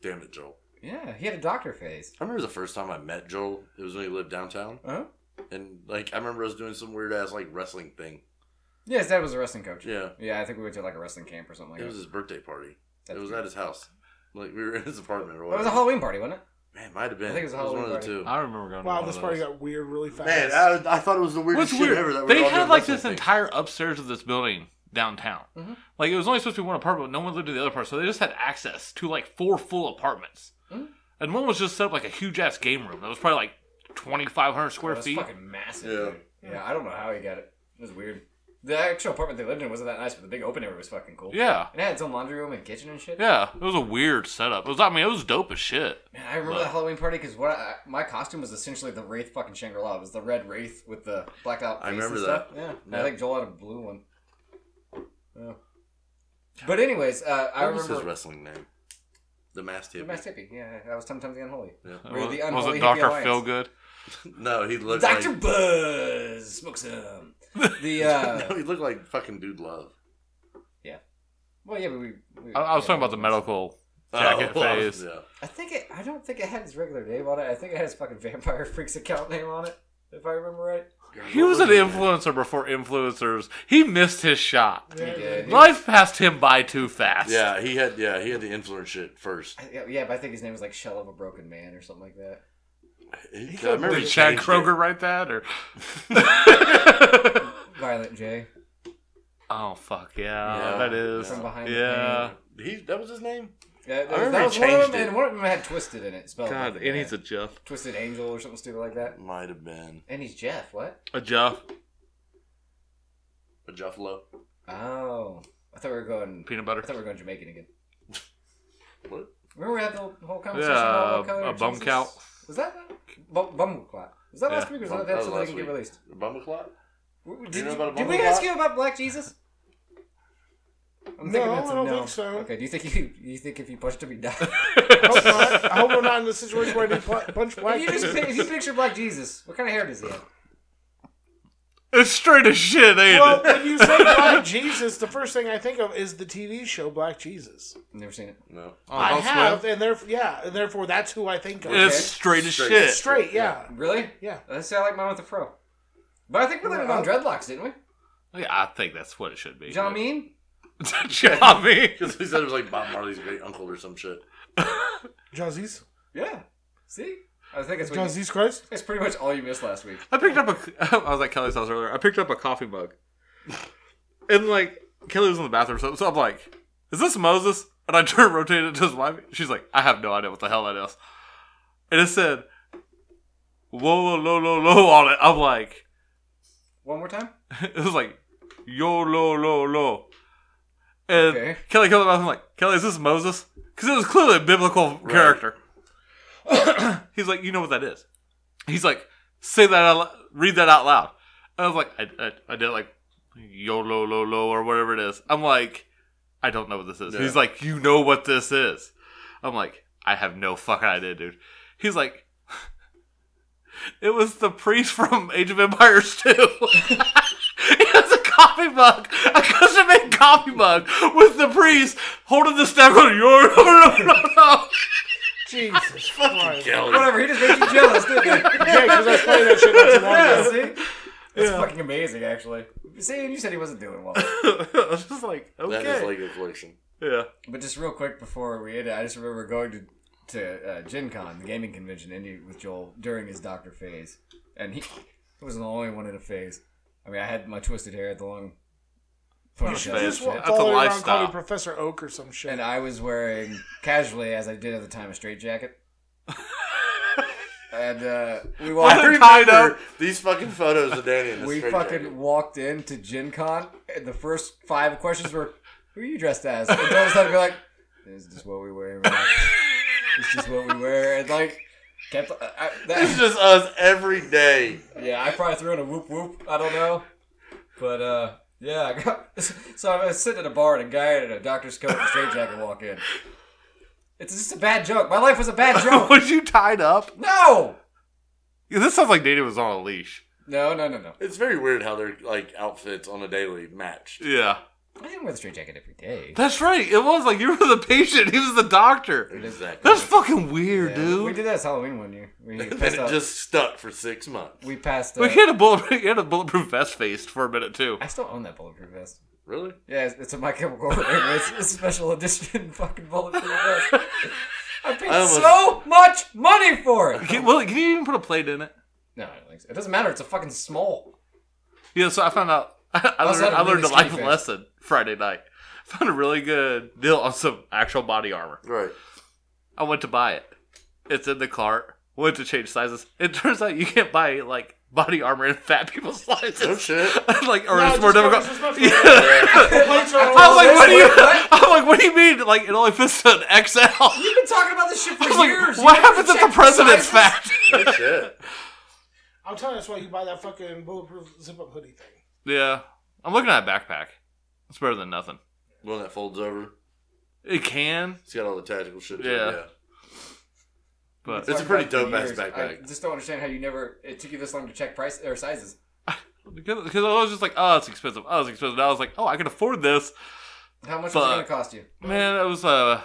[SPEAKER 2] Damn it, Joel.
[SPEAKER 3] Yeah, he had a doctor phase.
[SPEAKER 2] I remember the first time I met Joel. It was when he lived downtown,
[SPEAKER 3] Huh?
[SPEAKER 2] and like I remember us doing some weird ass like wrestling thing.
[SPEAKER 3] Yeah, his dad was a wrestling coach.
[SPEAKER 2] Yeah,
[SPEAKER 3] Yeah, I think we went to like a wrestling camp or something like
[SPEAKER 2] it
[SPEAKER 3] that.
[SPEAKER 2] was his birthday party.
[SPEAKER 3] Oh, That's
[SPEAKER 2] it was
[SPEAKER 3] weird.
[SPEAKER 2] at his house. Like we were in his apartment or
[SPEAKER 3] It was
[SPEAKER 2] whatever.
[SPEAKER 3] a Halloween party, wasn't it?
[SPEAKER 2] Man, might have been.
[SPEAKER 3] I think it was a
[SPEAKER 2] one
[SPEAKER 3] Halloween
[SPEAKER 2] of the two.
[SPEAKER 4] I remember going.
[SPEAKER 5] wow,
[SPEAKER 4] to one
[SPEAKER 5] this
[SPEAKER 4] of
[SPEAKER 5] party
[SPEAKER 4] those.
[SPEAKER 5] got weird really fast.
[SPEAKER 2] Man, I, I thought it was the weirdest
[SPEAKER 4] What's
[SPEAKER 2] shit
[SPEAKER 4] weird?
[SPEAKER 2] ever. That we
[SPEAKER 4] they
[SPEAKER 2] were all
[SPEAKER 4] had
[SPEAKER 2] doing
[SPEAKER 4] like this
[SPEAKER 2] wrestling things.
[SPEAKER 4] entire upstairs of this building downtown.
[SPEAKER 3] Mm-hmm.
[SPEAKER 4] Like it was only supposed to be one apartment, but no one lived in the other part, so they just had access to like four full apartments.
[SPEAKER 3] Mm-hmm.
[SPEAKER 4] And one was just set up like a huge ass game room that was probably like twenty five hundred
[SPEAKER 3] It
[SPEAKER 4] square
[SPEAKER 3] was
[SPEAKER 4] feet.
[SPEAKER 3] Oh, fucking massive.
[SPEAKER 2] Yeah.
[SPEAKER 3] dude. Yeah, I don't know how he got it. It was weird. The actual apartment they lived in wasn't that nice, but the big open area was fucking cool.
[SPEAKER 4] Yeah,
[SPEAKER 3] And it had its own laundry room and kitchen and shit.
[SPEAKER 4] yeah, it was a weird setup. It was, I mean, it was dope as shit.
[SPEAKER 3] Man, I remember
[SPEAKER 4] But-
[SPEAKER 3] the Halloween party because what I, my costume was essentially the Wraith fucking Shangri La. It was the red Wraith with the blacked out face
[SPEAKER 2] I remember that.
[SPEAKER 3] and stuff. Yeah, And I
[SPEAKER 2] Yeah.
[SPEAKER 3] think Joel had a blue one. Yeah. But anyways, uh, I
[SPEAKER 2] What was his
[SPEAKER 3] remember
[SPEAKER 2] wrestling name? The Mass
[SPEAKER 3] the
[SPEAKER 2] Hippie.
[SPEAKER 3] Mass Hippie. Yeah, that was sometimes the unholy.
[SPEAKER 2] Yeah.
[SPEAKER 3] We're the
[SPEAKER 4] was
[SPEAKER 3] unholy hippie
[SPEAKER 4] it Doctor
[SPEAKER 3] alliance.
[SPEAKER 4] Feelgood?
[SPEAKER 2] No, he looked
[SPEAKER 3] Doctor
[SPEAKER 2] like.
[SPEAKER 3] Buzz, smoke some. The uh,
[SPEAKER 2] No, he looked like fucking Dude Love.
[SPEAKER 3] well, yeah, but we. we
[SPEAKER 4] I, I was
[SPEAKER 3] yeah,
[SPEAKER 4] talking about the medical jacket
[SPEAKER 2] Oh, I was-
[SPEAKER 4] phase.
[SPEAKER 2] yeah.
[SPEAKER 3] I think it. I don't think it had his regular name on it. I think it had his fucking Vampire Freaks account name on it, if I remember right.
[SPEAKER 4] He was an influencer before influencers. He missed his shot.
[SPEAKER 5] Yeah,
[SPEAKER 3] He did.
[SPEAKER 4] Life passed him by too fast.
[SPEAKER 2] Yeah, he had yeah he had the influencer shit first.
[SPEAKER 3] I- yeah, yeah, but I think his name was like Shell of a Broken Man or something like that.
[SPEAKER 2] He, I
[SPEAKER 5] could've
[SPEAKER 2] remember
[SPEAKER 4] Did
[SPEAKER 2] he
[SPEAKER 4] Chad
[SPEAKER 2] changed
[SPEAKER 4] Kroger
[SPEAKER 2] it.
[SPEAKER 4] write that or?
[SPEAKER 3] Violent J
[SPEAKER 4] oh fuck yeah,
[SPEAKER 2] Yeah.
[SPEAKER 4] that is
[SPEAKER 3] from behind
[SPEAKER 4] yeah.
[SPEAKER 2] He that was his name.
[SPEAKER 3] the pain. Yeah, that,
[SPEAKER 2] I
[SPEAKER 3] was-
[SPEAKER 2] remember
[SPEAKER 3] that was
[SPEAKER 2] he
[SPEAKER 3] one of
[SPEAKER 2] changed
[SPEAKER 3] them,
[SPEAKER 2] it.
[SPEAKER 3] and one of them had twisted in it. Spelled
[SPEAKER 4] God,
[SPEAKER 3] like
[SPEAKER 4] and
[SPEAKER 3] that.
[SPEAKER 4] he's a Jeff.
[SPEAKER 3] twisted angel or something stupid like that.
[SPEAKER 2] Might have been
[SPEAKER 3] And he's Jeff. What?
[SPEAKER 4] A Jeff.
[SPEAKER 2] a Juffalo.
[SPEAKER 3] Oh, I thought we were going.
[SPEAKER 4] Peanut
[SPEAKER 3] I thought we
[SPEAKER 4] butter.
[SPEAKER 3] were going Jamaican again.
[SPEAKER 2] What?
[SPEAKER 3] Remember we had the whole conversation
[SPEAKER 4] Yeah, uh,
[SPEAKER 3] about what
[SPEAKER 4] a-
[SPEAKER 3] color
[SPEAKER 4] a bum
[SPEAKER 3] Jesus-
[SPEAKER 4] count.
[SPEAKER 3] Was that bum, bum clot? Was that last
[SPEAKER 4] Yeah,
[SPEAKER 3] week or was
[SPEAKER 2] bum-
[SPEAKER 3] that,
[SPEAKER 2] that was
[SPEAKER 3] something that
[SPEAKER 2] last
[SPEAKER 3] can get
[SPEAKER 2] week.
[SPEAKER 3] released?
[SPEAKER 2] Bumbleclot?
[SPEAKER 3] W-
[SPEAKER 2] you
[SPEAKER 3] Did,
[SPEAKER 2] know
[SPEAKER 3] you-
[SPEAKER 2] about a
[SPEAKER 3] did
[SPEAKER 2] bum
[SPEAKER 3] we
[SPEAKER 2] clot?
[SPEAKER 3] ask you about Black Jesus? I'm thinking
[SPEAKER 5] No,
[SPEAKER 3] that's a
[SPEAKER 5] I don't think so.
[SPEAKER 3] Okay, do you think you you think if you punched him, he died?
[SPEAKER 5] I hope not. I hope we're not in the situation where I need pl- punch black.
[SPEAKER 3] if, you just,
[SPEAKER 5] people.
[SPEAKER 3] if you picture Black Jesus, what kind of hair does he have?
[SPEAKER 4] It's straight as shit, ain't
[SPEAKER 5] Well,
[SPEAKER 4] it?
[SPEAKER 5] when you say Black Jesus, the first thing I think of is the TV show Black Jesus.
[SPEAKER 3] Never seen it.
[SPEAKER 2] No.
[SPEAKER 5] I
[SPEAKER 4] Adult Swim?
[SPEAKER 5] have, and therefore, yeah, and therefore that's who I think of.
[SPEAKER 4] It's straight as
[SPEAKER 2] Straight.
[SPEAKER 4] shit.
[SPEAKER 5] Straight, yeah.
[SPEAKER 3] Really?
[SPEAKER 5] Yeah.
[SPEAKER 3] I say I like mine with a fro. But I think we landed on dreadlocks, didn't we?
[SPEAKER 4] Yeah, I think that's what it should be.
[SPEAKER 3] You know what I mean?
[SPEAKER 4] Johnny.
[SPEAKER 2] Because he said it was like Bob Marley's great uncle or some shit.
[SPEAKER 5] Jazzy's?
[SPEAKER 3] Yeah. See? I think it's what you,
[SPEAKER 5] Jazzy's Christ?
[SPEAKER 3] that's pretty much all you missed last week.
[SPEAKER 4] I picked up a. I was at Kelly's house earlier. I picked up a coffee mug, and like Kelly was in the bathroom, so, so I'm like, "Is this Moses?" And I turned, rotated it to his wife. She's like, "I have no idea what the hell that is," and it said, "Whoa, low, low, low" on it. I'm like,
[SPEAKER 3] One more time?
[SPEAKER 4] it was like, "Yo, low, low, low," and
[SPEAKER 3] Okay.
[SPEAKER 4] Kelly comes up. I'm like, "Kelly, is this Moses?" Because it was clearly a biblical character. He's like, "You know what that is?" He's like, say that out, lou- read that out loud. I was like, I, I, I did like YOLO lo lo or whatever it is. I'm like, I don't know what this is.
[SPEAKER 2] Yeah.
[SPEAKER 4] He's like, you know what this is. I'm like, I have no fucking idea, dude. He's like, it was the priest from Age of Empires 2. It was a coffee mug, a custom made coffee mug with the priest holding the staff going, yo, no, no, no.
[SPEAKER 5] Jesus Christ. Yeah,
[SPEAKER 2] Kelly.
[SPEAKER 3] Whatever, he just made you jealous, didn't he?
[SPEAKER 5] because I was playing that shit not too long
[SPEAKER 3] Yeah,
[SPEAKER 5] ago.
[SPEAKER 3] see? It's fucking amazing, actually. See, and you said he wasn't doing well.
[SPEAKER 4] I was just like, okay.
[SPEAKER 2] That is like a collection.
[SPEAKER 4] yeah.
[SPEAKER 3] But just real quick before we end it, I just remember going to to uh, Gen Con, the gaming convention, Indy with Joel during his doctor phase, and he, he wasn't the only one in a phase. I mean, I had my twisted hair, the long ponytail,
[SPEAKER 4] phase.
[SPEAKER 5] Just
[SPEAKER 3] and
[SPEAKER 5] walked
[SPEAKER 3] shit,
[SPEAKER 4] That's a
[SPEAKER 5] all the way around
[SPEAKER 4] lifestyle.
[SPEAKER 5] calling Professor Oak or some shit.
[SPEAKER 3] and I was wearing casually, as I did at the time, a straight jacket. and uh, we walked.
[SPEAKER 4] Why
[SPEAKER 2] I
[SPEAKER 4] Tied
[SPEAKER 2] remember
[SPEAKER 4] up.
[SPEAKER 2] these fucking photos of Danny in this
[SPEAKER 3] We fucking walked into Gen Con, and the first five questions were, "Who are you dressed as?" And Joel started to be like, "This is just what we wear. Man. This is what we wear." And like, kept I, I,
[SPEAKER 2] It's
[SPEAKER 3] that,
[SPEAKER 2] just us every day.
[SPEAKER 3] yeah, I probably threw in a whoop whoop. I don't know, but uh, yeah, I got, so I was sitting at a bar and a guy in a doctor's coat and straight jacket walk in. It's just a bad joke. My life was a bad joke.
[SPEAKER 4] was you tied up?
[SPEAKER 3] No,
[SPEAKER 4] Yeah, This sounds like Dana was on a leash.
[SPEAKER 3] no, no, no, no.
[SPEAKER 2] It's very weird how their like outfits on a daily match.
[SPEAKER 4] Yeah.
[SPEAKER 3] I didn't wear the straight jacket every day.
[SPEAKER 4] That's right. It was like you were the patient. He was the doctor.
[SPEAKER 2] Exactly.
[SPEAKER 4] That's fucking weird, dude.
[SPEAKER 3] we did that as Halloween one year. We
[SPEAKER 2] and
[SPEAKER 3] passed
[SPEAKER 2] it
[SPEAKER 3] out.
[SPEAKER 2] just stuck for six months.
[SPEAKER 3] we passed.
[SPEAKER 4] But
[SPEAKER 3] out-
[SPEAKER 4] he had a bulletproof, he had a bulletproof vest faced for a minute too.
[SPEAKER 3] I still own that bulletproof vest.
[SPEAKER 2] Really?
[SPEAKER 3] Yeah, it's, it's a My Chemical Romance. It's a special edition fucking bulletproof vest. I paid
[SPEAKER 2] almost-
[SPEAKER 3] so much money for it.
[SPEAKER 4] Can, well, can you even put a plate in it?
[SPEAKER 3] No, I don't think so. it doesn't matter. It's a fucking small.
[SPEAKER 4] Yeah. So I found out. I, I
[SPEAKER 3] Also
[SPEAKER 4] learned,
[SPEAKER 3] had a
[SPEAKER 4] I learned a
[SPEAKER 3] really
[SPEAKER 4] life
[SPEAKER 3] skinny vest.
[SPEAKER 4] lesson Friday night. Found a really good deal on some actual body armor.
[SPEAKER 2] Right.
[SPEAKER 4] I went to buy it. It's in the cart. Went to change sizes. It turns out you can't buy like body armor in fat people's sizes.
[SPEAKER 2] No shit.
[SPEAKER 4] like, or
[SPEAKER 5] No,
[SPEAKER 4] it's more
[SPEAKER 5] just go-
[SPEAKER 4] difficult.
[SPEAKER 5] it's much more
[SPEAKER 4] Yeah.
[SPEAKER 5] The plates are all
[SPEAKER 4] I was like,
[SPEAKER 5] over.
[SPEAKER 4] what do you?
[SPEAKER 3] What?
[SPEAKER 4] I'm like, what do you mean? Like, it only fits an XL. I
[SPEAKER 3] We've been talking about this shit for
[SPEAKER 4] was like,
[SPEAKER 3] years.
[SPEAKER 4] what
[SPEAKER 3] You never
[SPEAKER 4] happens if
[SPEAKER 3] check
[SPEAKER 4] the
[SPEAKER 3] the
[SPEAKER 4] president's
[SPEAKER 3] sizes?
[SPEAKER 4] fat?
[SPEAKER 2] No shit.
[SPEAKER 5] I'm telling you, that's why you buy that fucking bulletproof zip up hoodie thing.
[SPEAKER 4] yeah, I'm looking at a backpack. It's better than nothing.
[SPEAKER 2] One that folds over.
[SPEAKER 4] It can,
[SPEAKER 2] It's got all the tactical shit. to it,
[SPEAKER 4] Yeah.
[SPEAKER 2] yeah.
[SPEAKER 4] but
[SPEAKER 2] It's a
[SPEAKER 3] Talking
[SPEAKER 2] pretty
[SPEAKER 3] about it for
[SPEAKER 2] dope-ass
[SPEAKER 3] years.
[SPEAKER 2] backpack.
[SPEAKER 3] I just don't understand how you never. It took you this long to check price or sizes.
[SPEAKER 4] because, because I was just like, oh, it's expensive. Oh, it's expensive. And I was like, oh, I can afford this.
[SPEAKER 3] How much was
[SPEAKER 4] Fuck.
[SPEAKER 3] it gonna cost you?
[SPEAKER 4] Man, it was uh,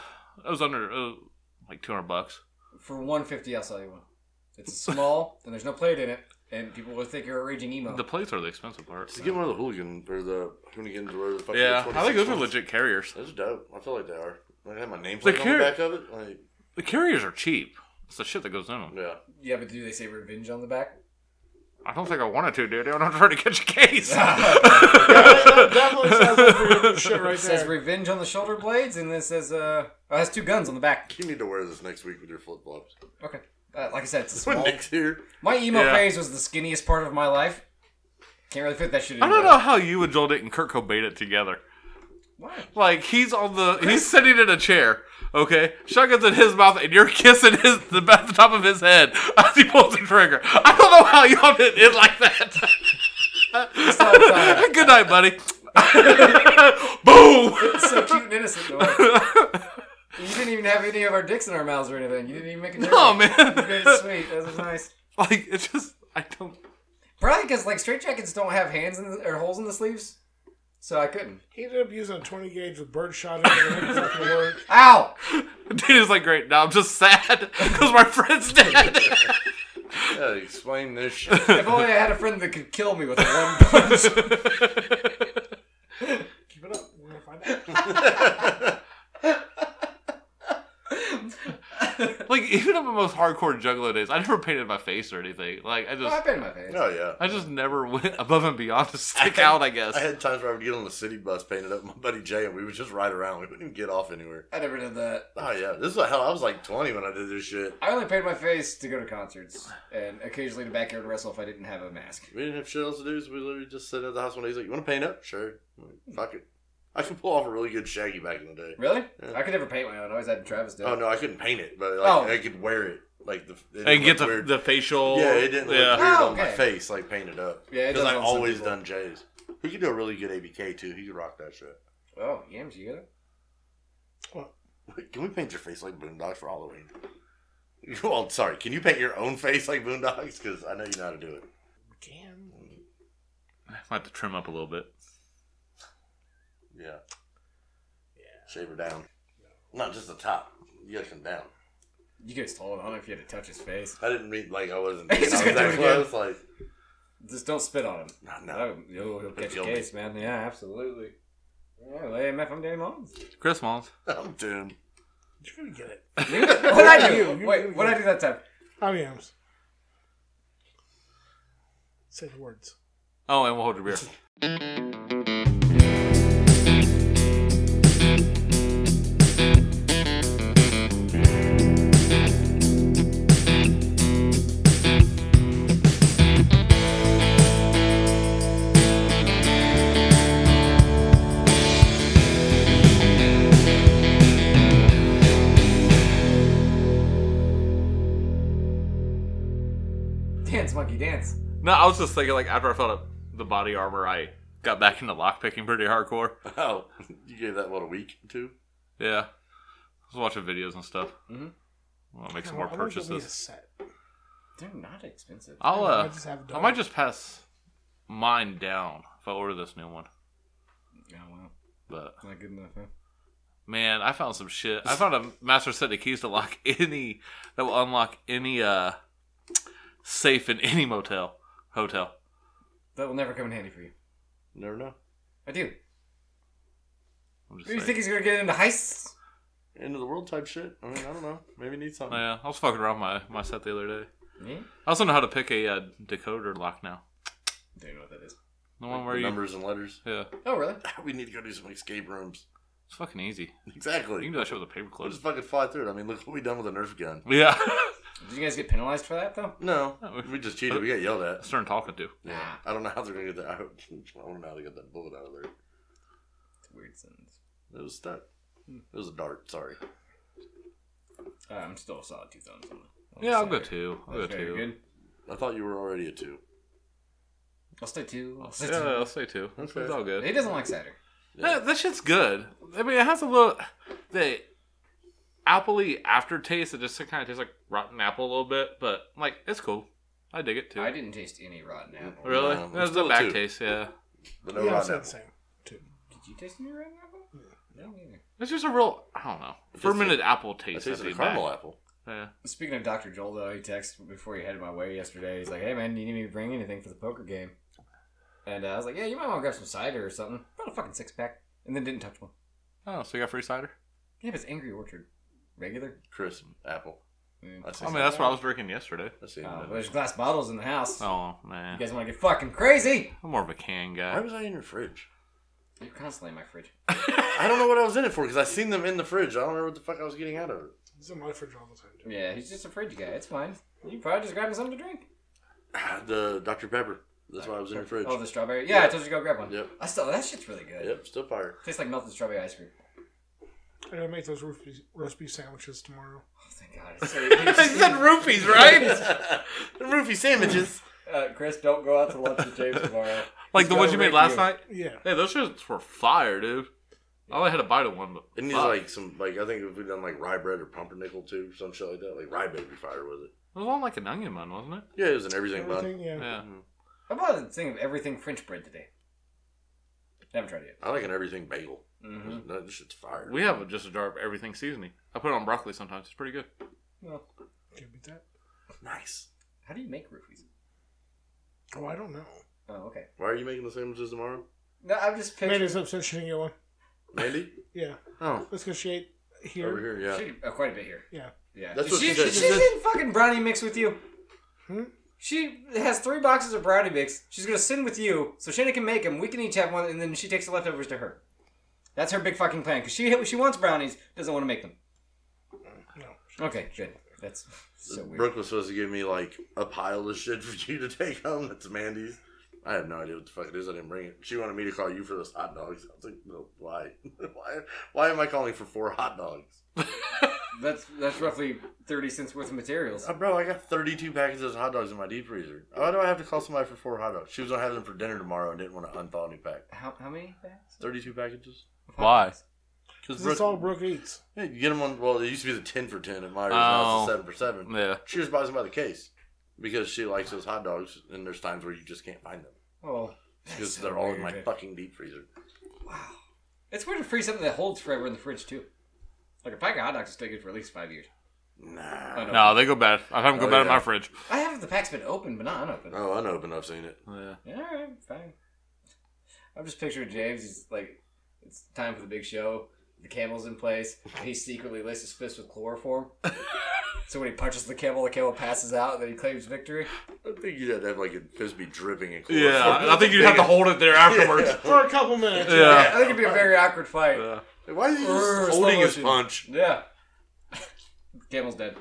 [SPEAKER 4] it was under uh, like 200 bucks.
[SPEAKER 3] For one fifty, I'll sell you one. It's a small, and there's no plate in it, and people will think you're a raging emo.
[SPEAKER 4] The plates are the expensive part.
[SPEAKER 2] Just get one of the hooligan or the hooligans or whatever the fuck.
[SPEAKER 4] Yeah,
[SPEAKER 2] the
[SPEAKER 4] I think
[SPEAKER 2] 26
[SPEAKER 4] those are
[SPEAKER 2] ones.
[SPEAKER 4] legit carriers.
[SPEAKER 2] Those are dope. I feel like they are. Like, I have my nameplate on the
[SPEAKER 4] cute.
[SPEAKER 2] back of it. Like,
[SPEAKER 4] The carriers are cheap. It's the shit that goes in them.
[SPEAKER 2] yeah.
[SPEAKER 3] yeah, but do they say revenge on the back?
[SPEAKER 4] I don't think I wanted to, dude. I'm not trying to catch a case.
[SPEAKER 5] That definitely sounds like pretty good shit right
[SPEAKER 3] It says
[SPEAKER 5] there.
[SPEAKER 3] revenge on the shoulder blades, and then it says uh, oh, it has two guns on the back.
[SPEAKER 2] You need to wear this next week with your flip flops.
[SPEAKER 3] Okay, uh, like I said, it's a
[SPEAKER 2] When
[SPEAKER 3] small.
[SPEAKER 2] Nick's here,
[SPEAKER 3] My emo
[SPEAKER 4] Yeah.
[SPEAKER 3] phase was the skinniest part of my life. Can't really fit that shit. in
[SPEAKER 4] I don't
[SPEAKER 3] there.
[SPEAKER 4] know how you and Joel didn't Kurt Cobain it together.
[SPEAKER 3] Why?
[SPEAKER 4] Like he's on the he's sitting in a chair, okay? Shotgun's in his mouth and you're kissing his the, back- the top of his head as he pulls the trigger. I don't know how y'all did it like
[SPEAKER 3] not
[SPEAKER 4] that.
[SPEAKER 3] bad.
[SPEAKER 4] Good night, buddy. Boom!
[SPEAKER 3] It's so cute and innocent. Though. you didn't even have any of our dicks in our mouths or anything. You didn't even make a joke.
[SPEAKER 4] No
[SPEAKER 3] You
[SPEAKER 4] man.
[SPEAKER 3] made it sweet. That was nice.
[SPEAKER 4] Like it's just I don't
[SPEAKER 3] Probably because like straight jackets don't have hands in the, or holes in the sleeves, so I couldn't.
[SPEAKER 5] He ended up using a 20 gauge with birdshot in it. and It didn't fucking work.
[SPEAKER 3] Ow!
[SPEAKER 4] Dana's like great now I'm just sad because my friend's dead.
[SPEAKER 2] yeah, explain this shit.
[SPEAKER 3] If only I had a friend that could kill me with one punch.
[SPEAKER 5] Keep it up. We're gonna find out.
[SPEAKER 4] Like even in my most hardcore juggler days, I never painted my face or anything. Like I
[SPEAKER 3] Well,
[SPEAKER 4] just,
[SPEAKER 3] I've been in my face.
[SPEAKER 2] Oh yeah.
[SPEAKER 4] I just never went above and beyond to stick
[SPEAKER 2] I-
[SPEAKER 4] out. I guess.
[SPEAKER 2] I had times where I would get on the city bus painted up, my buddy Jay, and we would just ride around. We wouldn't even get off anywhere.
[SPEAKER 3] I never did that.
[SPEAKER 2] Oh yeah, this is what hell. I was like 20 when I did this shit.
[SPEAKER 3] I only painted my face to go to concerts and occasionally to backyard wrestle if I didn't have a mask.
[SPEAKER 2] We didn't have shit else to do, so we literally just sat at the house one day. He's like, "You want to paint up? Sure. I'm like, Fuck it. I could pull off a really good shaggy back in the day.
[SPEAKER 3] Really?
[SPEAKER 2] Yeah.
[SPEAKER 3] I could never paint my own. I always had Travis do.
[SPEAKER 2] Oh
[SPEAKER 3] it.
[SPEAKER 2] no, I couldn't paint it, but like,
[SPEAKER 3] Oh.
[SPEAKER 2] I could wear it. Like the it
[SPEAKER 4] and
[SPEAKER 2] didn't
[SPEAKER 4] get
[SPEAKER 2] look
[SPEAKER 4] the
[SPEAKER 2] weird.
[SPEAKER 4] the facial.
[SPEAKER 2] yeah, it didn't
[SPEAKER 4] yeah.
[SPEAKER 2] look weird
[SPEAKER 3] Oh,
[SPEAKER 2] on my
[SPEAKER 3] okay.
[SPEAKER 2] face, like painted up.
[SPEAKER 3] Yeah, it
[SPEAKER 2] because
[SPEAKER 3] does
[SPEAKER 2] I've
[SPEAKER 3] on some
[SPEAKER 2] always
[SPEAKER 3] people.
[SPEAKER 2] done Jay's. He could do a really good ABK too. He could rock that shit.
[SPEAKER 3] Oh, yams, you get it?
[SPEAKER 2] Wait, Can we paint your face like Boondocks for Halloween? Well, sorry. Can you paint your own face like Boondocks? Because I know you know how to do it.
[SPEAKER 5] Damn.
[SPEAKER 4] Might have to trim up a little bit.
[SPEAKER 2] Yeah. Yeah. Shave her down. Not just the top. You gotta come down.
[SPEAKER 3] You guys told him. I don't know if you had to touch his face.
[SPEAKER 2] I didn't mean like I wasn't.
[SPEAKER 3] He's
[SPEAKER 2] I was
[SPEAKER 3] gonna do
[SPEAKER 2] that
[SPEAKER 3] it
[SPEAKER 2] close. Like,
[SPEAKER 3] Just don't spit on him.
[SPEAKER 2] nah,
[SPEAKER 3] No,
[SPEAKER 2] no.
[SPEAKER 3] you'll, you'll catch a
[SPEAKER 2] You'll be-
[SPEAKER 3] case, man. Yeah, absolutely. Yeah, well, AMF, I'm Danny Mullins.
[SPEAKER 4] Chris Mullins.
[SPEAKER 2] I'm doomed.
[SPEAKER 5] You're gonna get it.
[SPEAKER 3] Me? What I
[SPEAKER 5] You,
[SPEAKER 3] do?
[SPEAKER 5] you,
[SPEAKER 3] Wait,
[SPEAKER 5] you,
[SPEAKER 3] what I
[SPEAKER 5] you.
[SPEAKER 3] do that time?
[SPEAKER 5] I'm Yams. Say the words.
[SPEAKER 4] Oh, and we'll hold your beer.
[SPEAKER 3] Dance, monkey, dance.
[SPEAKER 4] No, I was just thinking like after I felt up the body armor, I got back into lockpicking pretty hardcore.
[SPEAKER 2] Oh, you gave that what a week two?
[SPEAKER 4] Yeah, I was watching videos and stuff.
[SPEAKER 2] Mm-hmm.
[SPEAKER 3] Mhm.
[SPEAKER 4] I'll make some
[SPEAKER 5] I
[SPEAKER 4] more
[SPEAKER 5] wanna get me a
[SPEAKER 4] purchases.
[SPEAKER 5] set.
[SPEAKER 3] They're not expensive.
[SPEAKER 4] I'll
[SPEAKER 5] I
[SPEAKER 4] uh,
[SPEAKER 5] just haven't
[SPEAKER 4] I
[SPEAKER 5] done
[SPEAKER 4] might
[SPEAKER 5] it.
[SPEAKER 4] just pass mine down if I order this new one.
[SPEAKER 3] Oh, well,
[SPEAKER 4] But
[SPEAKER 3] not good enough, huh?
[SPEAKER 4] man, I found some shit. I found a master set of keys to lock any that will unlock any uh safe in any motel hotel.
[SPEAKER 3] That will never come in handy for you.
[SPEAKER 2] Never know.
[SPEAKER 3] I do.
[SPEAKER 4] I'm just
[SPEAKER 3] Do you
[SPEAKER 4] saying.
[SPEAKER 3] think he's gonna get into heists?
[SPEAKER 2] End of the world type shit. I mean, I don't know. Maybe need something.
[SPEAKER 4] yeah, I was fucking around with my my set the other day.
[SPEAKER 3] Me?
[SPEAKER 4] I also know how to pick a uh, decoder lock now.
[SPEAKER 3] Don't know what that is.
[SPEAKER 4] The one
[SPEAKER 2] Like,
[SPEAKER 4] where you
[SPEAKER 2] numbers and letters.
[SPEAKER 4] yeah,
[SPEAKER 3] Oh, really?
[SPEAKER 2] We need to go do some escape rooms.
[SPEAKER 4] it's fucking easy. You
[SPEAKER 2] Exactly.
[SPEAKER 4] can do that shit with a paper
[SPEAKER 2] We'll
[SPEAKER 4] clip.
[SPEAKER 2] just fucking fly through it. I mean, look what we done with a Nerf gun.
[SPEAKER 4] Yeah,
[SPEAKER 3] Did you guys get penalized for that though?
[SPEAKER 2] No, we just cheated. We got yelled at.
[SPEAKER 4] stern talking to.
[SPEAKER 2] Yeah. I don't know how they're gonna get that. I, hope- I don't know how they got that bullet out of there.
[SPEAKER 3] It's a weird sentence.
[SPEAKER 2] It was stuck.
[SPEAKER 4] Hmm.
[SPEAKER 2] It was a dart. Sorry.
[SPEAKER 3] Uh, I'm still a solid two thumbs on it.
[SPEAKER 4] Yeah, I'll
[SPEAKER 3] Sorry.
[SPEAKER 4] go two. I'll go
[SPEAKER 3] That's very
[SPEAKER 4] two.
[SPEAKER 3] good.
[SPEAKER 2] I thought you were already a two.
[SPEAKER 3] I'll stay two. I'll stay
[SPEAKER 4] Yeah,
[SPEAKER 3] two.
[SPEAKER 4] I'll say two. It's
[SPEAKER 2] Okay.
[SPEAKER 4] all good.
[SPEAKER 3] He doesn't like cider.
[SPEAKER 4] That, that shit's good. I mean, it has a little the appley aftertaste. It just kind of tastes like rotten apple a little bit, but like it's cool. I dig it too.
[SPEAKER 3] I didn't taste any rotten apple.
[SPEAKER 4] Really?
[SPEAKER 2] No,
[SPEAKER 4] There's
[SPEAKER 2] it's
[SPEAKER 4] no
[SPEAKER 2] still
[SPEAKER 4] back
[SPEAKER 2] two.
[SPEAKER 4] taste. Yeah,
[SPEAKER 2] But no
[SPEAKER 5] Yeah, I
[SPEAKER 4] Oh,
[SPEAKER 2] rotten
[SPEAKER 5] said the
[SPEAKER 2] apple.
[SPEAKER 5] same. Too.
[SPEAKER 3] Did you taste any rotten apple? No, neither.
[SPEAKER 4] it's just a real I don't know fermented apple
[SPEAKER 2] It
[SPEAKER 4] taste. I
[SPEAKER 2] tasted
[SPEAKER 4] think
[SPEAKER 2] like caramel
[SPEAKER 4] back.
[SPEAKER 2] apple.
[SPEAKER 4] Yeah.
[SPEAKER 3] Speaking of Dr. Joel, though, he texted before he headed my way yesterday. He's like, hey, man, do you need me to bring anything for the poker game? And uh, I was like, yeah, you might want to grab some cider or something. Brought a fucking six pack. And then didn't touch one.
[SPEAKER 4] Oh, so you got free cider?
[SPEAKER 3] Yeah, but it's Angry Orchard. Regular?
[SPEAKER 2] Crisp apple.
[SPEAKER 3] Mm.
[SPEAKER 2] That's
[SPEAKER 4] I mean, that's what I was drinking yesterday.
[SPEAKER 2] That's it.
[SPEAKER 3] Uh, there's glass bottles in the house.
[SPEAKER 4] Oh
[SPEAKER 3] You
[SPEAKER 4] man,
[SPEAKER 3] guys want to get fucking crazy?
[SPEAKER 4] I'm more of a can
[SPEAKER 2] Why
[SPEAKER 4] guy.
[SPEAKER 2] was I in your fridge?
[SPEAKER 3] You're constantly in my fridge.
[SPEAKER 2] I don't know what I was in it for because I seen them in the fridge. I don't remember what the fuck I was getting out of it.
[SPEAKER 5] It's in my fridge all the time. Too.
[SPEAKER 3] Yeah, he's just a fridge guy. It's fine. You probably just grabbing something to drink.
[SPEAKER 2] Ah, The Dr. Pepper. That's why I was in your fridge.
[SPEAKER 3] Oh, the strawberry. Yeah, I told you to go grab one.
[SPEAKER 2] Yep.
[SPEAKER 3] I still, that shit's really good.
[SPEAKER 2] Yep, still fire.
[SPEAKER 3] Tastes like melted strawberry ice cream. Oh,
[SPEAKER 5] I gotta make those roast beef, roast beef sandwiches tomorrow.
[SPEAKER 3] Oh, thank God. It's so-
[SPEAKER 4] rupees,
[SPEAKER 2] the roofie sandwiches.
[SPEAKER 3] uh, Chris, don't go out to lunch with James tomorrow.
[SPEAKER 4] like the
[SPEAKER 3] He's gonna
[SPEAKER 4] ones you made
[SPEAKER 3] rape
[SPEAKER 4] last
[SPEAKER 3] you.
[SPEAKER 4] night.
[SPEAKER 5] Yeah.
[SPEAKER 4] Hey, those shits were fire, dude. I only had a bite of one, but
[SPEAKER 2] It needs
[SPEAKER 4] fuck.
[SPEAKER 2] like some like I think if we done like rye bread or pumpernickel too, some shit like that. Like rye baby fire was it?
[SPEAKER 4] it was on like an onion bun, wasn't it?
[SPEAKER 2] Yeah, it was in everything, bun.
[SPEAKER 5] Everything, yeah.
[SPEAKER 4] Yeah.
[SPEAKER 3] How about a thing of everything French bread today? Haven't tried it
[SPEAKER 2] I like an everything bagel.
[SPEAKER 3] yet. Mm-hmm.
[SPEAKER 2] That shit's fire.
[SPEAKER 4] We have just a jar of everything seasoning. I put it on broccoli sometimes. It's pretty good.
[SPEAKER 3] Well,
[SPEAKER 5] Can't beat that.
[SPEAKER 2] nice.
[SPEAKER 3] how do you make roofies?
[SPEAKER 5] Oh, I don't know.
[SPEAKER 3] Oh, okay.
[SPEAKER 2] Why are you making the sandwiches tomorrow?
[SPEAKER 3] No, I'm just
[SPEAKER 5] Made
[SPEAKER 3] picturing.
[SPEAKER 5] this up since you didn't get one.
[SPEAKER 2] Mandy?
[SPEAKER 5] Yeah,
[SPEAKER 2] Oh,
[SPEAKER 5] let's go shade here.
[SPEAKER 2] over here, yeah.
[SPEAKER 3] She, oh, quite a bit here.
[SPEAKER 5] Yeah.
[SPEAKER 3] Yeah.
[SPEAKER 2] That's
[SPEAKER 3] She-
[SPEAKER 2] what she
[SPEAKER 3] she,
[SPEAKER 2] did.
[SPEAKER 3] she's in fucking brownie mix with you.
[SPEAKER 5] Hmm?
[SPEAKER 3] She has three boxes of brownie mix. She's gonna sin with you, so Shannon can make them. We can each have one, and then she takes the leftovers to her. That's her big fucking plan. Cause she she wants brownies, doesn't want to make them. No. Okay, good. That's so weird.
[SPEAKER 2] Brooke was supposed to give me like a pile of shit for you to take home. That's Mandy's. I have no idea what the fuck it is. I didn't bring it. She wanted me to call you for those hot dogs. I was like, no, why? why? Why am I calling for four hot dogs?
[SPEAKER 3] That's that's roughly thirty cents worth of materials.
[SPEAKER 2] Uh, bro, I got 32 packages of hot dogs in my deep freezer. Why do I have to call somebody for four hot dogs? She was going to have them for dinner tomorrow and didn't want to unthaw any pack.
[SPEAKER 3] How how many bags?
[SPEAKER 2] 32 packages?
[SPEAKER 4] Why?
[SPEAKER 2] Because
[SPEAKER 5] That's all Brooke eats.
[SPEAKER 2] Yeah, you get them on. Well, it used to be the ten for ten at Myers. Now
[SPEAKER 4] Oh.
[SPEAKER 2] it's the seven for seven.
[SPEAKER 4] Yeah.
[SPEAKER 2] She just buys them by the case because she likes those hot dogs, and there's times where you just can't find them
[SPEAKER 3] Oh, that's
[SPEAKER 2] because
[SPEAKER 3] so
[SPEAKER 2] they're all in my
[SPEAKER 3] weird.
[SPEAKER 2] fucking deep freezer.
[SPEAKER 3] It's weird to freeze something that holds forever in the fridge too. Like a pack of hot dogs is stay good for at least five years.
[SPEAKER 2] Nah.
[SPEAKER 4] No, they go bad. I have them go
[SPEAKER 2] Oh,
[SPEAKER 4] bad in
[SPEAKER 2] yeah.
[SPEAKER 4] my fridge.
[SPEAKER 3] I have the pack's been open, but not unopened.
[SPEAKER 2] Oh, unopened. I've seen it.
[SPEAKER 4] Yeah.
[SPEAKER 3] Yeah, all right, fine. I'm just picturing James. He's like, it's time for the big show. The camel's in place. And he secretly laced his fist with chloroform. so when he punches the camel, the camel passes out, and then he claims victory.
[SPEAKER 2] I think you'd have to have like a fist be dripping and chloroform.
[SPEAKER 4] Yeah, I think you'd have to hold it there afterwards.
[SPEAKER 5] For a couple minutes.
[SPEAKER 3] I
[SPEAKER 4] Yeah.
[SPEAKER 3] think it'd be a very awkward fight.
[SPEAKER 4] Yeah.
[SPEAKER 2] Why is he
[SPEAKER 3] Brrr,
[SPEAKER 2] just
[SPEAKER 3] slow
[SPEAKER 2] holding his
[SPEAKER 3] motion.
[SPEAKER 2] punch?
[SPEAKER 3] Yeah. Camel's dead.